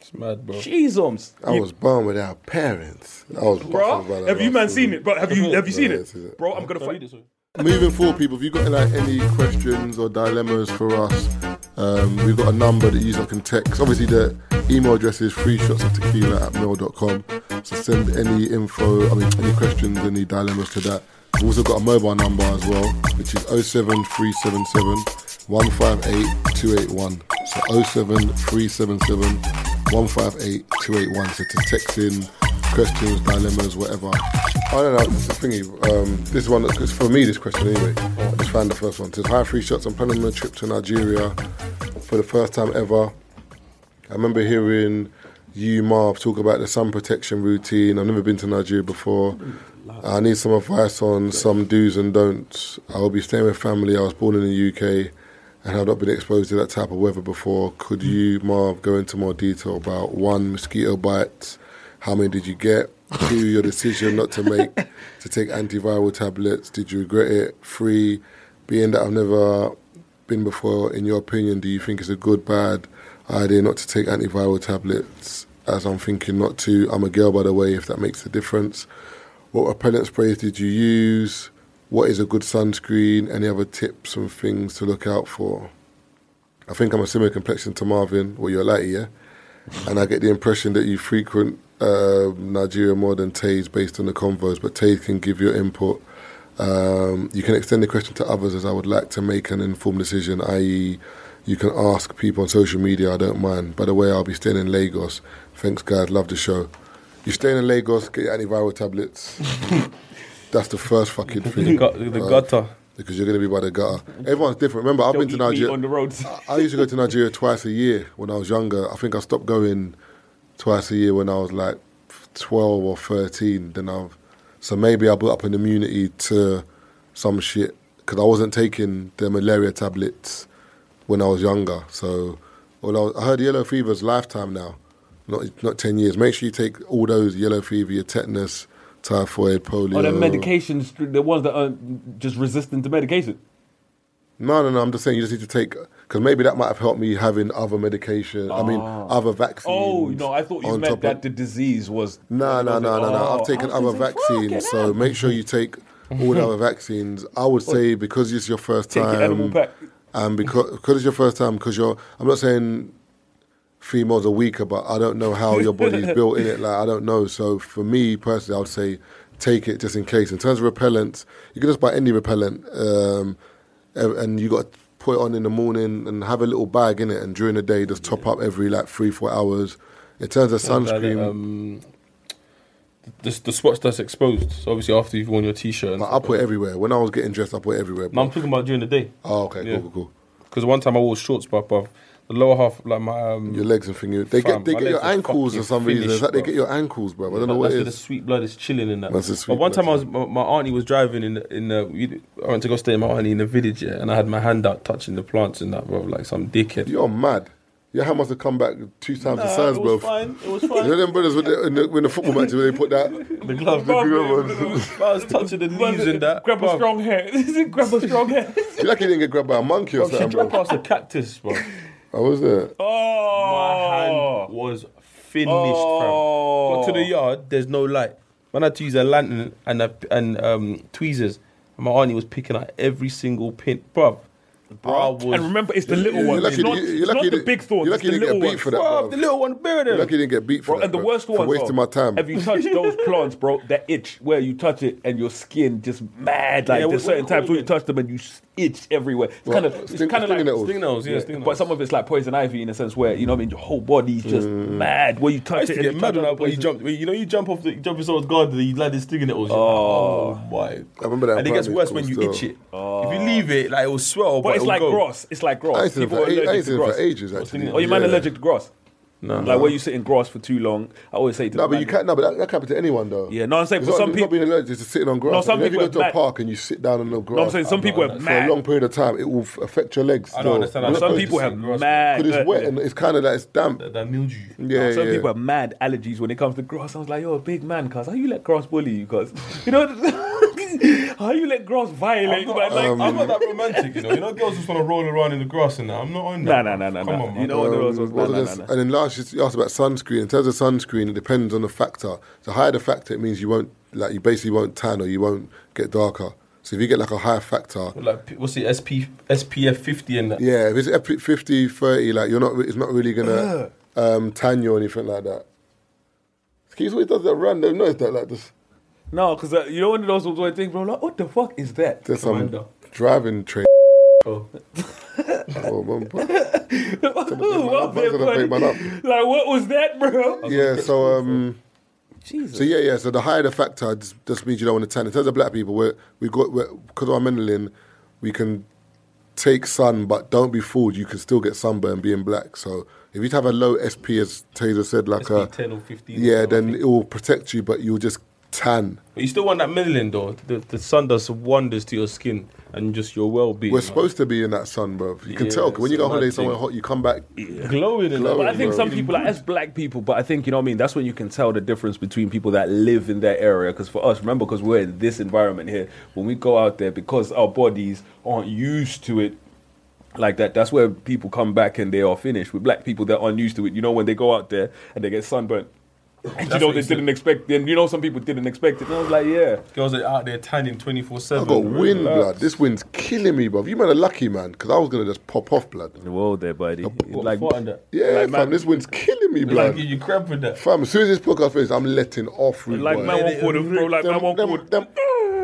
It's mad, bro. Jesus, I was born without parents. I was baffled by bro. that Have you last man week. seen it, bro? Have you have you No, seen yeah, it's- it, bro? I'm gonna fight. Moving forward, people, if you've got like any questions or dilemmas for us, um, we've got a number that you lot can text. Obviously, the email address is free shots of tequila at mail.com. So send any info, I mean, any questions, any dilemmas to that. We've also got a mobile number as well, which is 07377 158 281. So 07377 158 281. So to text in questions, dilemmas, whatever. I don't know. This is thingy. Um, this one it's for me. This question anyway. I just found the first one. It says hi, free shots. I'm planning on a trip to Nigeria for the first time ever. I remember hearing you, Marv, talk about the sun protection routine. I've never been to Nigeria before. I need some advice on some do's and don'ts. I'll be staying with family. I was born in the UK and have not been exposed to that type of weather before. Could you, Marv, go into more detail about one, mosquito bites? How many did you get? Two, your decision not to make to take antiviral tablets. Did you regret it? Three, being that I've never been before, in your opinion, do you think it's a good, bad idea not to take antiviral tablets? As I'm thinking not to. I'm a girl, by the way, if that makes a difference. What repellent sprays did you use? What is a good sunscreen? Any other tips and things to look out for? I think I'm a similar complexion to Marvin, or you're like, yeah? And I get the impression that you frequent um Nigeria more than Taze based on the convos, but Taze can give your input. Um, you can extend the question to others as I would like to make an informed decision, i.e., you can ask people on social media, I don't mind. By the way, I'll be staying in Lagos. Thanks, guys, love the show. You're staying in Lagos, get your antiviral tablets. That's the first fucking The, thing. gut- the Uh, gutter. Because you're going to be by the gutter. Everyone's different. Remember, I've Don't been to eat meat Nigeria. on the roads. I- I used to go to Nigeria twice a year when I was younger. I think I stopped going twice a year when I was like 12 or 13. Then I've so maybe I built up an immunity to some shit because I wasn't taking the malaria tablets when I was younger. So, although I heard yellow fever's lifetime now, not not 10 years. Make sure you take all those yellow fever, your tetanus, typhoid, polio. Or the medications, the ones that are just resistant to medication. No, no, no. I'm just saying you just need to take because maybe that might have helped me having other medication. I mean, other vaccines. Ah. Oh, no, I thought you on meant top that of- the disease was. No, no, no, no, no. Oh, I've taken I was other just like, fucking vaccines, so hell. make sure you take all the other vaccines. I would say because it's your first Take your animal time, pack. and because because it's your first time, because you're. I'm not saying females are weaker, but I don't know how your body's built in it. Like I don't know. So for me personally, I would say take it just in case. In terms of repellents, you can just buy any repellent, um, a- and you got to put it on in the morning and have a little bag in it, and during the day just top up every like three four hours. In terms of sunscreen, Um, the, the spots that's exposed. So obviously after you've worn your t-shirt. and like, I put it everywhere. When I was getting dressed, I put it everywhere. No, bro. I'm talking about during the day. Oh, okay, Yeah. cool, cool, cool. Because one time I wore shorts, but above the lower half, like my um, Your legs and fingers. They Fam, get they my get legs your are ankles fucking for some reason. It's finished, like they bro. get your ankles, bro. I don't know That- what that's it where the is. sweet blood is chilling in that. That's the sweet but one blood, time I was, my, my auntie was driving in the, in the, we- I went to go stay in my auntie in the village, yeah, and I had my hand out touching the plants and that, bro, like some dickhead. You're mad. Yeah, how must have come back two times the size, it bro. was fine. It was You know fine. them brothers with the, in the, in the football match where they put that. the glove. the glove on. I was touching the knees in that. Grab a Bruv, strong hair. Grab a strong hair. You lucky you didn't get grabbed by a monkey or She something, drove bro. past a cactus, bro. I was there. Oh. hand was finished, Oh. fam. Got to the yard, there's no light. Man had to use a lantern and a, and um, tweezers. And my auntie was picking out every single pin, bruv. I was, And remember, it's the little You're ones. lucky It's not, you- you're it's lucky not the you- big thoughts. you're It's lucky the you didn't little get ones. beat for that, bruv, bro. the little one buried You're him. lucky you didn't get beat for Bro, that. and the bro. worst for one, wasting my time. If you touch those plants, bro, that itch where you touch it and your skin just mad. Like Yeah, there's what- certain what do you times call when you touch them and you s- itch everywhere. It's What? kind of, it's Sting- kind of like stinging nettles? Sting nails, yeah, sting But nails. some of it's like poison ivy in a sense where you know what I mean. Your whole body's just Mm. mad where you I touch used it. to and get you mad touch when I other when you places. jump when you know you jump off the you jump in someone's guard and you land this thing in it or oh, oh my I remember that and it gets primary worse school when you still. itch it if you leave it like it will swell but, But it's it will like go. grass. It's like I grass. used to People for are a- I allergic used to to for grass. ages, What's the actually. name? Oh, you man Yeah. allergic to grass? No. Like where you sit in grass for too long. I always say to No, the but man, you can't. No, but that, that can happen to anyone, though. Yeah, no, I'm saying It's for not- some it's people- not being allergic to sitting on grass. No, You some know, if you people go are to a mad. park and you sit down on the grass. I'm saying some I people don't are know. for mad. a long period of time, it will f- affect your legs. I don't understand. Some Allergic people to have grass. mad. Because it's uh, wet and it's kind of like it's damp. that, that mildew Yeah, some yeah. people have mad allergies when it comes to grass. I was like, you're a big man, cuz. How you let grass bully you, cuz? You know, how you let grass violate I'm you? not, man? Like, I'm not that romantic, you know. You know, girls just want to roll around in the grass and that. I'm not on Nah, that. nah, nah, nah, Come nah. on, man. You know what Um, those was? Nah, what nah, was nah, this? nah. And then last, you asked about sunscreen. In terms of sunscreen, it depends on the factor. The higher the factor, it means you won't like you basically won't tan or you won't get darker. So if you get like a higher factor, Like, p- what's it? SP, SPF 50 and that. yeah, if it's epi- 50, 30, like you're not, it's not really gonna um, tan you or anything like that. He always does that random. Notice that like this. No, because uh, you know one of those ones where I think, bro, like, what the fuck is that? There's some Commando. driving train. Oh. Oh, man. What I'm gonna break buddy? mine up. Like, what was that, bro? Yeah, so um. Jesus. So yeah, yeah. So the higher the factor just, just means you don't want to tan. In terms of black people, we're, we got we're, because of our melanin, we can take sun, but don't be fooled. You can still get sunburn being black. So if you have a low SP, as Taser said, like SP a 10 or 15 or yeah, something. then it will protect you, but you'll just tan. But you still want that melanin, though. The, the sun does wonders to your skin and just your well being. We're supposed to be in that sun, bro. You can Yeah, tell when you go on it's holiday mad somewhere thing. hot, you come back. glowing in that. Glowing, But I think bro. some people, like, as black people, but I think, you know what I mean? That's when you can tell the difference between people that live in that area. Because for us, remember, because we're in this environment here, when we go out there, because our bodies aren't used to it like that, that's where people come back and they are finished. With black people that aren't used to it, you know, when they go out there and they get sunburnt. And you Oh, That's know what they he said. didn't expect. And you know some people didn't expect it. And I was like, yeah, Girls are out there tanning 24 I 7. got wind, blood. This wind's killing me, bro. You man are lucky, man, because I was gonna just pop off, blood. well there, buddy. Like, Yeah, Like, fam, man- this wind's killing me, blood. like you cramp with that. Fam, as soon as this podcast finishes, I'm letting off. rude Like boy. man won't call the bro. Like man won't them, call. them,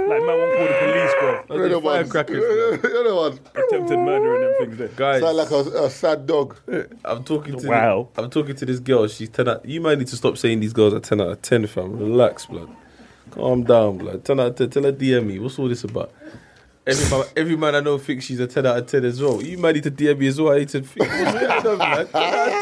Like man won't call the police, bro. They're the ones- Firecrackers. they're the ones. Attempted murder and them things there. Guys, Sound like a, a sad dog. I'm talking to Wow. I'm talking to this girl. She's ten. Out, you might need to stop saying these girls are ten out of ten, fam. Relax, blood. Calm down, blood. Ten out of ten. Tell her DM me. What's all this about? Every man, every man I know thinks she's a ten out of ten as well. You might need to DM me as well. I need to. Think, what's going on, blood? Ten out of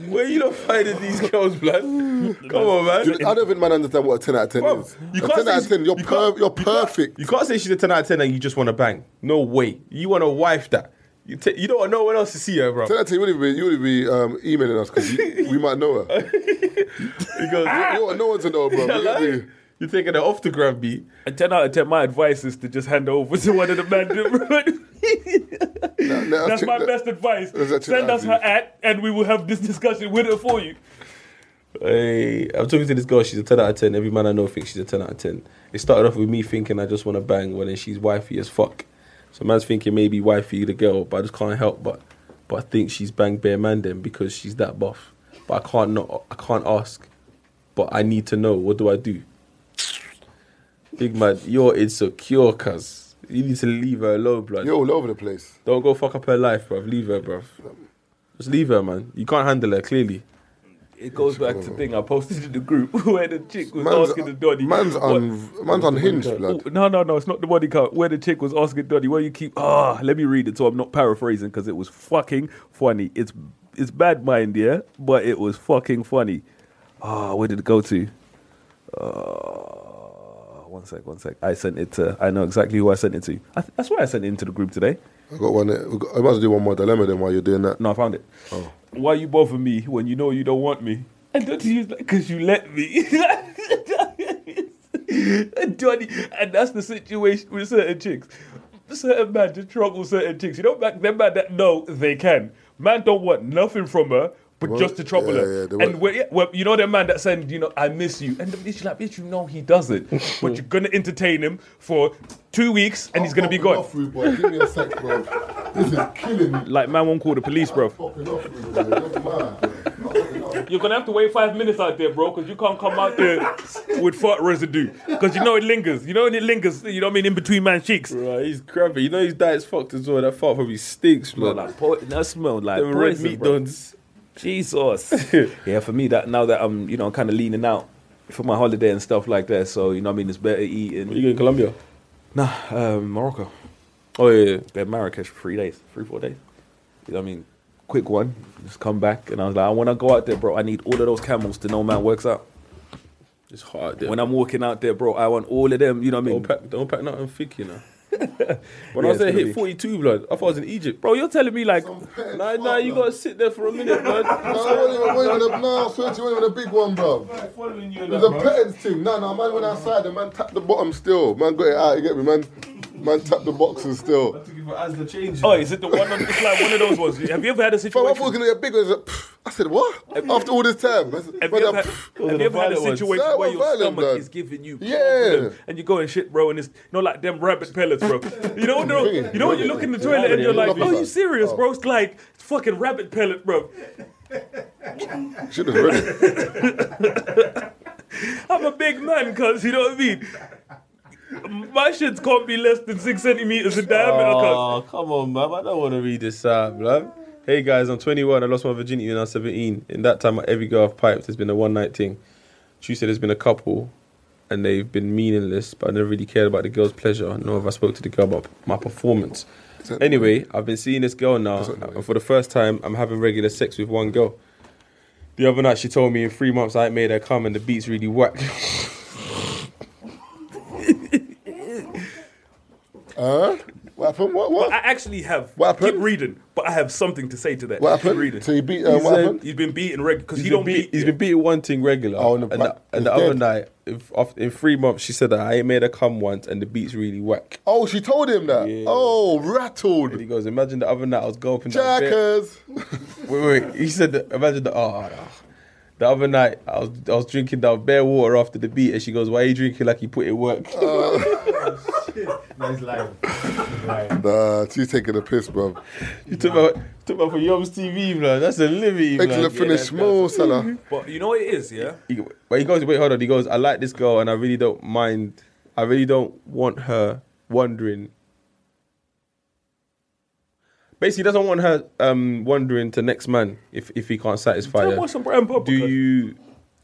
ten. Where you not finding these girls, blood? Come on, man. I don't think man understand what a 10 out of 10 Bruv, is. you a can't 10 out say of 10, you're, you per- can't- you're you can't- perfect. You can't say she's a 10 out of 10 and you just want to bang. No way. You want to wife that. You, t- you don't want no one else to see her, bro. 10 out of 10, you wouldn't be, you wouldn't be um, emailing us because we might know her. Because You don't want no one to know, bro. We're gonna be- you're taking her off the gram beat. A 10 out of 10, my advice is to just hand over to one of the men. Nah, nah, That's check my that. best advice. That's actually Send us her accurate. at, and we will have this discussion with her for you. Hey, I'm talking to this girl. She's a 10 out of 10. Every man I know thinks she's a 10 out of 10. It started off with me thinking I just want to bang, when then she's wifey as fuck. So man's thinking maybe wifey the girl, but I just can't help but but I think she's bang bare man then because she's that buff. But I can't not I can't ask. But I need to know. What do I do? Big man, you're insecure, cuz. You need to leave her alone, blood. You're all over the place. Don't go fuck up her life, bruv. Leave her, bruv. Just leave her, man. You can't handle her, clearly. It goes back to the thing I posted in the group where the chick was Man's, asking the Doddy. man's, what- un, man's unhinged, blood. Ooh, no, no, no, it's not the body count. Where the chick was asking Doddy, where you keep. Ah, let me read it so I'm not paraphrasing because it was fucking funny. It's it's bad mind, yeah, but it was fucking funny. Ah, where did it go to? Uh, One sec, one sec. I sent it to. I know exactly who I sent it to. I th- that's why I sent it into the group today. I got one. there. We got- I must do one more dilemma then while you're doing that. No, I found it. Oh. Why you bother me when you know you don't want me? And don't you because you let me. and Johnny, and that's the situation with certain chicks. Certain man just trouble certain chicks. You don't back them man that no, they can. Man don't want nothing from her. But Well, just to trouble yeah, her, yeah, they and want- when, yeah, when- you know that man that said, you know, I miss you, and the bitch like, bitch, you know he doesn't, but you're gonna entertain him for two weeks, and he's gonna be gone. Off, rude boy. Give me a sec, bro. This is killing me. Like man won't call the police, bro. Popping off, rude boy. You're mad, bro. You're gonna have to wait five minutes out there, bro, because you can't come out there with fart residue. Because you know it lingers. You know when it lingers, you know what I mean, in between man's cheeks. Right, he's crappy. You know his diet's fucked as well. That fart probably stinks, No, man. like po- that smelled like the red poison, meat bro. donuts. Jesus. yeah, for me that now that I'm you know kind of leaning out for my holiday and stuff like that. So you know what I mean it's better Where you eating. going, Colombia? Nah, um, Morocco. Oh yeah, yeah. Go to Marrakesh for three days, three four days. You know what I mean? Quick one, just come back, and I was like, when I go out there, bro, I need all of those camels to know man works out. it's hard. There. When I'm walking out there, bro, I want all of them. You know what I mean? don't pack, don't pack nothing thick, you know. when Yeah, I was it's gonna there, hit be- 42, blood. I thought I was in Egypt, bro. Bro, you're telling me like Pet Nah, fuck, nah, you bro. gotta sit there for a minute, man. Nah, I wasn't even- wasn't even a- nah, I swear to you, wasn't even a big one, bro. It was a petting thing. Nah, nah, man went outside. The man tapped the bottom still. Man got it out. You get me, man? Man tapped the boxes still. Oh, is it the one? On, it's like one of those ones. Have you ever had a Fam, I thought it was situation? gonna get big. I was like, pff. I said, what? After all this time, I said, Have man, you ever that had, pff. have you ever had a violent ones. situation That where was your violent, stomach blood. is giving you Yeah. problem and you go and shit, bro, and it's you know like them rabbit pellets, bro. You know, no, Bring it, you know when you bring it. look in the toilet and you're like, Lovely. oh, you serious, bro? It's like fucking rabbit pellet, bro. Shit was ready. I'm a big man, cuz, you know what I mean? My shits can't be less than six centimeters in diameter, cuz. Oh, come on, man. I don't want to read this out, blood. Hey guys, I'm 21. I lost my virginity when I was 17. In that time, every girl I've piped has been a one night thing. She said there's been a couple, and they've been meaningless. But I never really cared about the girl's pleasure, nor have I spoke to the girl about my performance. Anyway, I've been seeing this girl now, and for the first time, I'm having regular sex with one girl. The other night, she told me in three months I ain't made her come, and the beat's really whack. Huh? What happened? What? I Oh. What? actually have. What happened? Keep reading, but I have something to say to that. What Keep reading. happened? So you beat. Uh, He what said- happened? He's been beating regular because He's he been don't beat, beat. he's been beating one thing regular. Oh, and the and black- the, he's and the other dead. night, if, off, in three months, she said that I ain't made her come once, and the beat's really whack. Oh, she told him that. Oh, rattled. And he goes, imagine the other night I was going up and down. Jackers. Wait, wait. He said, that, imagine the oh, no. the other night I was I was drinking down bare water after the beat, and she goes, why are you drinking like you put in work? Nah, she's taking a piss, bro. you took my took my for Yom's TV, man. That's a liberty, Making her man. finish small, Salah. But you know what it is, yeah. He- but he goes, wait, hold on. He goes, I like this girl, and I really don't mind. I really don't want her wondering. Basically, he doesn't want her um, wondering to next man if if he can't Oh, satisfy Tell her. me some bread and butter, do cuz. you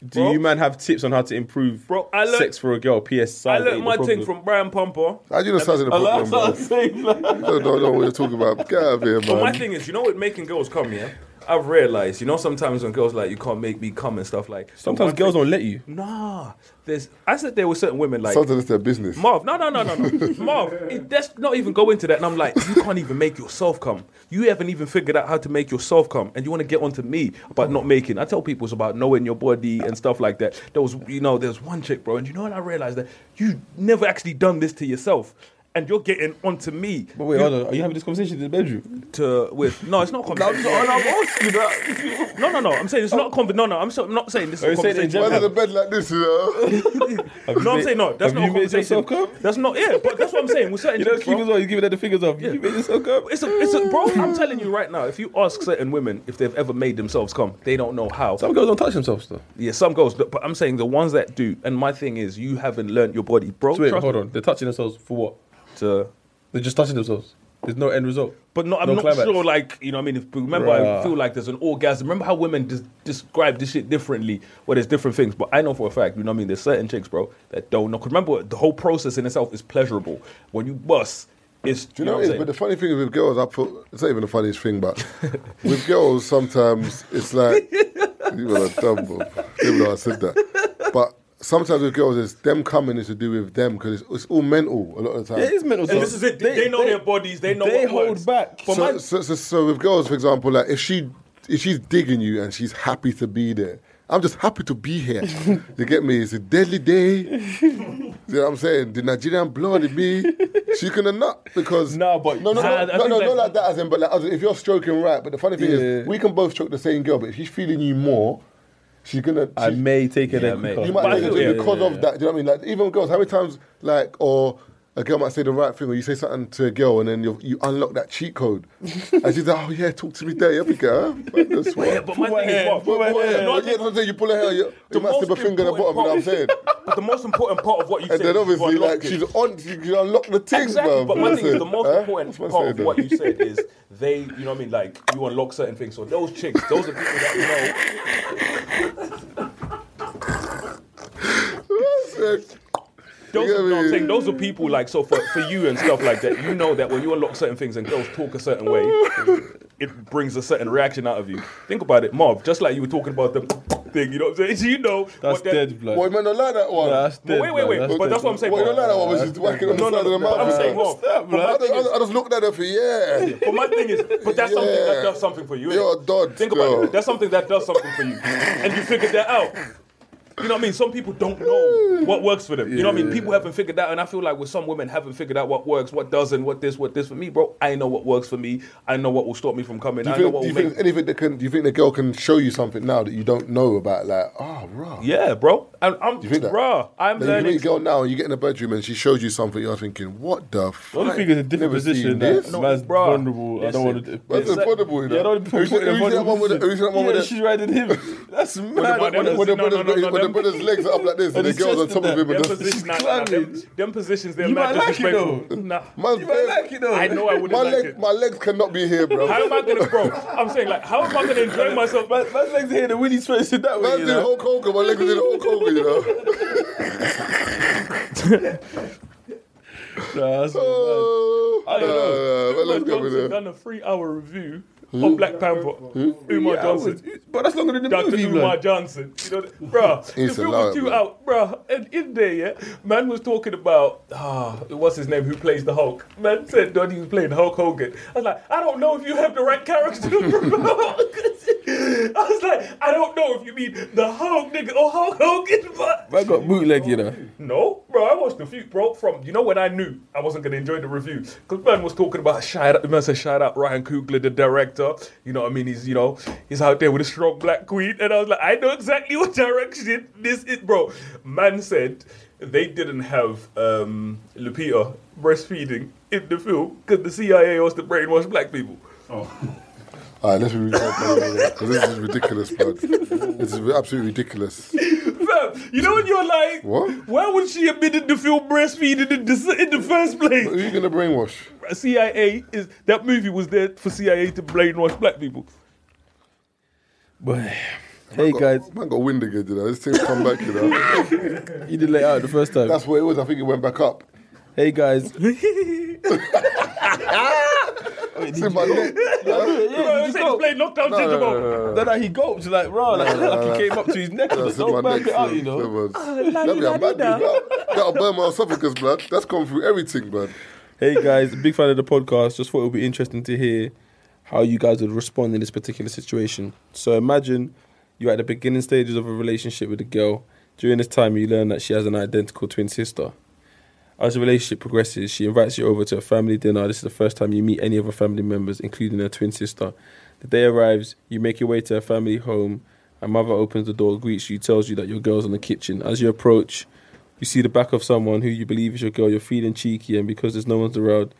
do Bro. you man have tips on how to improve Bro, I learnt- sex for a girl? P.S. I size learned ain't my the thing problem. from Brian Pumper. How do you know size of the problem, bro? from. I don't know what you're talking about. Get out of here, But my man. thing is, you know what making girls come, yeah. I've realized, you know, sometimes when girls like you can't make me come and stuff like. Sometimes girls don't let you. Nah, there's. I said there were certain women like. Sometimes it's their business. Marv, no, no, no, no, no. Marv, it, let's not even go into that. And I'm like, you can't even make yourself come. You haven't even figured out how to make yourself come. And you want to get onto me about not making. I tell people it's about knowing your body and stuff like that. There was, you know, there's one chick, bro. And you know what I realized? That you never actually done this to yourself. And you're getting onto me But wait, hold on. Are you having this conversation in the bedroom? to with no, Oh. it's not conversation. no, no, no. I'm saying it's not conversation. No, no. I'm, so, I'm not saying this Are you is a saying in conversation. Why general? is the bed like this, you know? No, I'm made- saying no. That's have not a you made conversation. yourself come? That's not. Yeah, but that's what I'm saying. With certain You know, chicks, keep bro. as well. He's giving her the fingers up. You made yourself come. It's a, it's a, bro. I'm telling you right now. If you ask certain women if they've ever made themselves come, they don't know how. Some girls don't touch themselves though. yeah, some girls, but but I'm saying the ones that do. And my thing is, you haven't learnt your body, bro. So wait, trust hold on. They're touching themselves for what? To, They're just touching themselves. There's no end result. but no, I'm No not climax. sure. Like you know, what I mean, if, remember, I Bruh. feel like there's an orgasm. Remember how women des- describe this shit differently? Well, there's different things, but I know for a fact. You know, what I mean, there's certain chicks, bro, that don't know. 'Cause remember, the whole process in itself is pleasurable. When you bust, it's Do you know what it is? But the funny thing is with girls, I put it's not even the funniest thing, but with girls sometimes it's like you were a dumb bro. Even though I said that, but sometimes with girls, it's them coming is to do with them because it's, it's all mental a lot of the time. It is mental. And this is it. They, know their bodies. They know They what hold works. back. But so, man, so, so, so with girls, for example, like if she if she's digging you and she's happy to be there, I'm just happy to be here. you get me? It's a deadly day. you know what I'm saying? The Nigerian blood in me. She gonna not because Nah, but- no, no, Nah, I no, no, think no, that- not like that as in, but like as in, if you're stroking right. But the funny thing is, we can both stroke the same girl, but if she's feeling you more, she's gonna. I she- may take it. Yeah, then mate. quicker. you might But I think feel- it's yeah, because of that. Do you know what I mean? Like even girls, how many times like or a girl might say the right thing, or you say something to a girl, and then you you unlock that cheat code, and she's like, "Oh yeah, talk to me there, yeah, big girl." Like, that's what. yeah, but my thing is what. But- but- No, I yeah, but yeah, that's think- what I'm saying. You pull her hair, you, you might slip a most finger in the bottom. You know what I'm important saying? part- But the most important part of what you say And then is you obviously, unlock like it. she's on, she, she unlocked the things, Exactly, bruv. but my thing is the Listen, most huh? important What's man part saying of what there? you said is they, you know what I mean? Like, you unlock certain things. So those chicks, those are people that you know. Those You are, get no, I'm me? saying those are people like so for, for you and stuff like that. You know that when you unlock certain things and girls talk a certain way, it brings a certain reaction out of you. Think about it, Marv. Just like you were talking about the thing, you know what I'm saying? You know That's what that- dead blood. Boy, man, don't like that one. Nah, that's But dead wait, wait, blood. wait. That's but dead that's what I'm blood. saying. Boy, bro. don't like that one. Was just whacking on No, the no, side of no, the but mouth. I'm saying, bruv. Marv, but my I thing is- just, I just looked at her for yeah. But my thing is, but that's something that does something for you. innit? You're a dod, Think about girl. it. That's something that does something for you, and you figured that out. You know what I mean? Some people don't know what works for them. You know what I mean? People haven't figured out, and I feel like with some women haven't figured out what works, what doesn't, what this, what this. For me, bro, I know what works for me. I know what will stop me from coming. Do you I know think, what do you will think make. anything that can? Do you think the girl can show you something now that you don't know about? Like, oh, rah. yeah, bro. I'm, I'm you think that? bruh, I'm Like, you meet a learning. girl now and you get in the bedroom and she shows you something. You're thinking, what the? I fuck? don't think it's a different Never seen position. this. That No, man's bruh. vulnerable. I don't want to. That's Yeah, affordable, you know. I don't Who's- put it in a who's that one vulnerable with the- who's that one with position. Yeah, the- she's riding him. That's mad. When the- when the- when the brother's- No, no, no, no, when the them- brother's legs are up like this and the his girl's on chest top of and him that. and Them the- positions, nah, nah, climbing. them, them positions, they're You mad might like it, disrespectful. though. Nah. Man's You might bare- like it though. I know I wouldn't my like leg, it. my legs cannot be here, bro. How am I gonna, bro? I'm saying like, how am I gonna enjoy myself? Man- Man's legs here, the Winnie sweats in that way. Man's you in know? Hulk Hogan. My legs is in Hulk Hogan, you know. Nah, that's mad. Oh, I don't nah, know. nah, my legs go Umar over Johnson there. done a three-hour review on Black Panther. Umar Hmm? Yeah, I Johnson. would- But that's longer than the Dr. movie, Umar man. Johnson. You know, bruh, the It's film a was lot, due bro. out, bruh. And in there, yeah, man was talking about, ah, what's his name, who plays the Hulk. Man said Donnie was playing Hulk Hogan. I was like, I don't know if you have the right character for Hulk. I was like, I don't know if you mean the Hulk nigga or Hulk Hogan, but Man got bootleg, you know. no, bro, I watched a few, bro, from, you know when I knew I wasn't going to enjoy the review? Because man was talking about, shout out, man said, shout out Ryan Coogler, the director. You know what I mean? He's, you know, he's out there with a strong black queen. And I was like, I know exactly what direction this is, bro. Man said they didn't have um, Lupita breastfeeding in the film because the CIA was to brainwash black people. All right, let's be because this is ridiculous, bro. This is absolutely ridiculous. Fam, you know when you're like, What? why would she have been in the film breastfeeding in the, in the first place? Who are you gonna brainwash? CIA is that movie was there for CIA to brainwash black people. But hey, guys, Man got wind again, you know. This thing's come back, you know. you did let out the first time. That's what it was. I think it went back up. Hey, guys. Oh, It's in my neck. Huh? Bro, it's explained lockdown syndrome. Then like, he gulped, like, rah, like, like he came up to his neck and That's just in my don't neck. back it out, son. you know. Ah, That was- That'd be a mad dude, that- That'll burn my esophagus, blood. That's come through everything, blood. Hey guys, big fan of the podcast. Just thought it would be interesting to hear how you guys would respond in this particular situation. So imagine you're at the beginning stages of a relationship with a girl. During this time, you learn that she has an identical twin sister. As the relationship progresses, she invites you over to a family dinner. This is the first time you meet any of her family members, including her twin sister. The day arrives, you make your way to her family home. Her mother opens the door, greets you, tells you that your girl's in the kitchen. As you approach, you see the back of someone who you believe is your girl. You're feeling cheeky, and because there's no one's around,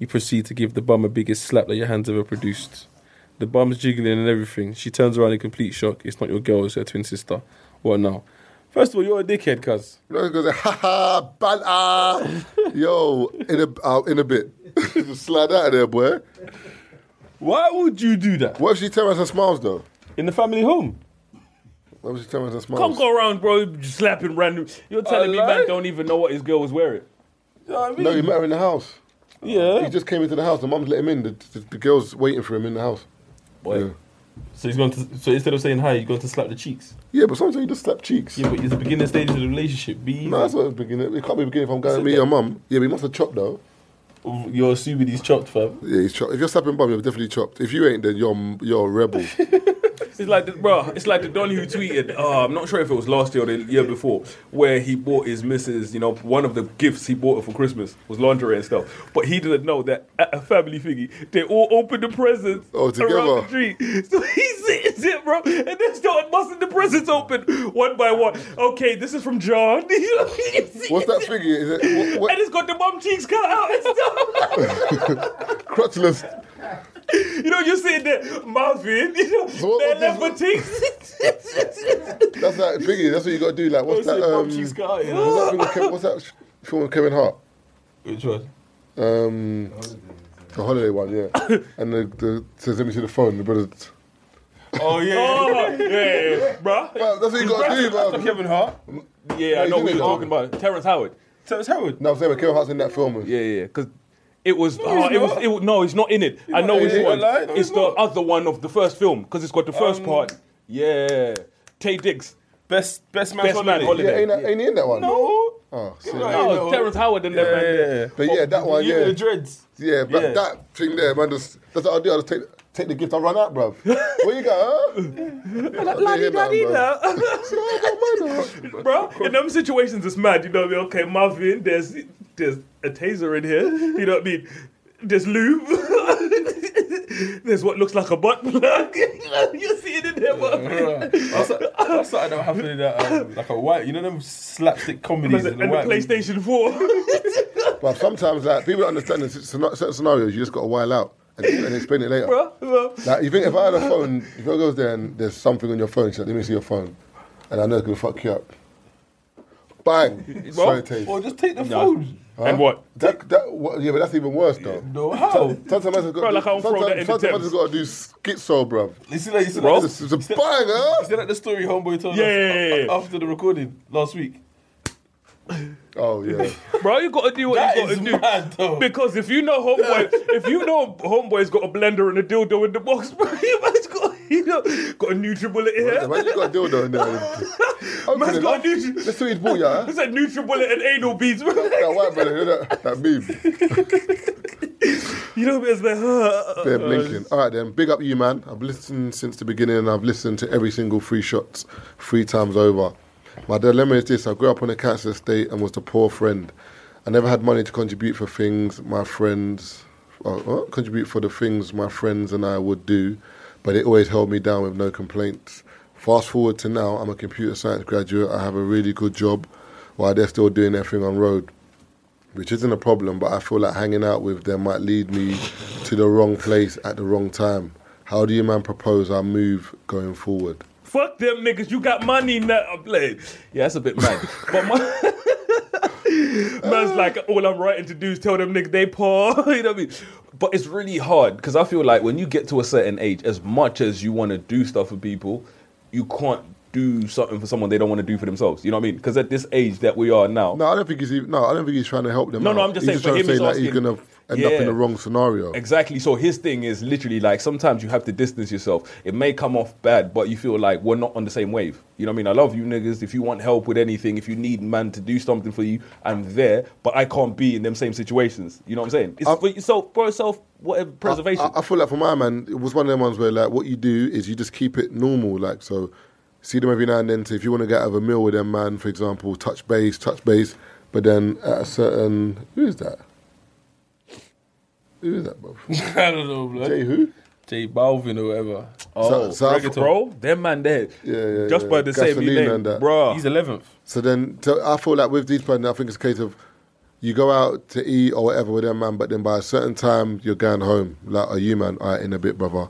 you proceed to give the bum a biggest slap that your hands ever produced. The bum's jiggling and everything. She turns around in complete shock. It's not your girl, it's her twin sister. What now? First of all, you're a dickhead, cuz. You know, it's gonna say, ha ha, banter. Yo, in a, uh, in a bit. Just slide out of there, boy. Why would you do that? What if she terrorized her smiles, though? In the family home? What if she terrorized her Don't smiles? go around, bro, slapping random. You're telling me lie? man don't even know what his girl was wearing. You know what I mean? No, you met her in the house. yeah. He just came into the house. The mum's let him in. The, the, the girl's waiting for him in the house. Boy, Yeah. So he's going to. So instead of saying hi, you're going to slap the cheeks. Yeah, but sometimes you just slap cheeks. Yeah, but it's the beginning stages of the relationship. Be No, that's what it's beginning. It can't be beginning from guy me your mum. Yeah, but he must have chopped though. you're assuming he's chopped, fam. Yeah, he's chopped. If you're slapping bum, you're definitely chopped. If you ain't, then you're you're a rebel. It's like, the, bro, it's like the Don who tweeted, uh, I'm not sure if it was last year or the year before, where he bought his missus, you know, one of the gifts he bought her for Christmas was lingerie and stuff. But he didn't know that at a family thingy, they all opened the presents Oh, together. around the tree. So he sits it, bro, and they start busting the presents open one by one. Okay, this is from John. You know, he sits What's that it. figure? Is it what, And it's got the mum cheeks cut out and what, stuff. crotchless? you know, you're sitting there mouthing, you know, what their was this- leopard cheeks. That's that figure. That's what you got to do. Like what's that? Um, cheeks cut out, you what's that thing with Kev- what's that sh- film with Kevin Hart? Which one? Um, the holiday one, yeah. and the, the says, "Let me see the phone." The brother. Oh yeah. Oh, yeah, yeah, yeah. bruh. Bruh, that's what you gotta do, bruh. After Kevin Hart. Yeah, I No, know you what didn't. you're talking about. Terrence Howard. Terrence Howard. No, I'm saying but Kevin Hart's in that film. Yeah, yeah, because it was. oh, he's it was. not. It was. No, he's not in it. I know not in which it. one. You're lying. No, he's it's the not. other one of the first film because it's got the first Um, part. Yeah, Tay Diggs. Best best man. Best man holiday. Yeah, ain't, that, ain't he in that one? No. Oh, see. No, Terrence Howard and Yeah, them. man. yeah, yeah. But yeah, that one, You with yeah. The dreads. Yeah, but Yeah. that thing there, man, just, that's what I do. I just take, take the gift, I run out, bruv. Where you go, huh? I didn't hear that, bro. In them situations, it's mad. You know what I mean? Okay, Marvin, there's there's a taser in here. You know what I mean? There's lube. there's what looks like a butt plug. you see it in there, Marvin. That's that's something that happened in that um, like a white. You know them slapstick comedies. And the PlayStation 4. bruv. Bruv, sometimes, like, people don't understand in certain certain scenarios, you just got to while out and, and explain it later. bro. bro. Like, you think if I had a phone, if girl goes there and there's something on your phone, she's like, let me see your phone. And I know it's going to fuck you up. Bang. Sorry, taste. Or just take the phone. And what? That, that, what, yeah, but that's even worse, though. No, how? Sometimes I just Bro, got like, I to don't do, throw that sometimes, in the sometimes I Thames. just got to do schizo, bruv. You see that? You see Bro. that? It's, it's a bang, huh? Is that the story homeboy told Yeah, us yeah, yeah, yeah. a- after the recording last week? Oh, yeah. Bro, you gotta do what That you gotta is do. mad, though. Because if you know homeboy, if you know homeboy's got a blender and a dildo in the box, bro, you man's got you know got a NutriBullet in Yeah, here. man, you got a dildo in there. Okay, Man's got a like, nutri- Let's see his ball, yeah. It's a NutriBullet and anal beads, bro. That white brother, you know that, that meme, You know what I mean? It's like, huh? uh, Ben Lincoln. All right, then, big up you, man. I've listened since the beginning and I've listened to every single three shots three times over. My dilemma is this I grew up on a cancer estate and was the poor friend. I never had money to contribute for things my friends, uh, uh, contribute for the things my friends and I would do, but it always held me down with no complaints. Fast forward to now, I'm a computer science graduate. I have a really good job while they're still doing their thing on road. which isn't a problem, but I feel like hanging out with them might lead me to the wrong place at the wrong time. How do you, man, propose our move going forward? Fuck them niggas, you got money now. I'm like, yeah, that's a bit mad. But my man's like, all I'm writing to do is tell them niggas they poor. you know what I mean? But it's really hard because I feel like when you get to a certain age, as much as you want to do stuff for people, you can't do something for someone they don't want to do for themselves. You know what I mean? Because at this age that we are now, No, I don't think he's even, no, I don't think he's trying to help them. No, no, out. I'm just he's saying for trying him, he's to say like he's asking- gonna end up in Yeah. the wrong scenario. Exactly. So his thing is literally like sometimes you have to distance yourself. It may come off bad, but you feel like we're not on the same wave. You know what I mean? I love you niggas. If you want help with anything, if you need man to do something for you, I'm there. But I can't be in them same situations. You know what I'm saying? It's I- for yourself, for yourself, whatever preservation. I, I, I feel like for my man, it was one of them ones where like what you do is you just keep it normal. Like so, see them every now and then. So if you want to get out of a meal with them, man, for example, touch base, touch base. But then at a certain who is that? Who is that, bro? I don't know, blood. Jay who? J Balvin or whatever. Oh, South, Bro, them man there. Yeah, yeah, Just yeah. by the same Gasoline name, and that. bro. He's eleventh. So then, so I feel like with these people, I think it's a case of you go out to eat or whatever with them, man, but then by a certain time, you're going home. Like, are you, man? All right, in a bit, brother.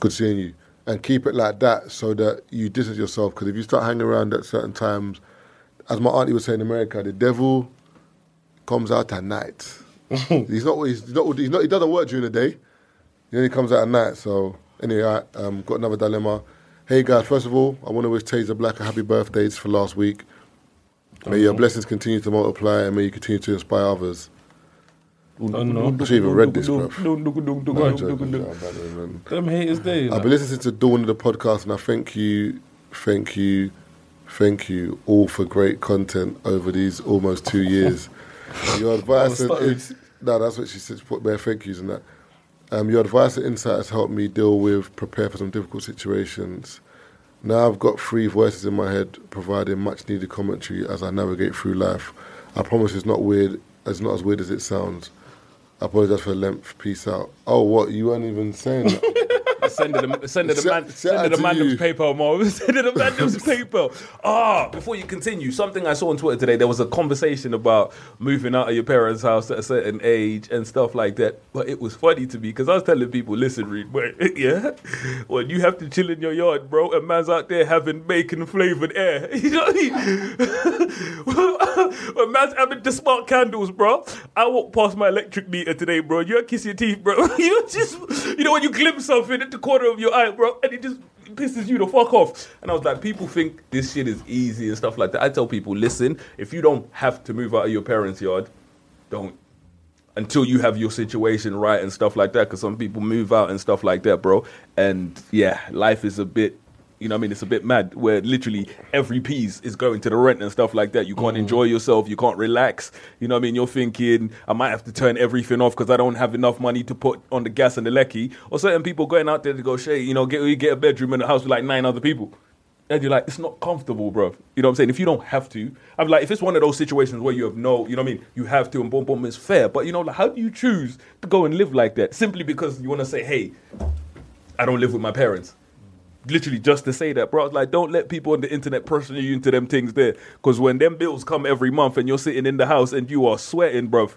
Good seeing you. And keep it like that so that you distance yourself. Because if you start hanging around at certain times, as my auntie would say in America, the devil comes out at night. he's not. He's not. He's not. He doesn't work during the day. He only comes out at night. So anyway, I um, got another dilemma. Hey guys, first of all, I want to wish Taser Black a happy birthday. It's for last week. May your blessings continue to multiply and may you continue to inspire others. Oh, no. I've even read this, bro. Right. I've Them haters there. been listening to Dawn of the podcast, and I thank you, thank you, thank you all for great content over these almost two years. Your advice and ins- no, that's what she said. she Put bare thank yous and that. Um, your advice and insight has helped me deal with, prepare for some difficult situations. Now I've got three voices in my head providing much needed commentary as I navigate through life. I promise it's not weird. It's not as weird as it sounds. I apologize for the length. Peace out. Oh, what? You weren't even saying that. Send her the send her the man Shout- send her shout the out to mandem's you. PayPal, Marv. Send her the mandem's PayPal. Ah, before you continue, something I saw on Twitter today. There was a conversation about moving out of your parents' house at a certain age and stuff like that. But it was funny to me because I was telling people, listen, Reed, wait, yeah, when you have to chill in your yard, bro, and man's out there having bacon flavored air. You know what I mean? when man's having the smart candles, bro. I walked past my electric meter today, bro. You kiss your teeth, bro. you just, you know, when you glimpse something at the corner of your eye, bro, and it just pisses you the fuck off. And I was like, people think this shit is easy and stuff like that. I tell people, listen, if you don't have to move out of your parents' yard, don't. Until you have your situation right and stuff like that, because some people move out and stuff like that, bro. And yeah, life is a bit, you know, what I mean, it's a bit mad where literally every piece is going to the rent and stuff like that. You can't enjoy yourself, you can't relax. You know, what I mean, you're thinking I might have to turn everything off because I don't have enough money to put on the gas and the lecky. Or certain people going out there to go, Shay, you know, get you get a bedroom in a house with like nine other people. And you're like, it's not comfortable, bro. You know what I'm saying? If you don't have to, I'm like, if it's one of those situations where you have no, you know what I mean? You have to, and boom, boom, it's fair. But you know, like, how do you choose to go and live like that? Simply because you want to say, hey, I don't live with my parents. Literally just to say that, bro. I was like, don't let people on the internet pressure you into them things there. Because when them bills come every month and you're sitting in the house and you are sweating, bruv.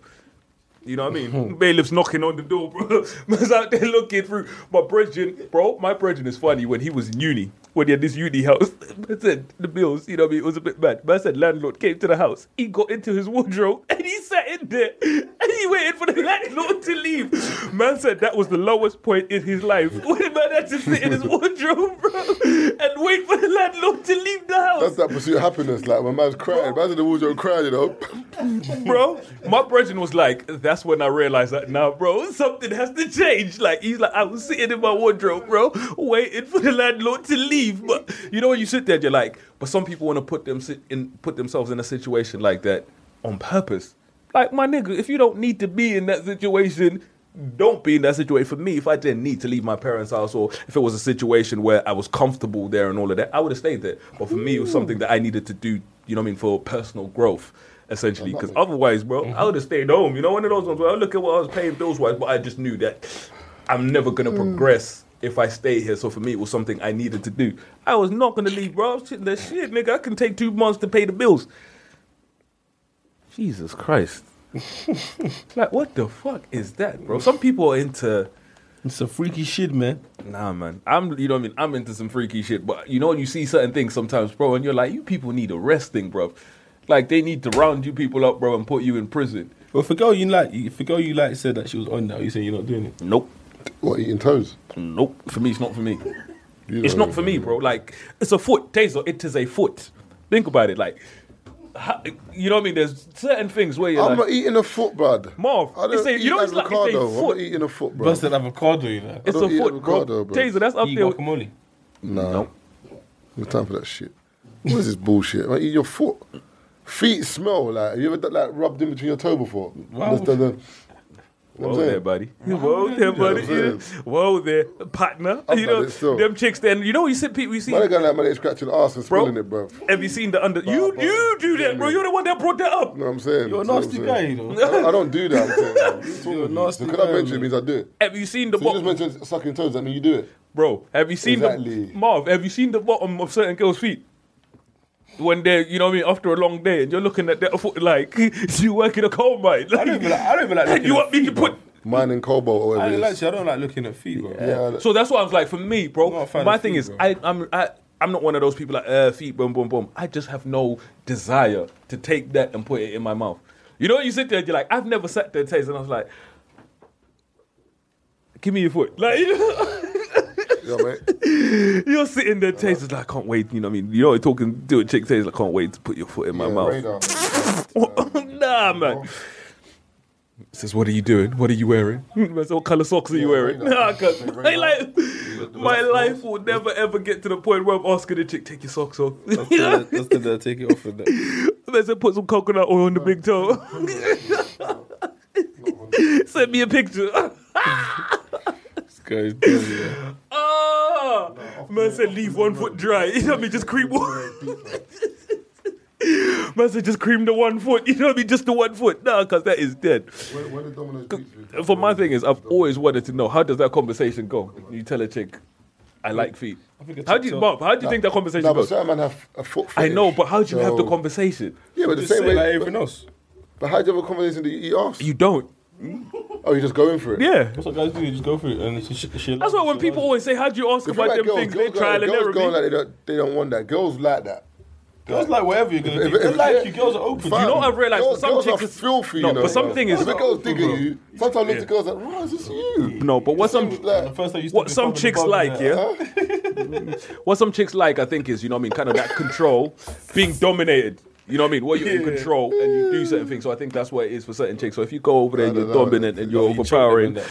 You know what I mean? Bailiff's knocking on the door, bro. Man's out there looking through. My brethren, bro, my brethren is funny when he was in uni, when he had this uni house. I said, the bills, you know what I mean? It was a bit bad. But I said, landlord came to the house. He got into his wardrobe and he sat in there and he waited for the landlord to leave. Man said that was the lowest point in his life. When man had to sit in his wardrobe, bro, and wait for the landlord to leave the house. That's that pursuit of happiness. Like, my man's crying. Man's in the wardrobe crying, you know. bro. My brethren was like, that's when I realized that now, bro, something has to change. Like he's like, I was sitting in my wardrobe, bro, waiting for the landlord to leave. But you know when you sit there, you're like, but some people want to put them sit in put themselves in a situation like that on purpose. Like my nigga, if you don't need to be in that situation, don't be in that situation. For me, if I didn't need to leave my parents' house or if it was a situation where I was comfortable there and all of that, I would have stayed there. But for me, it was something that I needed to do, you know what I mean, for personal growth, essentially. Because otherwise, bro, I would have stayed home. You know, one of those ones where I look at what I was paying bills wise, but I just knew that I'm never going to progress if I stay here. So for me, it was something I needed to do. I was not going to leave, bro. I was sitting there, shit, nigga, I can take two months to pay the bills. Jesus Christ. like, what the fuck is that, bro? Some people are into. It's a freaky shit, man. Nah, man. I'm, you know what I mean? I'm into some freaky shit, but you know, when you see certain things sometimes, bro, and you're like, you people need arresting, bro. Like, they need to round you people up, bro, and put you in prison. But if a girl you like, if a girl you like said that she was on now, you say you're not doing it. Nope. What, eating toes? Nope. For me, it's not for me. You It's know. not for me, bro. Like, it's a foot. Taser, it is a foot. Think about it. Like, how, you know what I mean? There's certain things where you're I'm like, not eating a foot, bud. Marv, I it's don't a- eat you know it's like- it's a avocado. I'm foot. not eating a foot, bro. Busted avocado, you know. it's a don't eat foot, bro. avocado, bro. Taser, that's up Eat there. with- guacamole. Nah. No time for that shit. What is this bullshit? Like, eat your foot. Feet smell like. Have you ever done, like rubbed in between your toe before? Wow. Just done the- You know Whoa what I'm there, saying? buddy. Whoa there, buddy. I'm Whoa there, partner. I've you done know, it still. them chicks then, you know, you see people, you see, Man, they got like man, they scratching the ass and Bro. spilling it, bro. You have you seen the under, Nah, you, bro. you do that, bro. You're the one that brought that up. know what I'm saying? You're a You know what nasty I'm guy, saying? you know. I don't, I don't do that. I'm saying. You're a nasty Because I guy, mentioned it man. means I do it. Have you seen the So you just bottom? mentioned sucking toes, that mean you do it. Bro, have you seen Exactly. the, Marv, have you seen the bottom of certain girls' feet? When they're, you know what I mean, after a long day and you're looking at their foot like, you work in a coal mine. I don't even like. I don't even like. Like, Looking you at want me feet, to bro. put, Mine and cobalt or I whatever don't it like. is. I don't like looking at feet, bro. Yeah, I- So that's why I was like, for me, I'm not bro. a fan My of thing feet, is, bro. I, I'm I, I'm not one of those people like uh, feet, boom, boom, boom. I just have no desire to take that and put it in my mouth. You know, you sit there, and you're like, I've never sat there, taste, and I was like, give me your foot, like. You know? Yeah, mate. You're sitting there, Taser's like, I can't wait. You know what I mean? You're talking to a chick, Taser's like, I can't wait to put your foot in my Yeah, mouth. radar. nah, man. Says, what are you doing? What are you wearing? Man said, what color socks are you wearing? bring that. Nah, I can't. Bring I that. like, my life will never ever get to the point where I'm asking a chick, take your socks off. Man Let's do that, uh, take it off. and that. said, put some coconut oil on the big toe. Send me a picture. Guys, damn, yeah. Ah! Man said, leave one foot dry. You know what I mean? Just cream one. Man said, just cream the one foot. You know what I mean? Just the one foot. Nah, because that is dead. When, when the Domino's pizza is For my thing is, I've always wanted to know how does that conversation go? You tell a chick, I like feet. How do you, Bob? How do you think that conversation Nah, but goes? certain man have a foot I fetish. know, but how do you have the So- conversation? Yeah, but the Just say same way. like everything else. But how do you have a conversation that you eat off? You don't. oh, you're just going for it. Yeah. That's what guys do. You just go for it, and she, she, she That's why when people always say, "How do you ask The about thing about them girls, things?" girls They go- trial and girls error. go like they don't, they don't want that. Girls like that. girls like whatever you're gonna If- do. if- They if- like yeah. you. Girls are open. Fam, know what I've realised? Girls, For some girls chicks are it's- filthy. No, you know, but something is- If a girl's digging you, sometimes I look at girls like, "Why is this you?" No, but what some Like, First time you what step some in front of the chicks pub, like, innit? yeah. what some chicks like, I think, is you know what I mean, kind of that control, being dominated. You know what I mean? What you're in control and you do certain things. So I think that's what it is for certain chicks. So if you go over there and No, you're no, no. dominant and you're You choke them in overpowering, that.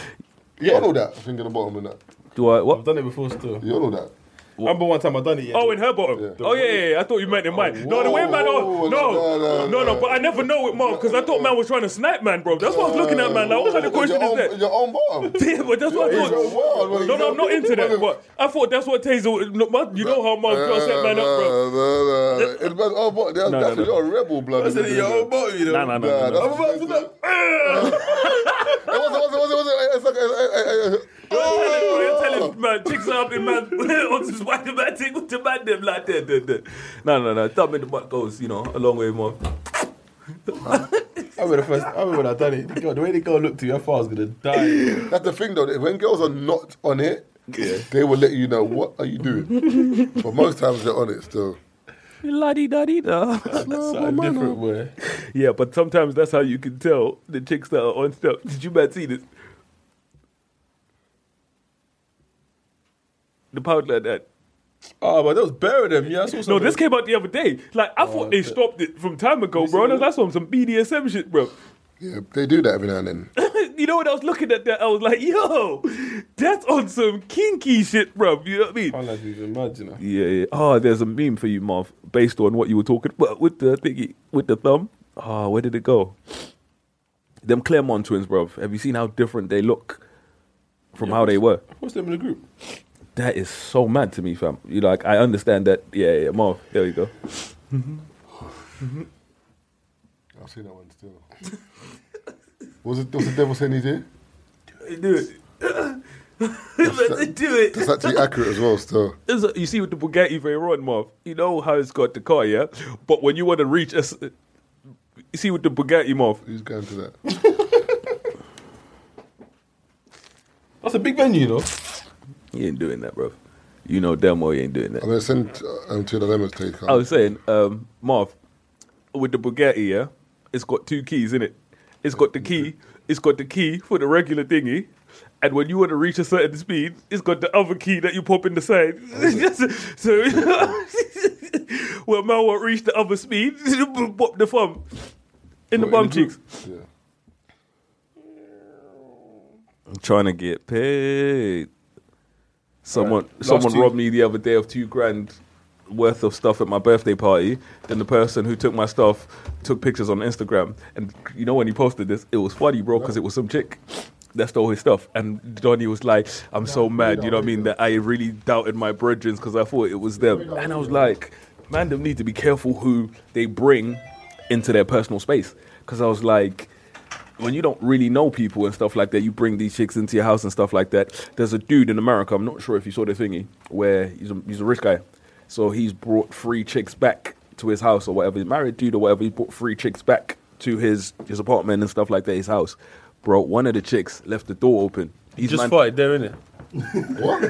you all know that. Finger in the bottom and that. do I I've what? done it before still. You all know that. I remember one time I done it. Yeah. Oh, in her bottom. Oh yeah, yeah, yeah. I thought you meant in mine. no, the way man. Oh, whoa, no, no, no, no, no, no. But I never know with Marv because I thought man was trying to snipe man, bro. That's what I was looking at, man. Like, what kind Your of question is own- that? Your own bottom. Yeah, but that's what I He's thought. a wild one, No, no, he's I'm not into a- that. But I thought that's what Taser. no, man, You know how Marv trying to set man up, bro. bro. It's about oh, but that's, that's no, no. you're a rebel, blood. Said it, your own bottom, you know. Nah, nah, nah, nah, nah. I'm about to look. It wasn't, it wasn't, it wasn't. It's like, eh, eh, eh, eh. You're telling man, chicks up in man on this white man thing with the man them like that, that, that. No, no, no. Thumb in the butt goes, you know, a long way more. I remember the first. I remember when I done it. The, girl, the way the girl looked at you, I thought I was gonna die. That's the thing, though. that When girls are not on it, they will let you know what are you doing. but most times they're on it still. La di da di da. Something different, boy. Yeah, but sometimes that's how you can tell the chicks that are on stuff. Did you man see this? The powder like that. Oh, but that was better than me. I saw No, something. this came out the other day. Like I thought they stopped it from time ago, bro. That's- That's on some BDSM shit, bro. Yeah, they do that every now and then. you know what I was looking at that? I was like, yo, that's on some kinky shit, bro. You know what I mean? I can't even imagine. that. Yeah, yeah. Oh, there's a meme for you, Marv, based on what you were talking about with the thingy, with the thumb. Oh, where did it go? Them Claremont twins, bro. Have you seen how different they look from how they were? What's them in the group? That is so mad to me, fam. You like, I understand that. Yeah, yeah, Marv. There you go. I've seen that one still. was it? Was the devil saying he did? Do it. Do it. That's actually accurate as well. Still. This is- you see with the Bugatti Veyron, Marv, you know how it's got the car, yeah? But when you want to reach us, you see with the Bugatti, Marv, Who's going to that? That's a big venue, you know. you ain't doing that, bro. You know damn well you ain't doing that. I'm gonna send uh, um, to the lemon take. I was saying, um, Marv, with the Bugatti, yeah, it's got two keys in it. It's got the key, it's got the key for the regular thingy, and when you want to reach a certain speed, it's got the other key that you pop in the side. so, when man won't reach the other speed, pop the thumb in the bum cheeks. Yeah. I'm trying to get paid. Someone someone two. robbed me the other day of two grand worth of stuff at my birthday party. Then the person who took my stuff took pictures on Instagram. And you know when he posted this, it was funny, bro, because it was some chick that stole his stuff. And Johnny was like, "I'm so mad," you know what I mean? That I really doubted my brethren because I thought it was them. And I was like, "Man, them need to be careful who they bring into their personal space." Because I was like when you don't really know people and stuff like that, you bring these chicks into your house and stuff like that. There's a dude in America, I'm not sure if you saw the thingy, where he's a, he's a rich guy. So he's brought three chicks back to his house or whatever. He's a married dude or whatever. He brought three chicks back to his, his apartment and stuff like that, his house. Bro, one of the chicks left the door open. He's Just man- farted there, innit? What?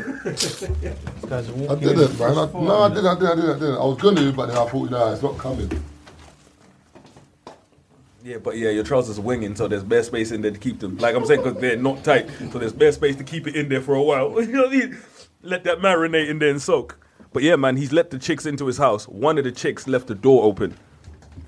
I didn't, man. I, no, I didn't, I didn't, I didn't, I didn't. I was gonna, but then I thought, nah, it's not coming. Yeah, but yeah, your trousers are winging, so there's bare space in there to keep them. Like I'm saying, because they're not tight, so there's bare space to keep it in there for a while. you know what I mean? Let that marinate in there and soak. But yeah, man, he's let the chicks into his house. One of the chicks left the door open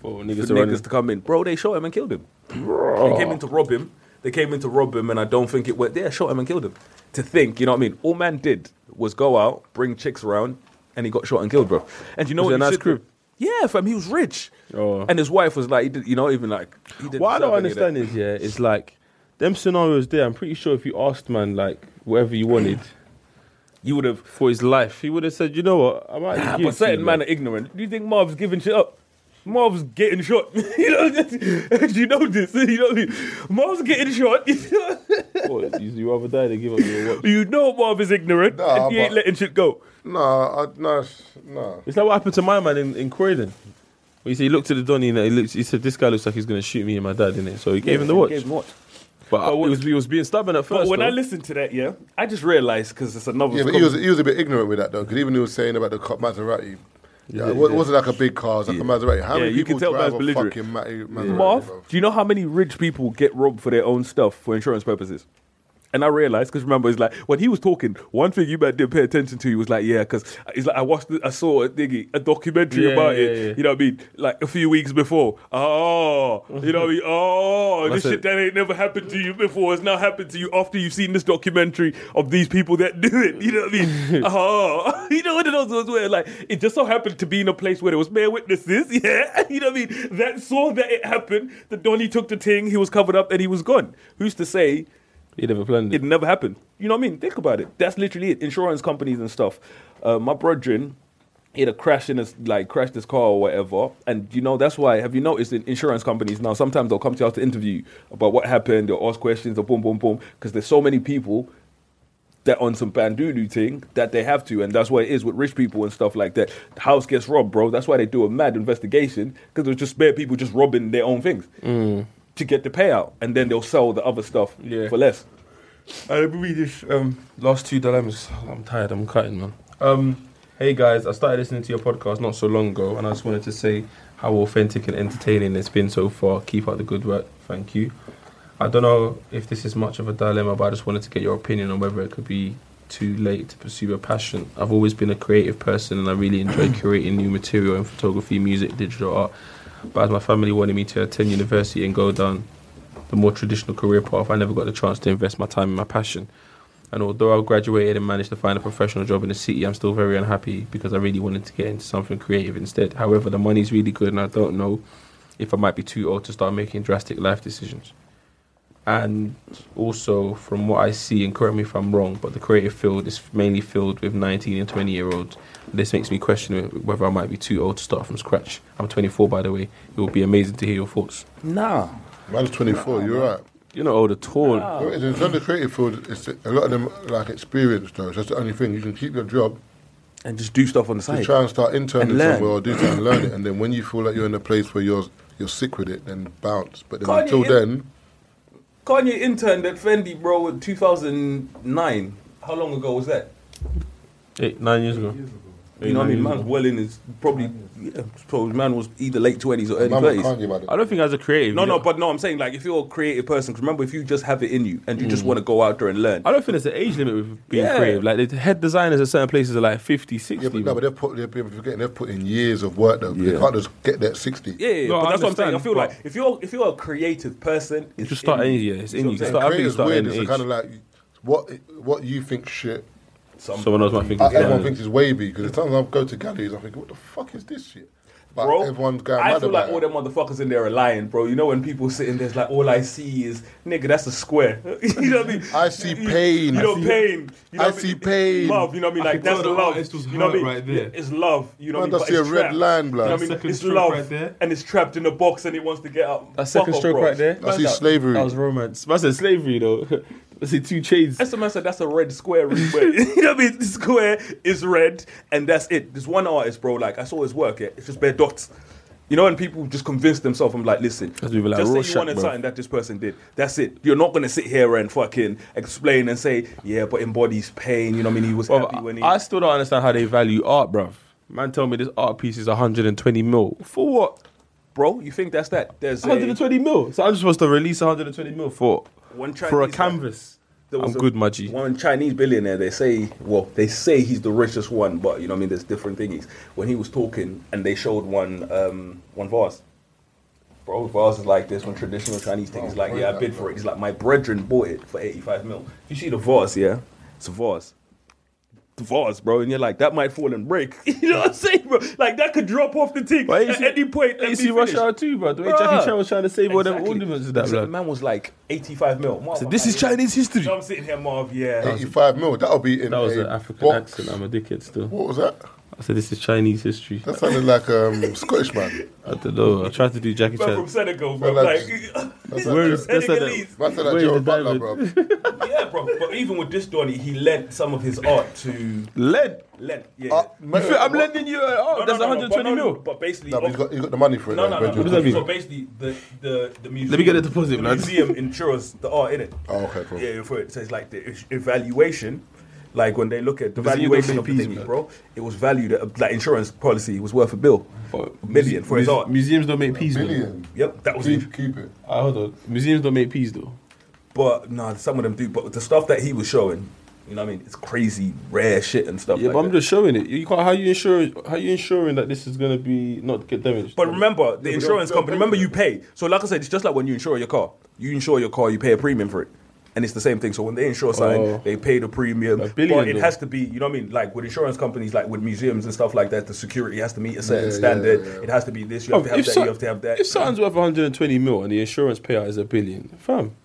For for niggas to run. niggas to come in. Bro, they shot him and killed him. They came in to rob him. They came in to rob him, and I don't think it went. Yeah, shot him and killed him. To think, you know what I mean? All man did was go out, bring chicks around, and he got shot and killed, bro. And you know Was what? it a he nice should- crib? Yeah, fam. He was rich, Oh. and his wife was like, he did, you know, even like. He didn't What I deserve don't any of that. understand is, yeah, it's like them scenarios there. I'm pretty sure if you asked man like whatever you wanted you would have. for his life, he would have said, you know what, I might. give it Ah, But to certain you, man are ignorant. Do you think Marv's giving shit up? Marv's getting shot. you know, just, you know this. You know, what I mean? Marv's getting shot. What, you, you rather die than give up your watch. you know Marv is ignorant, Nah, and he ain't but- letting shit go. Nah, I, nah, sh- nah. It's like what happened to my man in, in Croydon. When he said he looked at the Donny and he, looked, he said, This guy looks like he's going to shoot me and my dad, innit? So he gave him the watch. But, I- what- he, was, he was being stubborn at first. But when though. I listened to that, yeah, I just realized because it's a novel. Yeah, but he was, he was a bit ignorant with that though, because even he was saying about the co- Maserati. Yeah, it wa- wasn't like a big car, it was like a Maserati. How Yeah, many you people can tell drive man's a belligerent. fucking Ma- Maserati? Marv, bro? do you know how many rich people get robbed for their own stuff for insurance purposes? And I realized because remember, it's like when he was talking, one thing you man didn't pay attention to, he was like, "Yeah," because it's like I watched, it- I saw a thingy, a documentary Yeah, about yeah, it. yeah. You know what I mean? Like a few weeks before. Oh, you know what I mean? Oh, this That's shit it. that ain't never happened to you before has now happened to you after you've seen this documentary of these people that do it. You know what I mean? oh, you know what it was where like it just so happened to be in a place where there was mere witnesses. Yeah, you know what I mean? That saw that it happened. The Donny took the thing. He was covered up and he was gone. Who's to say he never planned it. it never happened. You know what I mean? Think about it. That's literally it. Insurance companies and stuff. Uh, my brethren, he had a crash in his like crashed his car or whatever, and you know that's why. Have you noticed in insurance companies now? Sometimes they'll come to you to interview you about what happened. They'll ask questions. Or boom, boom, boom. Because there's so many people that on some bandulu thing that they have to, and that's what it is with rich people and stuff like that. The house gets robbed, bro. That's why they do a mad investigation because there's just bare people just robbing their own things to get the payout, and then they'll sell the other stuff Mm. Yeah. for less. I Uh, read this um, last two dilemmas. I'm tired. I'm cutting, man. Um, hey guys, I started listening to your podcast not so long ago, and I just wanted to say how authentic and entertaining it's been so far. Keep up the good work. Thank you. I don't know if this is much of a dilemma, but I just wanted to get your opinion on whether it could be too late to pursue a passion. I've always been a creative person, and I really enjoy curating new material in photography, music, digital art. But as my family wanted me to attend university and go down the more traditional career path, I never got the chance to invest my time in my passion. And although I graduated and managed to find a professional job in the city, I'm still very unhappy because I really wanted to get into something creative instead. However, the money's really good, and I don't know if I might be too old to start making drastic life decisions. And also, from what I see, and correct me if I'm wrong, but the creative field is mainly filled with 19 and 20 year olds. This makes me question whether I might be too old to start from scratch. I'm 24, by the way. It would be amazing to hear your thoughts. Nah. Man's 24, you're right. You're not old at all. Well, it's- It's on the creative field, it's a lot of them like experienced though. So that's the only thing. You can keep your job, And just do stuff on the you side. try and start interning And learn. somewhere or do something, and learn it, and then when you feel like you're in a place where you're you're sick with it, then bounce. But then Can't until you- then, Kanye interned at Fendi, bro, in 2009. How long ago was that? Eight, nine years ago. You know what I mean? Nine years Man's ago. well in his probably, yeah, so his man was either late 20s or early man, I 30s. can't give out I don't think as a creative. No, you no, know- but no, I'm saying like if you're a creative person, 'cause remember if you just have it in you and you just want to go out there and learn. I don't think there's an age limit with being Yeah. creative. Like the head designers at certain places are like 50, 60. Yeah, but no, but man. they're put, they're people forgetting they've put in years of work though. They Yeah. can't just get that 60. Yeah, yeah, but No, I that's what I'm saying. I understand, feel but- like if you're if you're a creative person, you it's just start in any year. It's in know you. what you I'm start, I think you Creative's start weird. any It's age. kind of like what what you think shit. Someone else might think uh, it's everyone bad. thinks is wavy because the times I go to galleries, I think, what the fuck is this shit? But bro. everyone's going I mad feel about like all it. them motherfuckers in there are lying, bro. You know when people sit in there's like all I see is nigga, that's a square. you know what I mean? I see You- you- pain. You know I see- pain. You know I what see mean? pain. Love. You know what I mean? I Like can tell that's the love. artist was you know what I mean? hurt right there. It's love. You know Man, what I mean? I But see it's a red trapped. line, blood. You know That what I mean? second It's stroke love right there. and it's trapped in a box and it wants to get out. That second Fuck off, stroke bro. right there. I see slavery. That was romance. I said slavery though. I see two chains. That's the man said that's a red square. red square. you know what I mean? The square is red, and that's it. There's one artist, bro. Like I saw his work. Yeah, it's just bare dots. You know, and people just convince themselves. I'm like, listen, That's people like just say Rorschach, you wanted bro. something that this person did. That's it. You're not gonna sit here and fucking explain and say, yeah, but embodies pain. You know what I mean? He was Bruv, happy when he. I still don't understand how they value art, bruv. Man, tell me this art piece is 120 mil. For what? bro, you think that's that? There's a- 120 mil. So I'm just supposed to release 120 mil for One for a Chinese guy. canvas. There I'm was a- good, my G. One Chinese billionaire, they say, well, they say he's the richest one, but you know what I mean? There's different thingies. When he was talking and they showed one um, one vase Bro, bars is like this when traditional Chinese things Oh, like, bro, yeah, I that, bid bro. for it. He's like, my brethren bought it for 85 mil. If you see the vase, yeah, it's a vase. The vase, bro, and you're like, that might fall and break. you know what I'm saying, bro? Like, that could drop off the thing But you at see- any point. You and see be Rush finished. Hour 2, bro. The way Bruh. Jackie Chan was trying to save all them Exactly. ornaments and that, Exactly. bro. The man was like 85 mil. Mark, So I'm this like, is Chinese history. So I'm sitting here, Marv, yeah. 85 mil. That'll be in That was a an African box. accent. I'm a dickhead still. What was that? I said, this is Chinese history. That sounded like um, Scottish man. I don't know. I tried to do Jackie Bro, from Chan. Senegal, bro. Well, Like, that's- Where is that's not Senegalese. that? Man said that Where is Joe the Butler, bro. Uh, diamond? Yeah, bro. But even with this Donny, he lent some of his art to Lead. lent. Yeah. Uh, You feel- what- I'm lending you. uh, No, Oh, no, that's no, no, but 120 no, mil. But basically, No, but he's got, he's got the money for it. no, though, no, no. Benjamin. no. does that mean? So basically, the the the museum. get the deposit, The lad. museum insures the art in it. Oh, okay, cool. Yeah, for it. So it's like the e- evaluation. Like when they look at the Because you valuation got of the VPs, thing, man. bro, it was valued at that insurance policy was worth a bill, a million for his Muse- art. Museums don't make peas, though. Billion. Yep, that was it. Keep, keep it. Ah, Hold on. Museums don't make peas, though. But no, some of them do. But the stuff that he was showing, you know, what I mean, it's crazy, rare shit and stuff. Yeah, like but I'm that. just showing it. You can't. How you ensure? How you ensuring that this is gonna be not get damaged? But remember, the don't- insurance don't company, pay remember for you it. pay. So, like I said, it's just like when you insure your car. You insure your car, you pay a premium for it. And it's the same thing. So, when they insure something, Oh. they pay the premium. A billion, but it though. has to be, you know what I mean? Like with insurance companies, like with museums and stuff like that, the security has to meet a certain yeah, standard. yeah. It has to be this, you Oh, have to have if that, so- you have to have that. If something's worth 120 mil and the insurance payout is a billion, fam.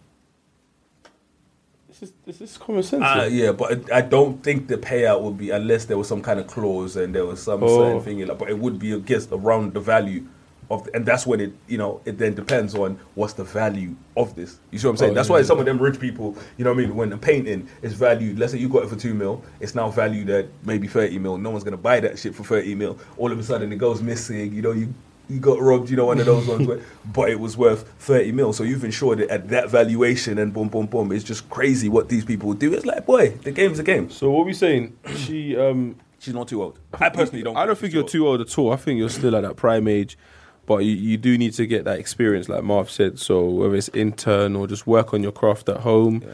This is this is common sense. Ah, yeah. yeah, but I I don't think the payout would be unless there was some kind of clause and there was some Oh. certain thing. Like, but it would be against around the value of, and that's when it, you know, it then depends on what's the value of this. You see what I'm saying? Oh, that's yeah, why yeah. some of them rich people, you know, what I mean, when the painting is valued, let's say you got it for two mil, it's now valued at maybe thirty mil. No one's gonna buy that shit for thirty mil. All of a sudden, it goes missing. You know, you. You got robbed, you know, one of those ones, where, but it was worth 30 mil. So you've insured it at that valuation, and boom, boom, boom. It's just crazy what these people do. It's like, boy, the game's a game. So what we saying? She um. She's not too old. I personally don't. I don't think you're too old at all. I think you're still at that prime age, but you, you do need to get that experience, like Marv said. So whether it's intern or just work on your craft at home,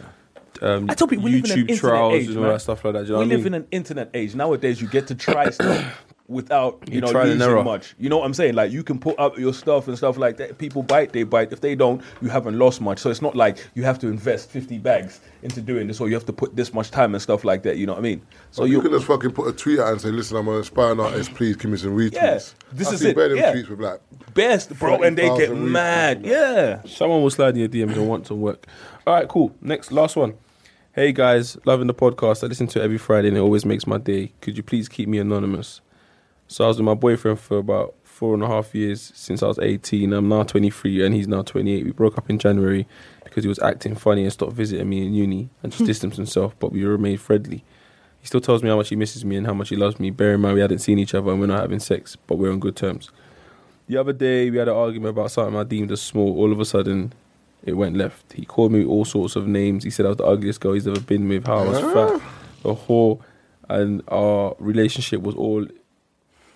um, I tell people we live in an YouTube internet trials age, and all man. that stuff like that. do you know we what I live mean? in an internet age nowadays. You get to try stuff without you, You know trial and losing error. much. You know what I'm saying? Like you can put up your stuff and stuff like that. People bite, they bite. If they don't, you haven't lost much. So it's not like you have to invest 50 bags into doing this, or you have to put this much time and stuff like that. You know what I mean? So So Oh, you you. can just fucking put a tweet out and say, "Listen, I'm an aspiring artist. Please give me some retweets." Yeah, this I is see it, bare them yeah. tweets with like Best, bro, and they get 40,000 retweets. mad. Yeah. Someone will slide in your DMs and want some work. All right, cool. Next, last one. Hey guys, loving the podcast. I listen to it every Friday and it always makes my day. Could you please keep me anonymous? So I was with my boyfriend for about four and a half years since I was 18. I'm now 23 and he's now 28. We broke up in January because he was acting funny and stopped visiting me in uni and just distanced himself, but we remained friendly. He still tells me how much he misses me and how much he loves me. Bear in mind, we hadn't seen each other and we're not having sex, but we're on good terms. The other day, we had an argument about something I deemed as small. All of a sudden, it went left. He called me all sorts of names. He said I was the ugliest girl he's ever been with, how I was fat, a whore, and our relationship was all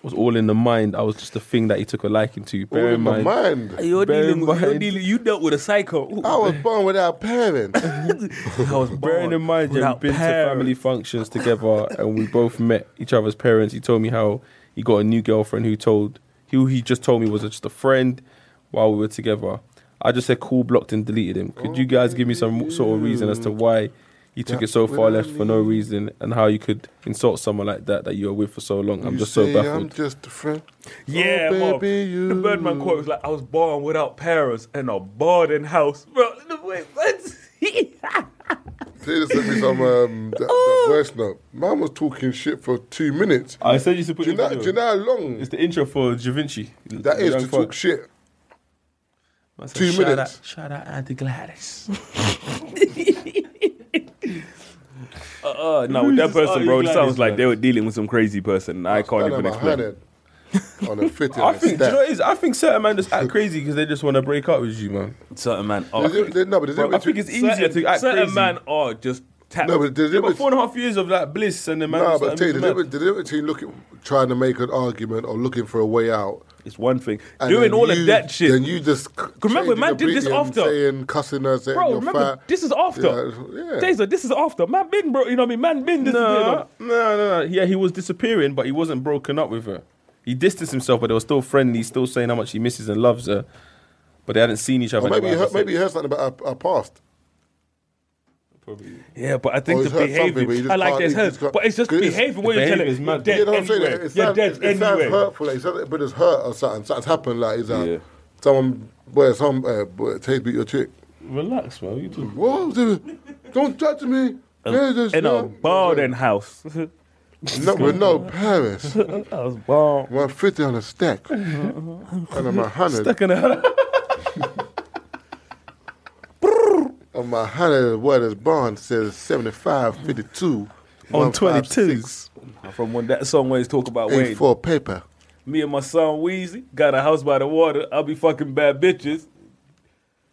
was all in the mind. I was just a thing that he took a liking to. all Bear in in my mind, mind. You're Bear dealing, in with, you're mind- dealing, you dealt with a psycho. I was born without parents. I was Bearing in mind, yeah, we've been to family functions together, and we both met each other's parents. He told me how he got a new girlfriend who told who he just told me was just a friend while we were together. I just said cool, blocked, and deleted him. Could you guys give me some sort of reason as to why he took it so That's far what I left for no reason, and how you could insult someone like that that you were with for so long? I'm You just so say I'm baffled. just a friend. Yeah, oh, Marv. baby, you. The Birdman quote was like, "I was born without parents in a boarding house." Bro, the way- what? Taylor sent me some um, that, that voice note. Man was talking shit for two minutes. Oh. I said you to put Do you, know, do you know how long It's the intro for Javinci. that is to talk shit? Two minutes. shout out Andy Gladys. uh, no, that person, bro, it like sounds this, like man? they were dealing with some crazy person. I can't Man, I'm even a explain. hundred on a fitting. I think, do you know what it is? I think certain men just act crazy because they just want to break up with you, man. Certain man, are There's it- there- no, but there's I it think between- it's easier to act certain crazy. man are just tapped. No, but there's yeah, it but bet- four and a half years of that bliss and the man. no, just but like tell you, moves there's mad. it- there's it between looking, trying to make an argument or looking for a way out. it's one thing. and Doing then all you- of that shit. Then you just c- Remember, changing the man did this beat and after. saying cussing her, saying Bro, you're remember, fat. this is after. Yeah, yeah. Taser, this is after. Man, been, bro, you know what I mean? Man, been disappeared. no, no, no, no. Yeah, he was disappearing, but he wasn't broken up with her. He distanced himself, but they were still friendly, still saying how much he misses and loves her. but they hadn't seen each other. Or They maybe were you heard, having maybe you heard something about our, our past. Yeah, but I Oh, think he's the heard something, behavior. but he just I like can't- this he heard, just can't- but it's just Cause it's- behavior. What the you're telling behavior is mad. you're dead You know what I'm saying? anyway. It You're sounds, dead it sounds anyway. hurtful. Like, it sounds- but it's hurt or something. Something's happened. Like it's uh, Yeah. someone, boy, some uh, boy, Tay beat your chick. Relax, man. What are you talking Whoa, dude, don't touch me. Yeah, just- Uh, In a no, boarding house. no, with no Paris. I was born. One fifty on a stack, and on my hundred, on my hundred, what is bond says seventy five fifty two On 22s. From when that song always talk about eight Wayne. four paper. Me and my son Weezy got a house by the water. I'll be fucking bad bitches.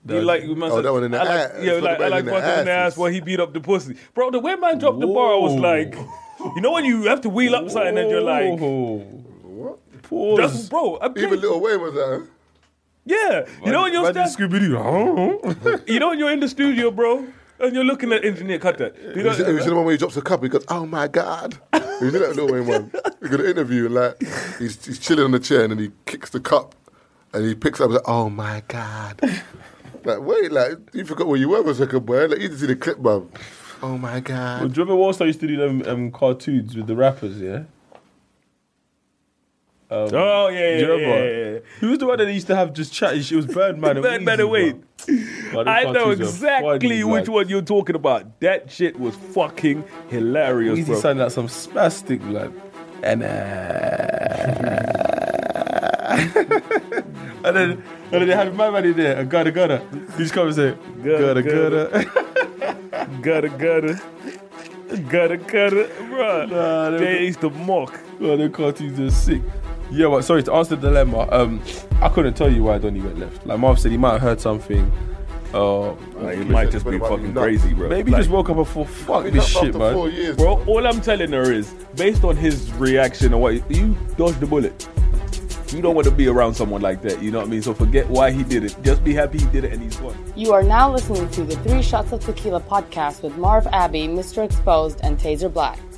You like you must oh, that one in the I like, ass. Yeah, It's like, I about like in the fucking in the ass asses. while he beat up the pussy. Bro, the way man dropped the bar, I was like, you know when you have to wheel up something and you're like, What? that's bro. I Even Lil Wayne was uh, like, huh? Yeah, you know when you're stand- you know when you're in the studio, bro, and you're looking at engineer cut that. You know, You see, you see the one where he drops a cup, he goes, "Oh my god!" You see that little Wayne one? You got an interview, and like he's, he's chilling on the chair, and then he kicks the cup, and he picks up, like, "Oh my god!" Like, wait, like you forgot where you were for a second, boy. Like you didn't see the clip, bruv. Oh my Well, god! do you remember Warstar used to do them um, cartoons with the rappers, yeah? Um, oh yeah, yeah, Do you yeah, remember? yeah, yeah. Who was the one that they used to have just chatting? It was Birdman and Birdman and Wheezy, Wade. bruv. Bruv, those I know cartoons were exactly funny, which like, one you're talking about. That shit was fucking hilarious, Wheezy bro. sounded like some spastic, like, and uh, and then and then they had my man in there, a gotta gotta. He just come and say, Gotta, gotta gotta. Gutter, gutter, gutter, gutter, bro. Nah, they they were- used to mock. Oh, the cartoons are sick. Yeah, but sorry to answer the dilemma. Um, I couldn't tell you why Donny went left. Like Marv said, he might have heard something. Uh, Like, it might just be fucking crazy, bro. maybe he Like, just woke up and thought, "Fuck He this left shit, after man." Four years, Bro, all I'm telling her is, based on his reaction and what he- you dodged the bullet. You don't want to be around someone like that, you know what I mean? So forget why he did it. Just be happy he did it and he's gone. You are now listening to the Three Shots of Tequila podcast with Marv Abbey, Mr. Exposed, and Taser Black.